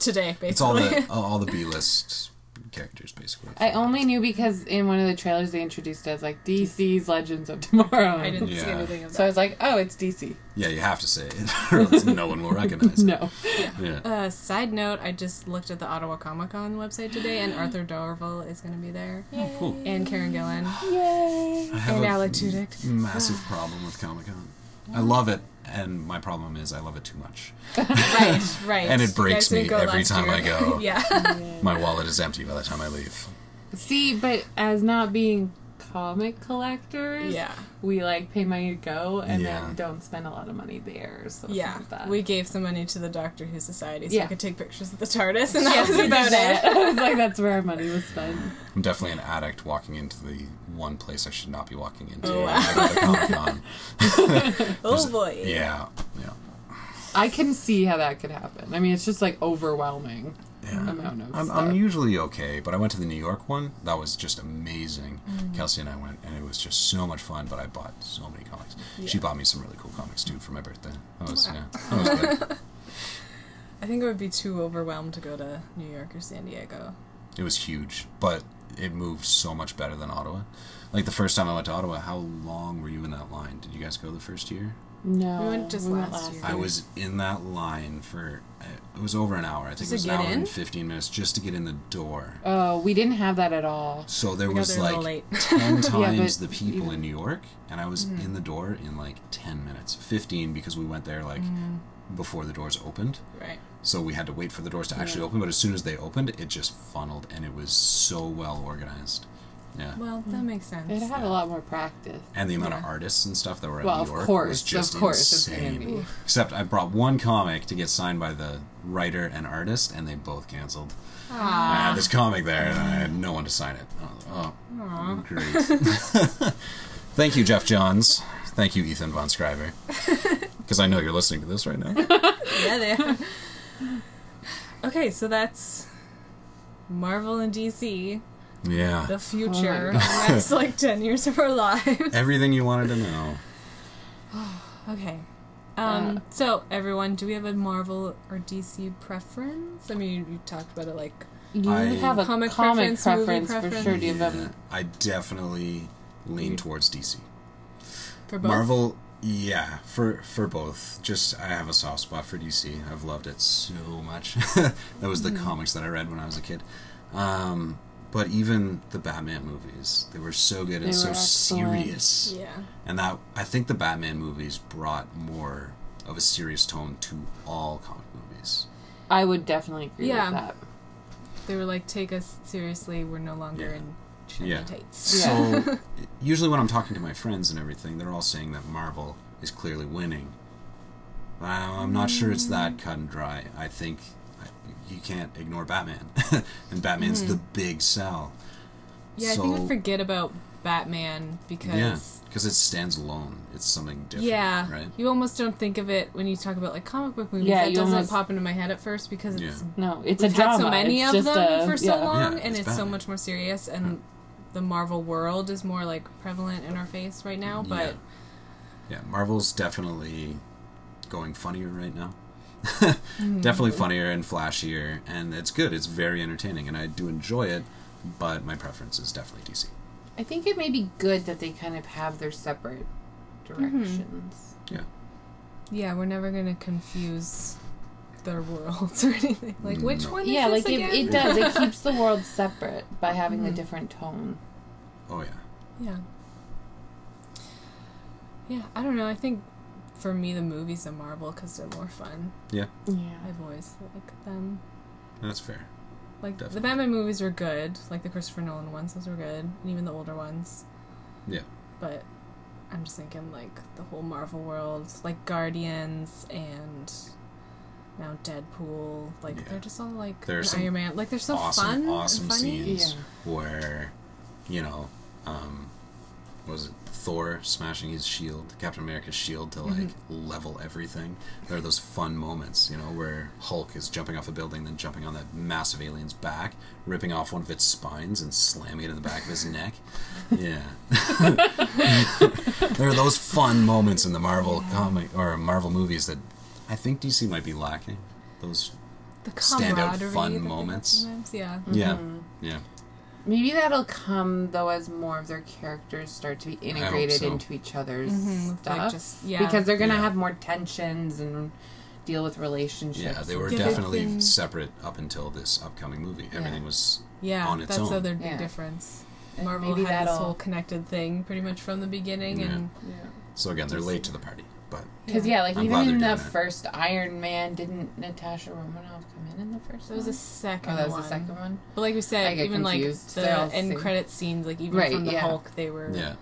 Speaker 1: Today, basically.
Speaker 3: It's all the all the B list characters, basically.
Speaker 2: I only knew because in one of the trailers they introduced it as like DC's Legends of Tomorrow.
Speaker 1: I didn't see
Speaker 3: Yeah.
Speaker 1: anything of that.
Speaker 2: So I was like, oh, it's DC.
Speaker 3: Yeah, you have to say it, or else no one will recognize it.
Speaker 2: No.
Speaker 3: Yeah.
Speaker 1: Uh, side note, I just looked at the Ottawa Comic Con website today, and Arthur Dorval is going to be there.
Speaker 2: Oh,
Speaker 3: cool.
Speaker 1: And Karen Gillan.
Speaker 3: I have
Speaker 1: And
Speaker 3: a-
Speaker 1: Alec Tudyk.
Speaker 3: massive problem with Comic Con. I love it, and my problem is I love it too much.
Speaker 1: Right, right.
Speaker 3: And it
Speaker 1: You guys
Speaker 3: breaks
Speaker 1: didn't
Speaker 3: me
Speaker 1: go
Speaker 3: every
Speaker 1: last
Speaker 3: time I go.
Speaker 1: yeah.
Speaker 3: My wallet is empty by the time I leave.
Speaker 2: See, but as not being comic collectors,
Speaker 1: Yeah.
Speaker 2: we like pay money to go and
Speaker 3: Yeah.
Speaker 2: then don't spend a lot of money there. So
Speaker 1: Yeah.
Speaker 2: Like that.
Speaker 1: We gave some money to the Doctor Who Society so
Speaker 2: Yeah.
Speaker 1: we could take pictures of the TARDIS, and that
Speaker 2: Yes,
Speaker 1: was
Speaker 2: we did
Speaker 1: about
Speaker 2: that.
Speaker 1: it.
Speaker 2: I was like, that's where our money was spent.
Speaker 3: I'm definitely an addict walking into the one place I should not be walking into.
Speaker 1: Oh, wow.
Speaker 3: when I go to Comic Con.
Speaker 1: Oh, boy.
Speaker 3: Yeah, yeah.
Speaker 2: I can see how that could happen. I mean, it's just like overwhelming amount of
Speaker 3: I'm,
Speaker 2: stuff.
Speaker 3: I'm usually okay, but I went to the New York one. That was just amazing.
Speaker 1: Mm.
Speaker 3: Kelsey and I went, and it was just so much fun. But I bought so many comics. She bought me some really cool comics too for my birthday. That was yeah, that was good.
Speaker 1: I think I would be too overwhelmed to go to New York or San Diego.
Speaker 3: It was huge, but it moved so much better than Ottawa. Like the first time I went to Ottawa, how long were you in that line? Did you guys go the first year?
Speaker 2: No.
Speaker 1: We went just last year.
Speaker 3: I was in that line for it was over an hour. I think
Speaker 1: Just
Speaker 3: it was
Speaker 1: to
Speaker 3: an
Speaker 1: get
Speaker 3: hour
Speaker 1: in?
Speaker 3: and fifteen minutes just to get in the door.
Speaker 2: Oh, we didn't have that at all.
Speaker 3: So there
Speaker 1: got
Speaker 3: was
Speaker 1: there a little
Speaker 3: like
Speaker 1: late.
Speaker 3: ten
Speaker 2: Yeah,
Speaker 3: times
Speaker 2: but
Speaker 3: the people in New York, and I was
Speaker 1: Mm-hmm.
Speaker 3: in the door in like ten minutes, fifteen because we went there like
Speaker 1: Mm-hmm.
Speaker 3: before the doors opened.
Speaker 1: Right.
Speaker 3: So we had to wait for the doors to actually open. But as soon as they opened, it just funneled, and it was so well organized. Yeah.
Speaker 1: Well,
Speaker 2: Mm.
Speaker 1: that makes sense.
Speaker 2: It had a lot more practice.
Speaker 3: and the amount of artists and stuff that were
Speaker 2: Well,
Speaker 3: in
Speaker 2: of
Speaker 3: New York
Speaker 2: course,
Speaker 3: was
Speaker 2: of
Speaker 3: just
Speaker 2: course, it's gonna
Speaker 3: insane.
Speaker 2: be-
Speaker 3: Except I brought one comic to get signed by the writer and artist, and they both canceled. I had this comic there, and I had no one to sign it. I was like, oh, great. Thank you, Jeff Johns. Thank you, Ethan Von Scriver. Because I know you're listening to this right now.
Speaker 1: yeah, there. okay, so that's Marvel and DC,
Speaker 3: Yeah.
Speaker 1: the future. that's like 10 years of our lives.
Speaker 3: Everything you wanted to know.
Speaker 1: Okay. Um, so, everyone, do we have a Marvel or DC preference? I mean, you, you talked about it like.
Speaker 2: You
Speaker 3: I-
Speaker 2: have a
Speaker 1: Comic
Speaker 2: comic,
Speaker 1: preference,
Speaker 2: preference,
Speaker 1: movie
Speaker 2: for
Speaker 1: preference.
Speaker 2: sure. Do you have
Speaker 3: Yeah,
Speaker 2: a
Speaker 3: I definitely
Speaker 2: Mm.
Speaker 3: lean towards DC.
Speaker 1: For both?
Speaker 3: Marvel, yeah, for for both. Just I have a soft spot for DC. I've loved it so much. that was
Speaker 2: Hmm.
Speaker 3: the comics that I read when I was a kid. Um, but even the Batman movies, they were so good
Speaker 2: They
Speaker 3: and so
Speaker 2: were excellent.
Speaker 3: serious.
Speaker 1: Yeah.
Speaker 3: And that I think the Batman movies brought more of a serious tone to all comic movies.
Speaker 2: I would definitely agree
Speaker 1: Yeah.
Speaker 2: with that.
Speaker 1: They were like, take us seriously. We're no longer
Speaker 3: Yeah.
Speaker 1: in shiny
Speaker 3: Yeah.
Speaker 1: tights.
Speaker 2: Yeah.
Speaker 3: So usually when I'm talking to my friends and everything, they're all saying that Marvel is clearly winning. But I- I'm not sure it's
Speaker 1: Mm.
Speaker 3: that cut and dry. I think I- you can't ignore Batman, and Batman's the big sell.
Speaker 1: Mm-hmm. Yeah, I think I forget about Batman
Speaker 3: yeah,
Speaker 1: because.
Speaker 3: because it stands alone. It's something different.
Speaker 1: Yeah,
Speaker 3: right.
Speaker 1: you almost don't think of it when you talk about like comic book movies.
Speaker 2: Yeah,
Speaker 1: that
Speaker 2: you
Speaker 1: doesn't
Speaker 2: almost-
Speaker 1: pop into my head at first because it's
Speaker 3: Yeah.
Speaker 2: No, it's
Speaker 1: we've
Speaker 2: a drama.
Speaker 1: had so many
Speaker 2: It's
Speaker 1: of
Speaker 2: just
Speaker 1: them
Speaker 2: a-
Speaker 1: for so
Speaker 2: yeah.
Speaker 1: long,
Speaker 3: Yeah,
Speaker 1: and
Speaker 3: it's
Speaker 1: it's so
Speaker 3: Batman.
Speaker 1: much more serious. And the Marvel world is more like prevalent in our face right now. But
Speaker 3: yeah. yeah, Marvel's definitely going funnier right now. definitely funnier and flashier, and it's good. It's very entertaining, and I do enjoy it. But my preference is definitely DC.
Speaker 2: I think it may be good that they kind of have their separate directions.
Speaker 1: Mm-hmm.
Speaker 3: Yeah.
Speaker 1: yeah, we're never gonna confuse their worlds or anything. Like which one?
Speaker 2: Yeah,
Speaker 1: is
Speaker 2: like
Speaker 1: this
Speaker 2: it,
Speaker 1: again? Mm-hmm.
Speaker 2: it does. It keeps the world separate by having a different tone.
Speaker 3: Oh yeah.
Speaker 1: Yeah. Yeah, I don't know. I think for me, the movies are Marvel because they're more fun.
Speaker 3: Yeah,
Speaker 2: Yeah.
Speaker 1: I've always liked them.
Speaker 3: that's fair.
Speaker 1: Like the
Speaker 3: Definitely.
Speaker 1: Batman movies were good, like the Christopher Nolan ones, those were good, and even the older ones.
Speaker 3: Yeah.
Speaker 1: But I'm just thinking like the whole Marvel world, like Guardians and now Deadpool. Like
Speaker 3: Yeah.
Speaker 1: they're just all like
Speaker 3: There are
Speaker 1: and
Speaker 3: some
Speaker 1: Iron Man. Like they're so
Speaker 3: awesome,
Speaker 1: fun,
Speaker 3: awesome
Speaker 1: and funny.
Speaker 3: scenes
Speaker 2: Yeah.
Speaker 3: where, you know, um, what was it Thor smashing his shield, Captain America's shield to like
Speaker 1: Mm-hmm.
Speaker 3: level everything? There are those fun moments, you know, where Hulk is jumping off a building, then jumping on that massive alien's back, ripping off one of its spines and slamming it in the back of his neck. Yeah. there are those fun moments in the Marvel comic or Marvel movies that I think DC might be lacking. Those
Speaker 1: The
Speaker 3: Standout
Speaker 1: camaraderie
Speaker 3: fun
Speaker 1: that they have
Speaker 3: moments.
Speaker 1: sometimes, Yeah.
Speaker 3: Yeah,
Speaker 1: Mm-hmm.
Speaker 3: yeah.
Speaker 2: Maybe that'll come though as more of their characters start to be integrated
Speaker 3: so.
Speaker 2: into each other's
Speaker 1: Mhm,
Speaker 2: stuff.
Speaker 1: like just- yeah.
Speaker 2: Because they're gonna
Speaker 3: Yeah.
Speaker 2: have more tensions and deal with relationships.
Speaker 3: Yeah, they were
Speaker 1: Yeah, they've
Speaker 3: definitely
Speaker 1: been-
Speaker 3: separate up until this upcoming movie. Everything was
Speaker 1: Yeah,
Speaker 3: on its
Speaker 1: that's
Speaker 3: own.
Speaker 1: the other big
Speaker 2: Yeah.
Speaker 1: difference.
Speaker 2: And
Speaker 1: Marvel
Speaker 2: maybe
Speaker 1: had this
Speaker 2: that'll-
Speaker 1: whole connected thing pretty much from the beginning, and
Speaker 3: so again they're late to the party, but
Speaker 2: Because yeah, like
Speaker 3: I'm glad
Speaker 2: even in
Speaker 3: they're
Speaker 2: the
Speaker 3: doing it.
Speaker 2: first Iron Man, didn't Natasha Romanoff come in in the first?
Speaker 1: that was
Speaker 2: one?
Speaker 1: the second
Speaker 2: Oh, that was
Speaker 1: one.
Speaker 2: the second one.
Speaker 1: But like we
Speaker 2: I
Speaker 1: said,
Speaker 2: get
Speaker 1: even
Speaker 2: confused.
Speaker 1: like
Speaker 2: They're
Speaker 1: the
Speaker 2: all the
Speaker 1: end
Speaker 2: same.
Speaker 1: credit scenes, like even
Speaker 2: Right,
Speaker 1: from the
Speaker 2: yeah.
Speaker 1: Hulk, they were
Speaker 3: yeah,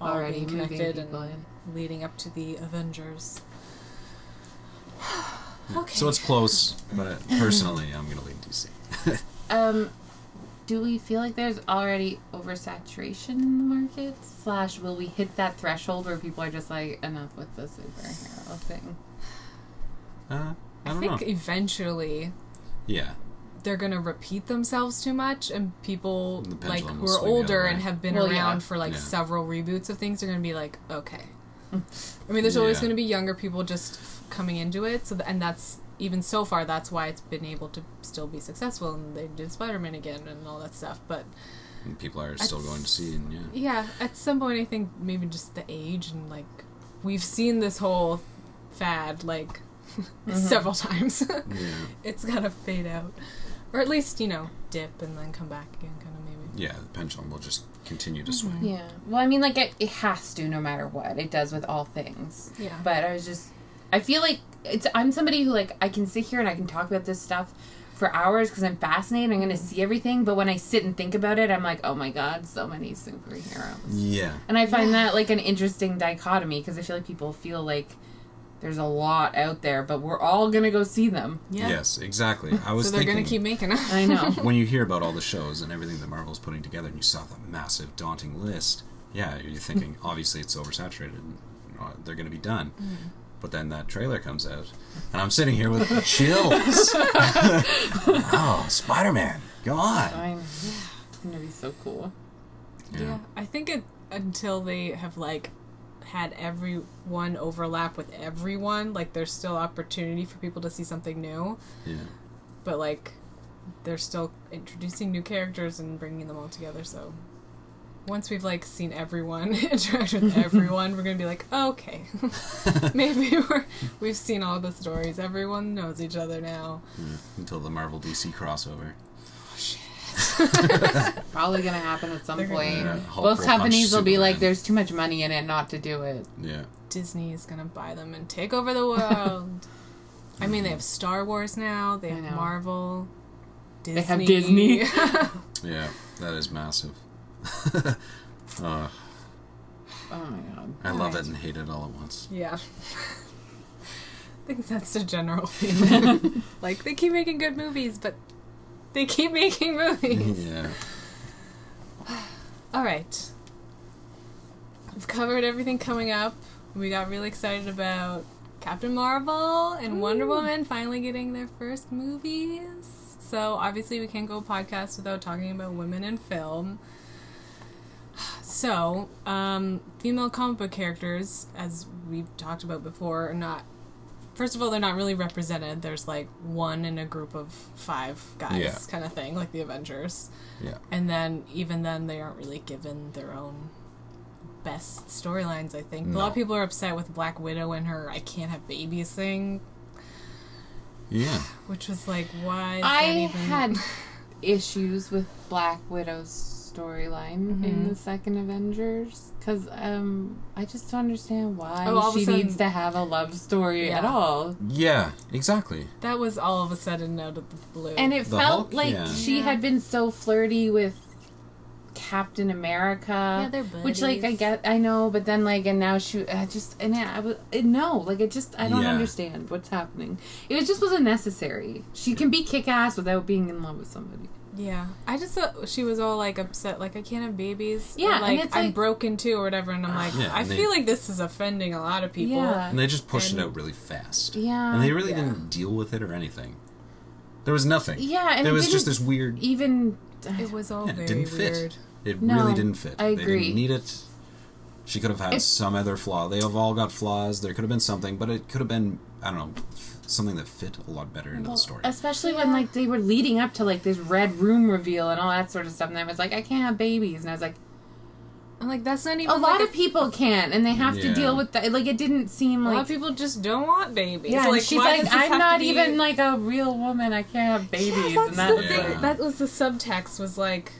Speaker 1: all
Speaker 2: Already
Speaker 1: being
Speaker 2: moving
Speaker 1: connected
Speaker 2: people
Speaker 1: and leading up to the Avengers. okay.
Speaker 3: so it's close. But personally, I'm gonna lean DC.
Speaker 2: Um, do we feel like there's already oversaturation in the market? Slash, will we hit that threshold where people are just like, enough with the superhero thing?
Speaker 3: Uh, I
Speaker 1: I,
Speaker 3: don't
Speaker 1: think
Speaker 3: know.
Speaker 1: eventually
Speaker 3: Yeah,
Speaker 1: they're gonna repeat themselves too much, and people
Speaker 3: The pendulum
Speaker 1: like who
Speaker 3: will swing
Speaker 1: are
Speaker 3: the other
Speaker 1: older
Speaker 3: way.
Speaker 1: and have been
Speaker 2: Well, yeah.
Speaker 1: around for like
Speaker 3: Yeah.
Speaker 1: several reboots of things are gonna be like, okay. I mean, there's always
Speaker 3: Yeah.
Speaker 1: gonna be younger people just coming into it, so th- and that's even so far that's why it's been able to still be successful, and they did Spider-Man again and all that stuff, but.
Speaker 3: and people are still going to see, and yeah,
Speaker 1: Yeah, at some point I think maybe just the age and like we've seen this whole fad like several times. It's gotta fade out, or at least you know dip and then come back again, kind of maybe.
Speaker 3: Yeah, the pendulum will just continue to swing.
Speaker 2: Yeah. Well, I mean, like it, it has to, no matter what. It does with all things.
Speaker 1: Yeah.
Speaker 2: But I was just, I feel like it's. I'm somebody who like I can sit here and I can talk about this stuff for hours because I'm fascinated. I'm going to see everything. But when I sit and think about it, I'm like, oh my god, so many superheroes.
Speaker 1: Mm-hmm.
Speaker 3: Yeah.
Speaker 2: And I find that like an interesting dichotomy because I feel like people feel like there's a lot out there, but we're all gonna go see them.
Speaker 1: Yeah.
Speaker 3: Yes, exactly. I was
Speaker 1: So they're
Speaker 3: thinking
Speaker 1: gonna keep making it.
Speaker 2: I know.
Speaker 3: when you hear about all the shows and everything that Marvel's putting together, and you saw that massive, daunting list, yeah, you're thinking
Speaker 2: Hmm.
Speaker 3: obviously it's oversaturated. And, you know, they're going to be done. But then that trailer comes out, and I'm sitting here with chills. oh, Spider Man, go on!
Speaker 2: I'm, it's gonna be so cool.
Speaker 3: Yeah.
Speaker 1: Yeah, I think it until they have like had everyone overlap with everyone, like there's still opportunity for people to see something new,
Speaker 3: yeah,
Speaker 1: but like they're still introducing new characters and bringing them all together. So once we've like seen everyone interact with everyone, we're gonna be like, okay, maybe we're we've seen all the stories. Everyone knows each other now.
Speaker 3: Until the Marvel DC crossover.
Speaker 2: Probably gonna happen at some
Speaker 1: They're gonna-
Speaker 2: point.
Speaker 3: Yeah, Hulk will
Speaker 2: Both
Speaker 3: punch
Speaker 2: companies will be like,
Speaker 3: Superman.
Speaker 2: "There's too much money in it not to do it."
Speaker 3: Yeah,
Speaker 1: Disney is gonna buy them and take over the world. I mean, they have Star Wars now. They
Speaker 2: I
Speaker 1: have
Speaker 2: know.
Speaker 1: Marvel. Disney.
Speaker 2: They have Disney.
Speaker 3: yeah, that is massive. Uh,
Speaker 2: Oh my god.
Speaker 3: I love it and hate it all at once.
Speaker 1: yeah. I think that's the general feeling. like they keep making good movies, but they keep making movies.
Speaker 3: Yeah,
Speaker 1: All right. We've covered everything coming up. We got really excited about Captain Marvel and Wonder Woman finally getting their first movies. So obviously we can't go podcast without talking about women in film. So, um, female comic book characters, as we've talked about before, are not. First of all, they're not really represented. There's like one in a group of five guys,
Speaker 3: Yeah.
Speaker 1: kind of thing, like the Avengers
Speaker 3: yeah,
Speaker 1: and then even then they aren't really given their own best storylines i think a lot
Speaker 3: No.
Speaker 1: of people are upset with black widow and her i can't have babies thing
Speaker 3: yeah.
Speaker 1: which was like why is
Speaker 2: I
Speaker 1: that even...
Speaker 2: had issues with Black Widow's storyline in the second Avengers because um, I just don't understand why
Speaker 1: Oh, all of a
Speaker 2: she
Speaker 1: sudden-
Speaker 2: needs to have a love story at
Speaker 1: Yeah.
Speaker 2: all.
Speaker 3: Yeah, exactly.
Speaker 1: that was all of a sudden out of the blue
Speaker 2: And it
Speaker 3: The
Speaker 2: felt
Speaker 3: Hulk?
Speaker 2: like
Speaker 3: Yeah.
Speaker 2: she
Speaker 1: Yeah.
Speaker 2: had been so flirty with Captain America. Yeah,
Speaker 1: they're
Speaker 2: Which, like, I
Speaker 1: buddies.
Speaker 2: get, I know, but then, like, and now she, I just, and I, I was, it, no, like, it just, I don't
Speaker 3: Yeah.
Speaker 2: understand what's happening. It was just wasn't necessary. She can be kick ass without being in love with somebody.
Speaker 1: yeah i just thought she was all like upset like i can't have babies or,
Speaker 2: Yeah, and
Speaker 1: like
Speaker 2: it's
Speaker 1: i'm
Speaker 2: like-
Speaker 1: broken too or whatever and i'm like
Speaker 3: Ah, Yeah,
Speaker 1: i
Speaker 3: and they-
Speaker 1: feel like this is offending a lot of people
Speaker 2: Yeah.
Speaker 3: And they just pushed it out really fast.
Speaker 2: Yeah.
Speaker 3: And they really
Speaker 1: Yeah.
Speaker 3: didn't deal with it or anything. There was nothing.
Speaker 2: Yeah, and
Speaker 3: there
Speaker 2: it
Speaker 3: was just
Speaker 2: didn't-
Speaker 3: this weird.
Speaker 2: Even,
Speaker 1: it was all
Speaker 3: Yeah,
Speaker 1: very
Speaker 3: it didn't fit.
Speaker 1: weird
Speaker 3: It
Speaker 2: No,
Speaker 3: really didn't fit.
Speaker 2: I
Speaker 3: They
Speaker 2: agree.
Speaker 3: didn't need it. She could have had
Speaker 2: It-
Speaker 3: some other flaw. They have all got flaws. There could have been something, but it could have been I don't know something that fit a lot better into the story.
Speaker 2: especially when like they were leading up to like this red room reveal and all that sort of stuff, and I was like, I can't have babies, and I was like,
Speaker 1: i'm like that's not even
Speaker 2: a
Speaker 1: like,
Speaker 2: lot of people can't, and they have
Speaker 3: Yeah.
Speaker 2: to deal with that. Like, it didn't seem
Speaker 1: a
Speaker 2: like
Speaker 1: lot of people just don't want babies
Speaker 2: Yeah, and she's
Speaker 1: why
Speaker 2: like,
Speaker 1: does this have
Speaker 2: I'm
Speaker 1: to
Speaker 2: not
Speaker 1: be-
Speaker 2: even like a real woman. I can't have babies.
Speaker 1: Yeah, that's the
Speaker 2: and that,
Speaker 3: was it.
Speaker 1: thing. That was the subtext. Was like,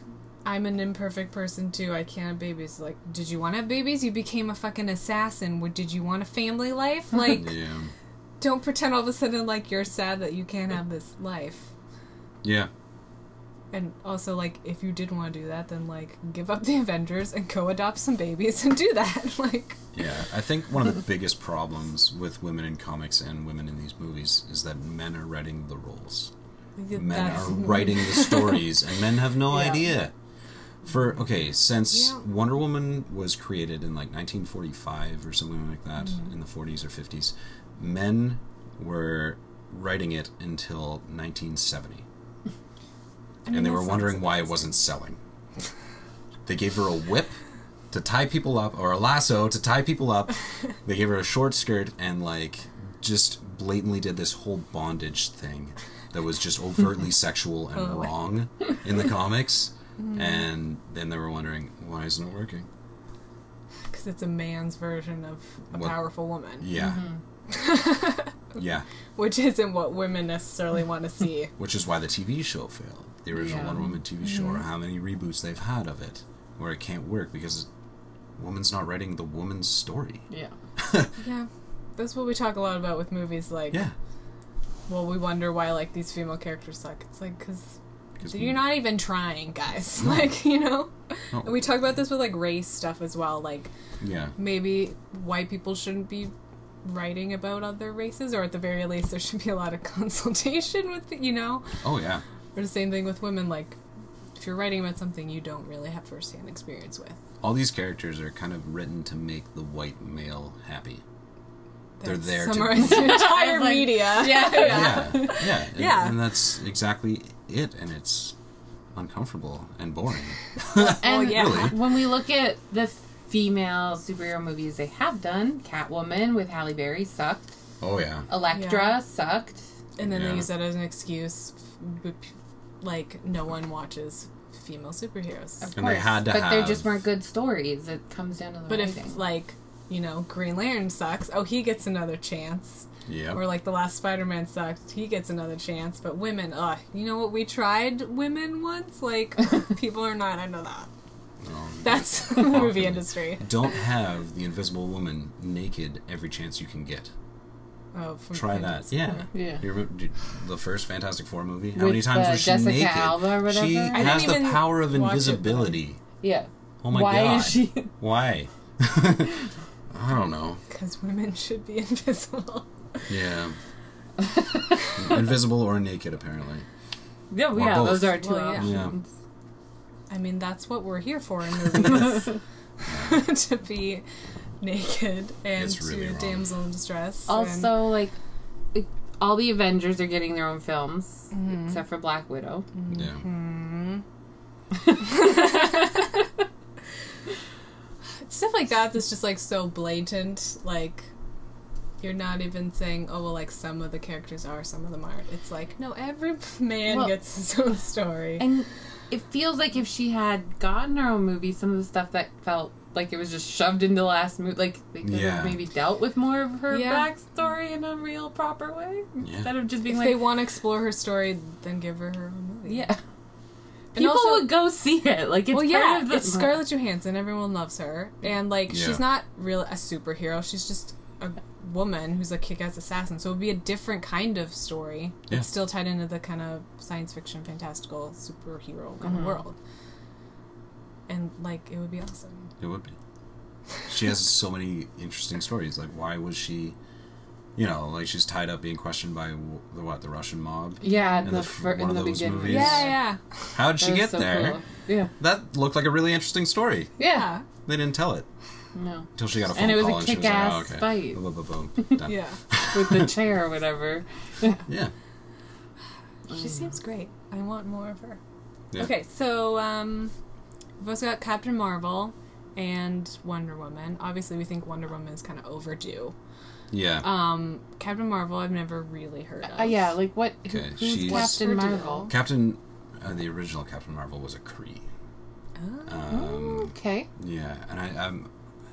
Speaker 1: I'm an imperfect person too. I can't have babies. Like, did you want to have babies? You became a fucking assassin. Would- Did you want a family life? Like,
Speaker 3: yeah,
Speaker 1: don't pretend all of a sudden like you're sad that you can't have this life.
Speaker 3: yeah,
Speaker 1: And also, like, if you did want to do that, then like, give up the Avengers and go adopt some babies and do that. like,
Speaker 3: yeah. I think one of the biggest problems with women in comics and women in these movies is that men are writing the roles. men
Speaker 1: that's-
Speaker 3: are writing the stories and men have no idea for okay since
Speaker 1: Yeah.
Speaker 3: wonder woman was created in like 1945 or something like that
Speaker 1: Mm-hmm.
Speaker 3: in the 40s or 50s men were writing it until 1970
Speaker 1: I mean,
Speaker 3: and they
Speaker 1: that
Speaker 3: were
Speaker 1: sounds-
Speaker 3: wondering why it wasn't selling they gave her a whip to tie people up or a lasso to tie people up they gave her a short skirt and like just blatantly did this whole bondage thing that was just overtly sexual and wrong in the comics and then they were wondering why isn't it working
Speaker 1: because it's a man's version of a
Speaker 3: What-
Speaker 1: powerful woman,
Speaker 3: Yeah. yeah.
Speaker 1: which isn't what women necessarily want to see.
Speaker 3: Which is why the TV show failed. The original
Speaker 2: Yeah.
Speaker 3: Wonder Woman TV show, or how many reboots they've had of it, where it can't work because woman's not writing the woman's story.
Speaker 2: Yeah.
Speaker 1: yeah, that's what we talk a lot about with movies. Like,
Speaker 3: Yeah.
Speaker 1: well, we wonder why like these female characters suck. It's like because
Speaker 3: Because
Speaker 1: you're not even trying, guys. Like, you know.
Speaker 3: No.
Speaker 1: And we talk about this with like race stuff as well. Like,
Speaker 3: Yeah.
Speaker 1: maybe white people shouldn't be writing about other races, or at the very least, there should be a lot of consultation with, you know.
Speaker 3: Oh, yeah.
Speaker 1: Or the same thing with women. Like, if you're writing about something you don't really have firsthand experience with,
Speaker 3: All these characters are kind of written to make the white male happy. They're
Speaker 1: That
Speaker 3: there to-
Speaker 1: summarizes the entire media. Yeah,
Speaker 3: Yeah. Yeah. And,
Speaker 1: Yeah.
Speaker 3: and that's exactly it. And it's uncomfortable and boring.
Speaker 2: And
Speaker 1: yeah. Really?
Speaker 2: when we look at the female superhero movies they have done, Catwoman with Halle Berry sucked.
Speaker 3: Oh, yeah.
Speaker 2: Electra
Speaker 1: Yeah.
Speaker 2: sucked.
Speaker 1: and then
Speaker 3: Yeah.
Speaker 1: they use that as an excuse. but, Like, no one watches female superheroes.
Speaker 2: Of
Speaker 3: And they
Speaker 2: course.
Speaker 3: had to
Speaker 2: but they
Speaker 3: have-
Speaker 2: just weren't good stories. It comes down to the
Speaker 1: But
Speaker 2: writing.
Speaker 1: if like you know Green Lantern sucks, oh he gets another chance.
Speaker 3: Yep.
Speaker 1: Or like the last Spider-Man sucked, he gets another chance. But women, ugh, you know what? We tried women once. Like people are not into that.
Speaker 3: Um,
Speaker 1: That's the movie industry.
Speaker 3: don't have the Invisible Woman naked every chance you can get.
Speaker 1: Oh, from
Speaker 3: Try that. Yeah.
Speaker 2: Yeah.
Speaker 3: You remember dude, the first Fantastic Four movie? How
Speaker 2: With,
Speaker 3: many times
Speaker 2: uh,
Speaker 3: was she
Speaker 2: Jessica
Speaker 3: naked?
Speaker 2: Alba or whatever?
Speaker 3: She
Speaker 2: I didn't
Speaker 3: has the
Speaker 1: even
Speaker 3: power of
Speaker 1: watch it, but-
Speaker 3: invisibility.
Speaker 2: yeah.
Speaker 3: Oh my
Speaker 2: Why
Speaker 3: god.
Speaker 2: is she?
Speaker 3: Why? I don't know.
Speaker 1: Because women should be invisible.
Speaker 3: Yeah. Invisible or naked, apparently.
Speaker 2: Yeah,
Speaker 3: Or
Speaker 2: yeah,
Speaker 3: both.
Speaker 2: those are two
Speaker 1: Well, yeah.
Speaker 3: Yeah.
Speaker 2: options.
Speaker 1: I mean, that's what we're here for in movies. to be naked and
Speaker 3: It's really
Speaker 1: to
Speaker 3: wrong.
Speaker 1: damsel in distress. and-
Speaker 2: Also, like, it- all the Avengers are getting their own films,
Speaker 1: Mm-hmm.
Speaker 2: except for Black Widow. Mm-hmm.
Speaker 3: Yeah.
Speaker 1: stuff like that that's just like so blatant like you're not even saying oh well like some of the characters are some of them aren't it's like no every man
Speaker 2: Well-
Speaker 1: gets his own story
Speaker 2: And it feels like if she had gotten her own movie, some of the stuff that felt like it was just shoved into the last movie, like they could
Speaker 3: Yeah.
Speaker 2: have maybe dealt with more of her
Speaker 1: Yeah.
Speaker 2: backstory in a real proper way instead of just being
Speaker 1: if
Speaker 2: like,
Speaker 1: they want to explore her story then give her her own movie
Speaker 2: yeah.
Speaker 1: And
Speaker 2: People
Speaker 1: also-
Speaker 2: would go see it. Like it's
Speaker 1: well
Speaker 2: part
Speaker 1: yeah
Speaker 2: of the
Speaker 1: it's scarlett johansson everyone loves her and like
Speaker 3: Yeah.
Speaker 1: she's not real a superhero she's just a woman who's a kick-ass assassin so it would be a different kind of story
Speaker 3: Yeah.
Speaker 1: it's still tied into the kind of science fiction fantastical superhero kind of world and like it would be awesome
Speaker 3: It would be. She has so many interesting stories. Like, why was she, you know, like she's tied up being questioned by w- the what the Russian mob?
Speaker 2: Yeah,
Speaker 3: in
Speaker 2: the,
Speaker 3: the f-
Speaker 2: fir-
Speaker 3: one
Speaker 2: in
Speaker 3: of
Speaker 2: the
Speaker 3: those
Speaker 2: beginning.
Speaker 3: movies.
Speaker 1: Yeah, yeah.
Speaker 3: How did she
Speaker 2: That was
Speaker 3: get
Speaker 2: so
Speaker 3: there?
Speaker 2: cool. Yeah.
Speaker 3: That looked like a really interesting story.
Speaker 2: yeah,
Speaker 3: They didn't tell it
Speaker 2: No,
Speaker 3: until she got a phone
Speaker 2: And it was
Speaker 3: call
Speaker 2: a
Speaker 3: and she was like, "Oh,
Speaker 2: kick-ass
Speaker 3: okay."
Speaker 2: fight.
Speaker 3: Boom, boom, boom, boom. Done.
Speaker 1: Yeah.
Speaker 2: with the chair or whatever.
Speaker 3: yeah.
Speaker 2: Mm.
Speaker 1: She seems great. I want more of her.
Speaker 3: Yeah.
Speaker 1: Okay, so um we've also got Captain Marvel and Wonder Woman. Obviously we think Wonder Woman is kinda overdue.
Speaker 3: Yeah.
Speaker 1: Um Captain Marvel I've never really heard of.
Speaker 2: Uh, yeah, like what? who-
Speaker 3: Okay,
Speaker 2: who's
Speaker 3: she's-
Speaker 2: Captain
Speaker 1: What's her
Speaker 2: Marvel?
Speaker 3: Captain, uh, the original Captain Marvel was a Cree. Um,
Speaker 2: Okay,
Speaker 3: yeah, and I, I'm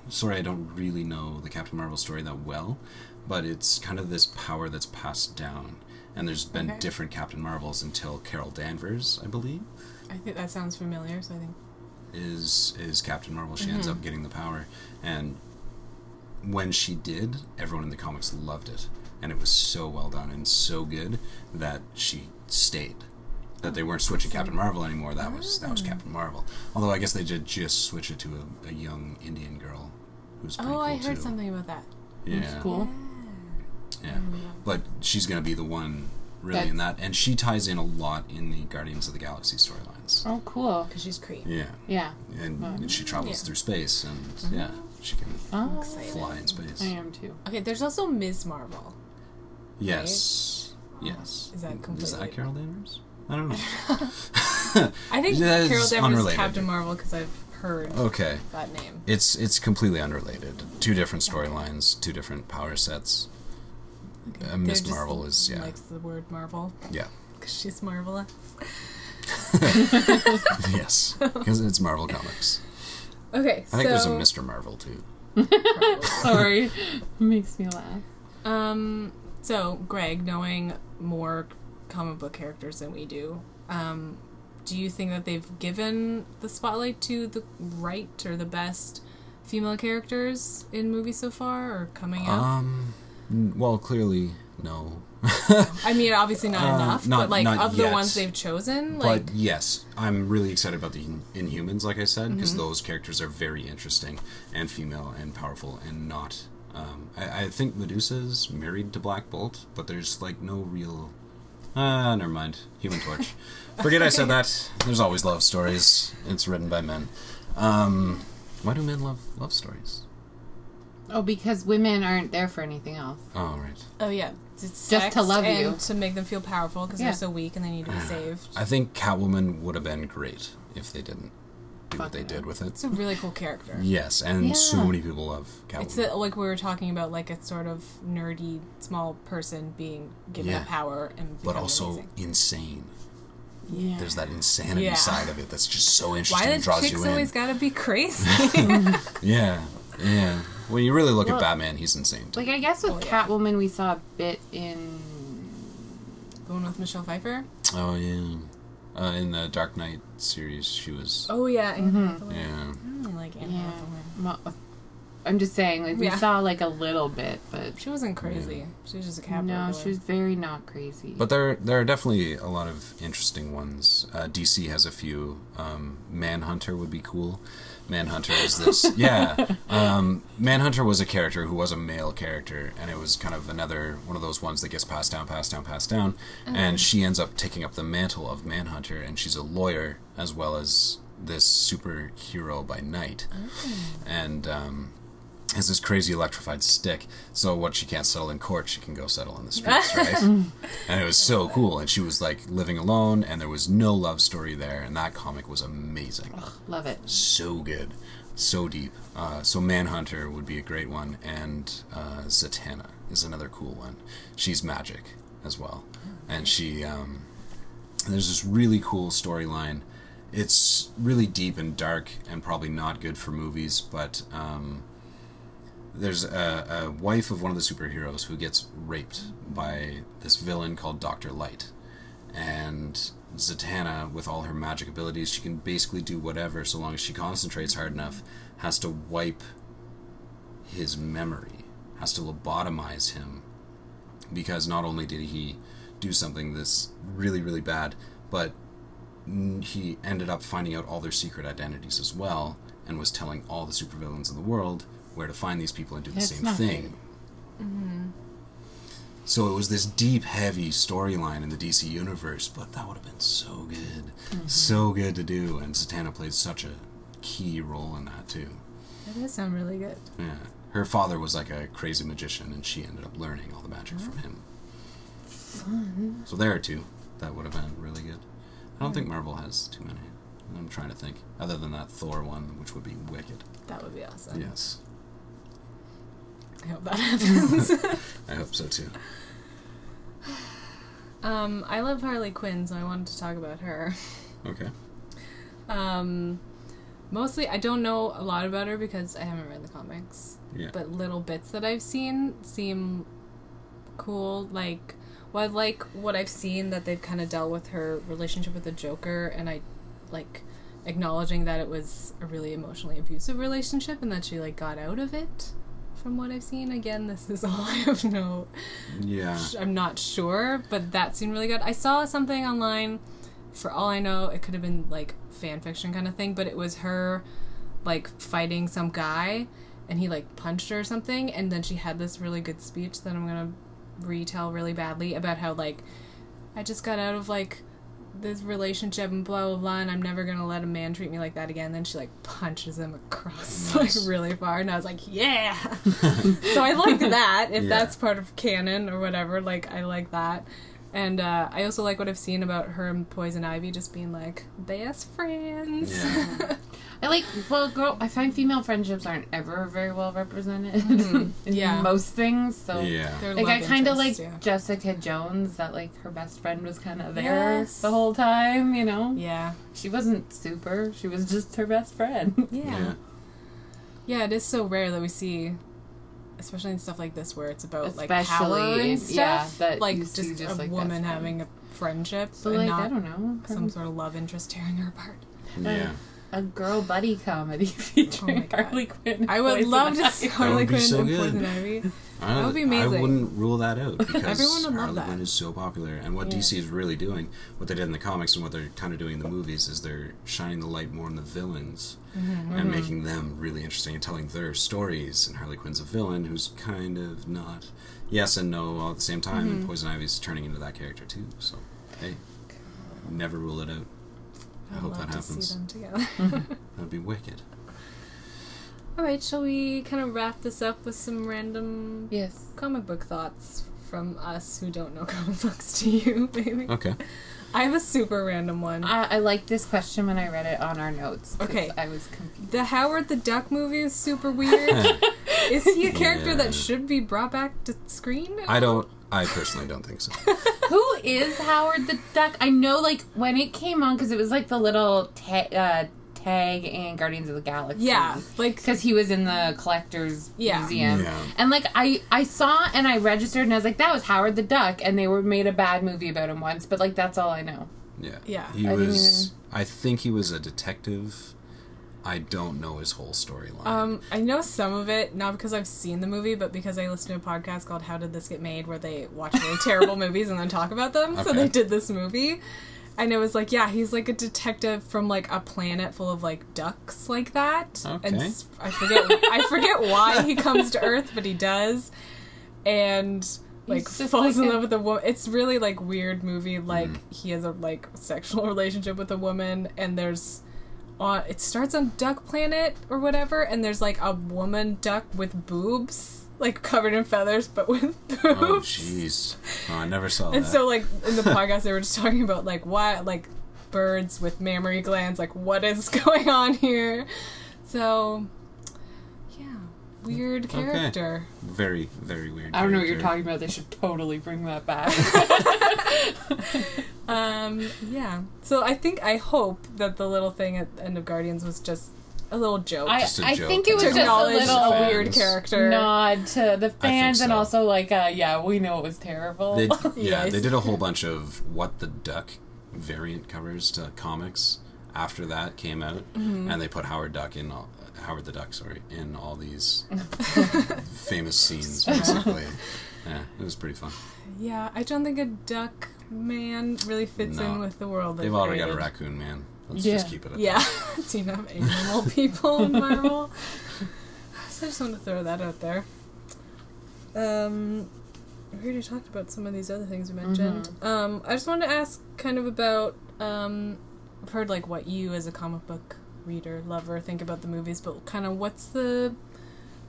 Speaker 3: sorry I don't really know the Captain Marvel story that well, but it's kind of this power that's passed down. And there's been
Speaker 1: Okay.
Speaker 3: different Captain Marvels until Carol Danvers, I believe,
Speaker 1: I think that sounds familiar, so I think
Speaker 3: is is Captain Marvel. She
Speaker 1: Mm-hmm.
Speaker 3: ends up getting the power, and when she did, everyone in the comics loved it, and it was so well done and so good that she stayed. That they weren't switching Captain Marvel anymore. That was that was
Speaker 1: Ah.
Speaker 3: Captain Marvel. Although I guess they did just switch it to a, a young Indian girl, who's pretty
Speaker 1: Oh,
Speaker 3: cool
Speaker 1: I heard
Speaker 3: too.
Speaker 1: something about that.
Speaker 3: Yeah,
Speaker 2: cool.
Speaker 3: yeah.
Speaker 1: Mm-hmm.
Speaker 3: But she's gonna be the one really in that, and she ties in a lot in the Guardians of the Galaxy storylines.
Speaker 2: Oh, cool.
Speaker 1: Because she's Cree.
Speaker 3: Yeah
Speaker 2: Yeah,
Speaker 3: and she travels through space, and
Speaker 1: Mm-hmm.
Speaker 3: yeah, she can
Speaker 2: Oh.
Speaker 3: fly in space.
Speaker 2: I am too.
Speaker 1: Okay, there's also Ms. Marvel.
Speaker 3: Yes, yes.
Speaker 1: Is that
Speaker 3: Is
Speaker 1: completely-
Speaker 3: that Carol Danvers? I don't know.
Speaker 1: I think
Speaker 3: That is
Speaker 1: Carol Danvers
Speaker 3: unrelated. Oh.
Speaker 1: is Captain Marvel because I've heard
Speaker 3: Okay,
Speaker 1: that name.
Speaker 3: it's it's completely unrelated. Two different storylines, two different power sets. Uh,
Speaker 1: They're
Speaker 3: Miss
Speaker 1: just-
Speaker 3: Marvel is yeah,
Speaker 1: likes the word Marvel
Speaker 3: yeah,
Speaker 1: because she's marvelous.
Speaker 3: yes, because it's Marvel comics.
Speaker 1: Okay,
Speaker 3: I think
Speaker 1: so
Speaker 3: there's a Mister Marvel too.
Speaker 2: Sorry. Makes me laugh.
Speaker 1: Um, so, Greg, knowing more comic book characters than we do, um, do you think that they've given the spotlight to the right or the best female characters in movies so far or coming out?
Speaker 3: Um, n- well, clearly no.
Speaker 1: I mean, obviously not
Speaker 3: uh,
Speaker 1: enough,
Speaker 3: not-
Speaker 1: but like
Speaker 3: not
Speaker 1: of
Speaker 3: yet.
Speaker 1: the ones they've chosen, like
Speaker 3: but yes, I'm really excited about the In- Inhumans, like I said,
Speaker 1: Mm-hmm.
Speaker 3: because those characters are very interesting and female and powerful and not. Um, I, I think Medusa's married to Black Bolt, but there's like no real. Ah, never mind. Human Torch. Forget I said that. There's always love stories. It's written by men. Um, why do men love love stories?
Speaker 2: Oh, because women aren't there for anything else.
Speaker 3: Oh, right.
Speaker 1: oh yeah, it's
Speaker 2: to
Speaker 1: sex
Speaker 2: love
Speaker 1: and
Speaker 2: you.
Speaker 1: to make them feel powerful because
Speaker 2: Yeah.
Speaker 1: they're so weak and they need to be saved.
Speaker 3: I think Catwoman would have been great if they didn't do what they
Speaker 2: Fucking
Speaker 3: did with it.
Speaker 1: It's a really cool character.
Speaker 3: Yes, and so
Speaker 2: Yeah.
Speaker 3: many people love Catwoman.
Speaker 1: It's a, like we were talking about, like a sort of nerdy small person being given
Speaker 3: Yeah.
Speaker 1: power and
Speaker 3: but
Speaker 1: becoming
Speaker 3: also
Speaker 1: amazing.
Speaker 3: insane.
Speaker 2: Yeah.
Speaker 3: There's that insanity
Speaker 1: Yeah.
Speaker 3: side of it that's just so interesting.
Speaker 1: why
Speaker 3: and
Speaker 1: the
Speaker 3: draws
Speaker 1: chicks
Speaker 3: you in.
Speaker 1: always gotta be crazy?
Speaker 3: yeah, yeah. When you really look
Speaker 2: Well-
Speaker 3: at Batman, he's insane. Too.
Speaker 2: Like I guess with
Speaker 1: Oh,
Speaker 2: Catwoman, we saw a bit in.
Speaker 1: the one with Michelle Pfeiffer.
Speaker 3: oh yeah. Uh, in the Dark Knight series, she was.
Speaker 1: Oh yeah, Anne Hathaway.
Speaker 3: Yeah.
Speaker 1: I really like Anne
Speaker 2: Mm-hmm. Yeah.
Speaker 1: Hathaway.
Speaker 2: Well, I'm just saying, like we
Speaker 1: Yeah.
Speaker 2: saw like a little bit, but
Speaker 1: She wasn't crazy. She was just a cat.
Speaker 2: no,
Speaker 1: burglar.
Speaker 2: she was very not crazy.
Speaker 3: But there, there are definitely a lot of interesting ones. Uh, DC has a few. Um, Manhunter would be cool. Manhunter is this, yeah. Um, Manhunter was a character who was a male character, and it was kind of another one of those ones that gets passed down, passed down, passed down, and she ends up taking up the mantle of Manhunter, and she's a lawyer as well as this superhero by night, and. Um, has this crazy electrified stick. So what she can't settle in court, she can go settle in the streets, right? and it was so cool. And she was like living alone, and there was no love story there. And that comic was amazing,
Speaker 2: Love it.
Speaker 3: so good, so deep. Uh, so Manhunter would be a great one, and uh, Zatanna is another cool one. She's magic as well, and she um, there's this really cool storyline. It's really deep and dark, and probably not good for movies, but. Um, there's a, a wife of one of the superheroes who gets raped by this villain called Doctor Light, and Zatanna, with all her magic abilities, she can basically do whatever so long as she concentrates hard enough. Has to wipe his memory, has to lobotomize him, because not only did he do something that's really really bad, but n- he ended up finding out all their secret identities as well and was telling all the supervillains in the world where to find these people and do the
Speaker 2: That's
Speaker 3: same
Speaker 2: not
Speaker 3: thing. Mm-hmm. So it was this deep, heavy storyline in the DC universe, but that would have been so good,
Speaker 2: Mm-hmm.
Speaker 3: so good to do. And Zatanna played such a key role in that too.
Speaker 1: That does sound really good.
Speaker 3: Yeah, her father was like a crazy magician, and she ended up learning all the magic from him. So there are two that would have been really good. I don't think Marvel has too many. I'm trying to think, other than that Thor one, which would be wicked.
Speaker 1: That would be awesome.
Speaker 3: Yes,
Speaker 1: I hope that happens.
Speaker 3: I hope so too.
Speaker 1: um, I love Harley Quinn, so I wanted to talk about her.
Speaker 3: Okay.
Speaker 1: Um, mostly, I don't know a lot about her because I haven't read the comics.
Speaker 3: Yeah.
Speaker 1: But little bits that I've seen seem cool. Like, well, I like what I've seen that they've kind of dealt with her relationship with the Joker, and I like acknowledging that it was a really emotionally abusive relationship and that she like got out of it. From what I've seen, again, this is all I have no
Speaker 3: Yeah.
Speaker 1: I'm not sure, but that seemed really good. I saw something online. For all I know, it could have been like fan fiction kind of thing, but it was her like fighting some guy, and he like punched her or something, and then she had this really good speech that I'm gonna retell really badly about how like I just got out of like this relationship and blah blah blah, and I'm never gonna let a man treat me like that again. Then she like punches him across like really far, and I was like, yeah. so I like that if
Speaker 3: Yeah.
Speaker 1: that's part of canon or whatever. Like I like that, and uh, I also like what I've seen about her and Poison Ivy just being like best friends.
Speaker 3: Yeah.
Speaker 2: I like well, girl. I find female friendships aren't ever very well represented in
Speaker 1: Mm-hmm. Yeah.
Speaker 2: most things. So
Speaker 3: Yeah.
Speaker 1: Their
Speaker 2: like I
Speaker 1: love
Speaker 2: kind of like
Speaker 1: interest, yeah.
Speaker 2: Jessica Jones, that like her best friend was kind of there
Speaker 1: Yes.
Speaker 2: the whole time. You know,
Speaker 1: Yeah.
Speaker 2: she wasn't super. She was just her best friend.
Speaker 1: yeah,
Speaker 3: Yeah.
Speaker 1: Yeah, it is so rare that we see, especially in stuff like this where it's about like
Speaker 2: Especially,
Speaker 1: power and stuff.
Speaker 2: yeah, that
Speaker 1: like
Speaker 2: you
Speaker 1: just,
Speaker 2: see just
Speaker 1: a
Speaker 2: like that
Speaker 1: woman
Speaker 2: stuff.
Speaker 1: having a friendship
Speaker 2: So
Speaker 1: and
Speaker 2: like
Speaker 1: not
Speaker 2: I don't know,
Speaker 1: some sort of love interest tearing her apart.
Speaker 3: Yeah.
Speaker 2: a girl buddy comedy featuring
Speaker 1: God.
Speaker 2: Harley Quinn.
Speaker 1: I would
Speaker 2: Poison
Speaker 1: love to
Speaker 2: Ivy.
Speaker 1: see Harley
Speaker 3: would be
Speaker 1: Quinn
Speaker 3: so
Speaker 1: and
Speaker 3: good.
Speaker 1: Poison Ivy.
Speaker 3: I,
Speaker 1: would be
Speaker 3: I
Speaker 1: amazing.
Speaker 3: wouldn't rule that out because
Speaker 1: Everyone would love
Speaker 3: Harley
Speaker 1: that.
Speaker 3: Quinn is so popular, and what DC is really doing, what they did in the comics and what they're kind of doing in the movies, is they're shining the light more on the villains
Speaker 1: Mm-hmm,
Speaker 3: and making them really interesting and telling their stories. And Harley Quinn's a villain who's kind of not yes and no all at the same time,
Speaker 1: Mm-hmm.
Speaker 3: and Poison Ivy's turning into that character too. So hey, never rule it out. I,
Speaker 1: I'd
Speaker 3: hope
Speaker 1: love
Speaker 3: that
Speaker 1: to
Speaker 3: happens.
Speaker 1: see them together.
Speaker 3: That'd be wicked.
Speaker 1: All right, shall we kind of wrap this up with some random
Speaker 2: Yes.
Speaker 1: comic book thoughts from us who don't know comic books to you, maybe?
Speaker 3: Okay.
Speaker 1: I have a super random one.
Speaker 2: I, I like this question when I read it on our notes. 'cause
Speaker 1: Okay.
Speaker 2: I was confused.
Speaker 1: the Howard the Duck movie is super weird. is he a character
Speaker 3: Yeah.
Speaker 1: that should be brought back to screen?
Speaker 3: I don't. I personally don't think so.
Speaker 2: Who is Howard the Duck? I know, like when it came on, because it was like the little ta- uh, tag and Guardians of the Galaxy.
Speaker 1: yeah, like
Speaker 2: because he was in the collector's
Speaker 1: Yeah.
Speaker 2: museum
Speaker 3: Yeah.
Speaker 2: and like i i saw and i registered and i was like that was howard the duck and they were made a bad movie about him once but like that's all i know
Speaker 3: Yeah.
Speaker 1: Yeah,
Speaker 3: He
Speaker 2: I didn't
Speaker 3: was. I think he was a detective. I don't know his whole storyline.
Speaker 1: Um, I know some of it, not because I've seen the movie, but because I listen to a podcast called How Did This Get Made, where they watch really terrible movies and then talk about them. So
Speaker 3: Okay.
Speaker 1: they did this movie. And it was like, yeah, he's like a detective from like a planet full of like ducks like that. And
Speaker 3: Okay.
Speaker 1: s- I forget I forget why he comes to Earth, but he does. And like
Speaker 2: He's just
Speaker 1: falls
Speaker 2: like
Speaker 1: in
Speaker 2: a-
Speaker 1: love with a woman. It's really like weird movie. Like
Speaker 3: Mm.
Speaker 1: he has a like sexual relationship with a woman, and there's on uh, it starts on Duck Planet or whatever, and there's like a woman duck with boobs, like covered in feathers, but with boobs.
Speaker 3: oh jeez. Oh, I never saw
Speaker 1: and
Speaker 3: that.
Speaker 1: so like in the podcast they were just talking about like why like birds with mammary glands, like what is going on here? So yeah. Weird character.
Speaker 3: very, very weird.
Speaker 2: i don't know what you're
Speaker 3: character.
Speaker 2: talking about they should totally bring that back
Speaker 1: Um, yeah. So I think I hope that the little thing at the end of Guardians was just a little joke.
Speaker 2: i,
Speaker 3: Just a
Speaker 2: I
Speaker 3: joke.
Speaker 2: think it was
Speaker 1: to
Speaker 2: just a
Speaker 1: acknowledge
Speaker 2: little
Speaker 1: a
Speaker 3: fans.
Speaker 1: weird character.
Speaker 2: nod to the fans and
Speaker 3: so.
Speaker 2: also like uh, yeah we know it was terrible
Speaker 3: They, yeah,
Speaker 1: Yes.
Speaker 3: they did a whole bunch of what the duck variant covers to comics after that came out,
Speaker 1: Mm-hmm.
Speaker 3: and they put Howard Duck in all, Howard the Duck, sorry, in all these famous scenes basically. yeah, it was pretty fun.
Speaker 1: Yeah, I don't think a duck man really fits
Speaker 3: No.
Speaker 1: in with the world.
Speaker 3: They've already got a
Speaker 1: rack.
Speaker 3: raccoon man. Let's
Speaker 2: Yeah.
Speaker 3: just keep it. At
Speaker 1: Yeah, do you not have animal people in Marvel? so I just want to throw that out there. Um, we already talked about some of these other things we mentioned.
Speaker 3: Mm-hmm.
Speaker 1: Um, I just wanted to ask kind of about um, I've heard like what you as a comic book reader lover think about the movies, but kind of what's the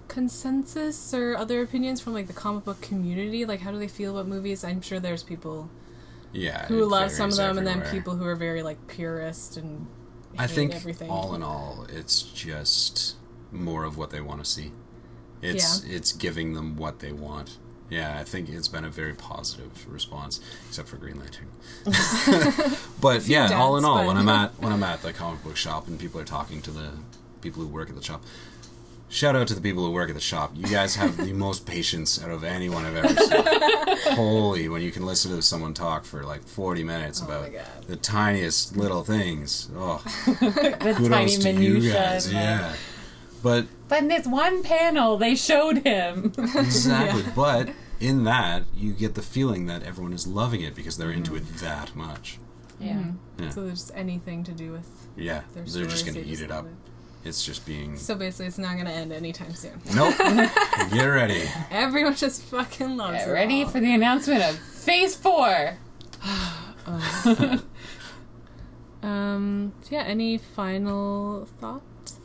Speaker 1: consensus or other opinions from like the comic book community? Like, how do they feel about movies? I'm sure there's people
Speaker 3: that. Yeah,
Speaker 1: who
Speaker 3: it
Speaker 1: love some of
Speaker 3: varies
Speaker 1: them, and then
Speaker 3: everywhere.
Speaker 1: people who are very like purist and
Speaker 3: I
Speaker 1: hate
Speaker 3: think
Speaker 1: everything.
Speaker 3: all in all, it's just more of what they want to see. It's it's giving them what they want. Yeah, I think it's been a very positive response, except for Green Lantern. but yeah, all in
Speaker 1: dents,
Speaker 3: all,
Speaker 1: but-
Speaker 3: when I'm at when I'm at the comic book shop and people are talking to the people who work at the shop. Shout out to the people who work at the shop. You guys have the most patience out of anyone I've ever seen holy when you can listen to someone talk for like 40 minutes
Speaker 1: Oh
Speaker 3: about the tiniest little things oh
Speaker 2: the
Speaker 3: kudos
Speaker 2: tiny
Speaker 3: to you
Speaker 2: minutia
Speaker 3: guys
Speaker 2: and, like,
Speaker 3: yeah but
Speaker 2: but in this one panel they showed him
Speaker 3: exactly but in that you get the feeling that everyone is loving it because they're into it that much
Speaker 2: yeah
Speaker 3: Yeah.
Speaker 1: So there's anything to do with
Speaker 3: yeah
Speaker 1: their
Speaker 3: they're
Speaker 1: stories,
Speaker 3: just gonna
Speaker 1: they
Speaker 3: eat
Speaker 1: just
Speaker 3: it
Speaker 1: love
Speaker 3: up it's just being
Speaker 1: So basically, it's not going to end anytime soon.
Speaker 3: nope get ready
Speaker 1: Everyone just fucking loves
Speaker 2: Get
Speaker 1: it.
Speaker 2: ready
Speaker 1: all.
Speaker 2: for the announcement of phase four
Speaker 1: Um. so Yeah. Any final thoughts?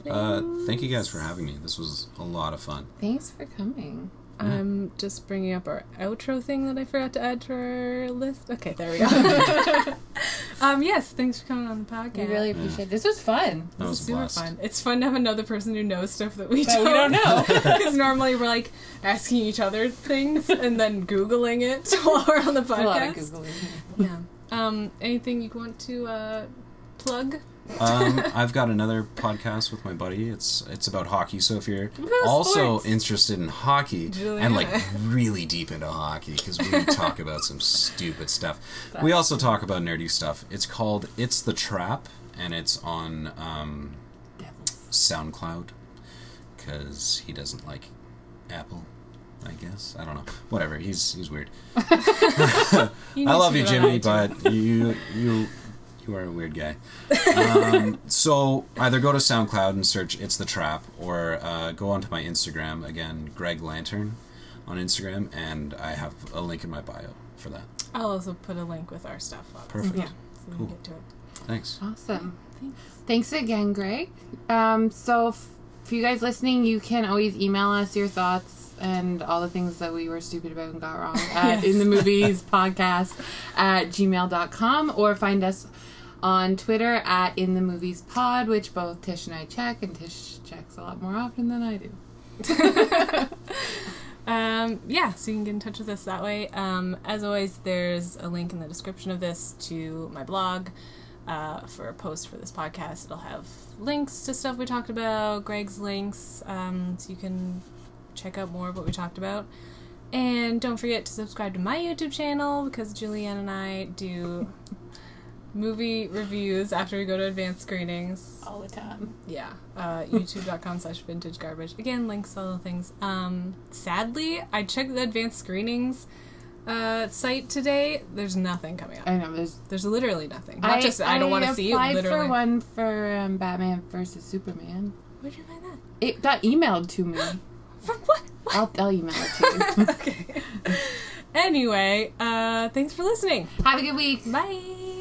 Speaker 3: uh, thank you guys for having me this was a lot of fun
Speaker 2: thanks for coming
Speaker 1: I'm just bringing up our outro thing that I forgot to add to our list. Okay, there we go. um. Yes. Thanks for coming on the podcast.
Speaker 2: We really appreciate This was fun.
Speaker 3: that
Speaker 1: It's
Speaker 3: was a
Speaker 1: super
Speaker 3: blast
Speaker 1: fun. It's fun to have another person who knows stuff that we
Speaker 2: But we don't know.
Speaker 1: Because normally we're like asking each other things and then Googling it while we're on the podcast.
Speaker 2: a lot of Googling.
Speaker 1: Yeah. Um, anything you want to uh, plug?
Speaker 3: Um, I've got another podcast with my buddy. It's it's about hockey. So if you're
Speaker 1: Woohoo,
Speaker 3: also
Speaker 1: sports.
Speaker 3: interested in hockey
Speaker 1: Juliana.
Speaker 3: and like really deep into hockey, because we talk about some stupid stuff. We also talk about nerdy stuff. It's called "It's the Trap" and it's on um, SoundCloud because he doesn't like Apple. I guess I don't know. Whatever. He's he's weird. I
Speaker 1: need
Speaker 3: love
Speaker 1: to uh,
Speaker 3: you,
Speaker 1: get on
Speaker 3: Jimmy,
Speaker 1: iTunes.
Speaker 3: but you you you are a weird guy. Um, so either go to SoundCloud and search "It's the Trap" or uh, go onto my Instagram again, Greg Lantern, on Instagram, and I have a link in my bio for that.
Speaker 1: I'll also put a link with our stuff up.
Speaker 3: Perfect.
Speaker 2: Yeah.
Speaker 1: So we
Speaker 3: Cool.
Speaker 1: can get to it.
Speaker 3: Thanks.
Speaker 2: Awesome. Thanks again, Greg. Um, so, f- for you guys listening, you can always email us your thoughts and all the things that we were stupid about and got wrong at in the movies podcast at gmail.com or find us on Twitter at in the movies pod, which both Tish and I check, and Tish checks a lot more often than I do.
Speaker 1: Um, yeah, so you can get in touch with us that way. Um, as always, there's a link in the description of this to my blog uh, for a post for this podcast. It'll have links to stuff we talked about, Greg's links, um, so you can check out more of what we talked about. And don't forget to subscribe to my YouTube channel because Julianne and I do movie reviews after we go to advanced screenings
Speaker 2: All the time.
Speaker 1: yeah uh, youtube.com slash vintage garbage again links to all the things um sadly i checked the advanced screenings uh site today there's nothing coming up
Speaker 2: I know. There's.
Speaker 1: there's literally nothing not just i don't want to see you
Speaker 2: applied
Speaker 1: literally
Speaker 2: for one for um, Batman versus Superman.
Speaker 1: where'd you find that
Speaker 2: It got emailed to me.
Speaker 1: from what, what?
Speaker 2: I'll, I'll email it to you.
Speaker 1: okay anyway uh thanks for listening
Speaker 2: Have a good week.
Speaker 1: bye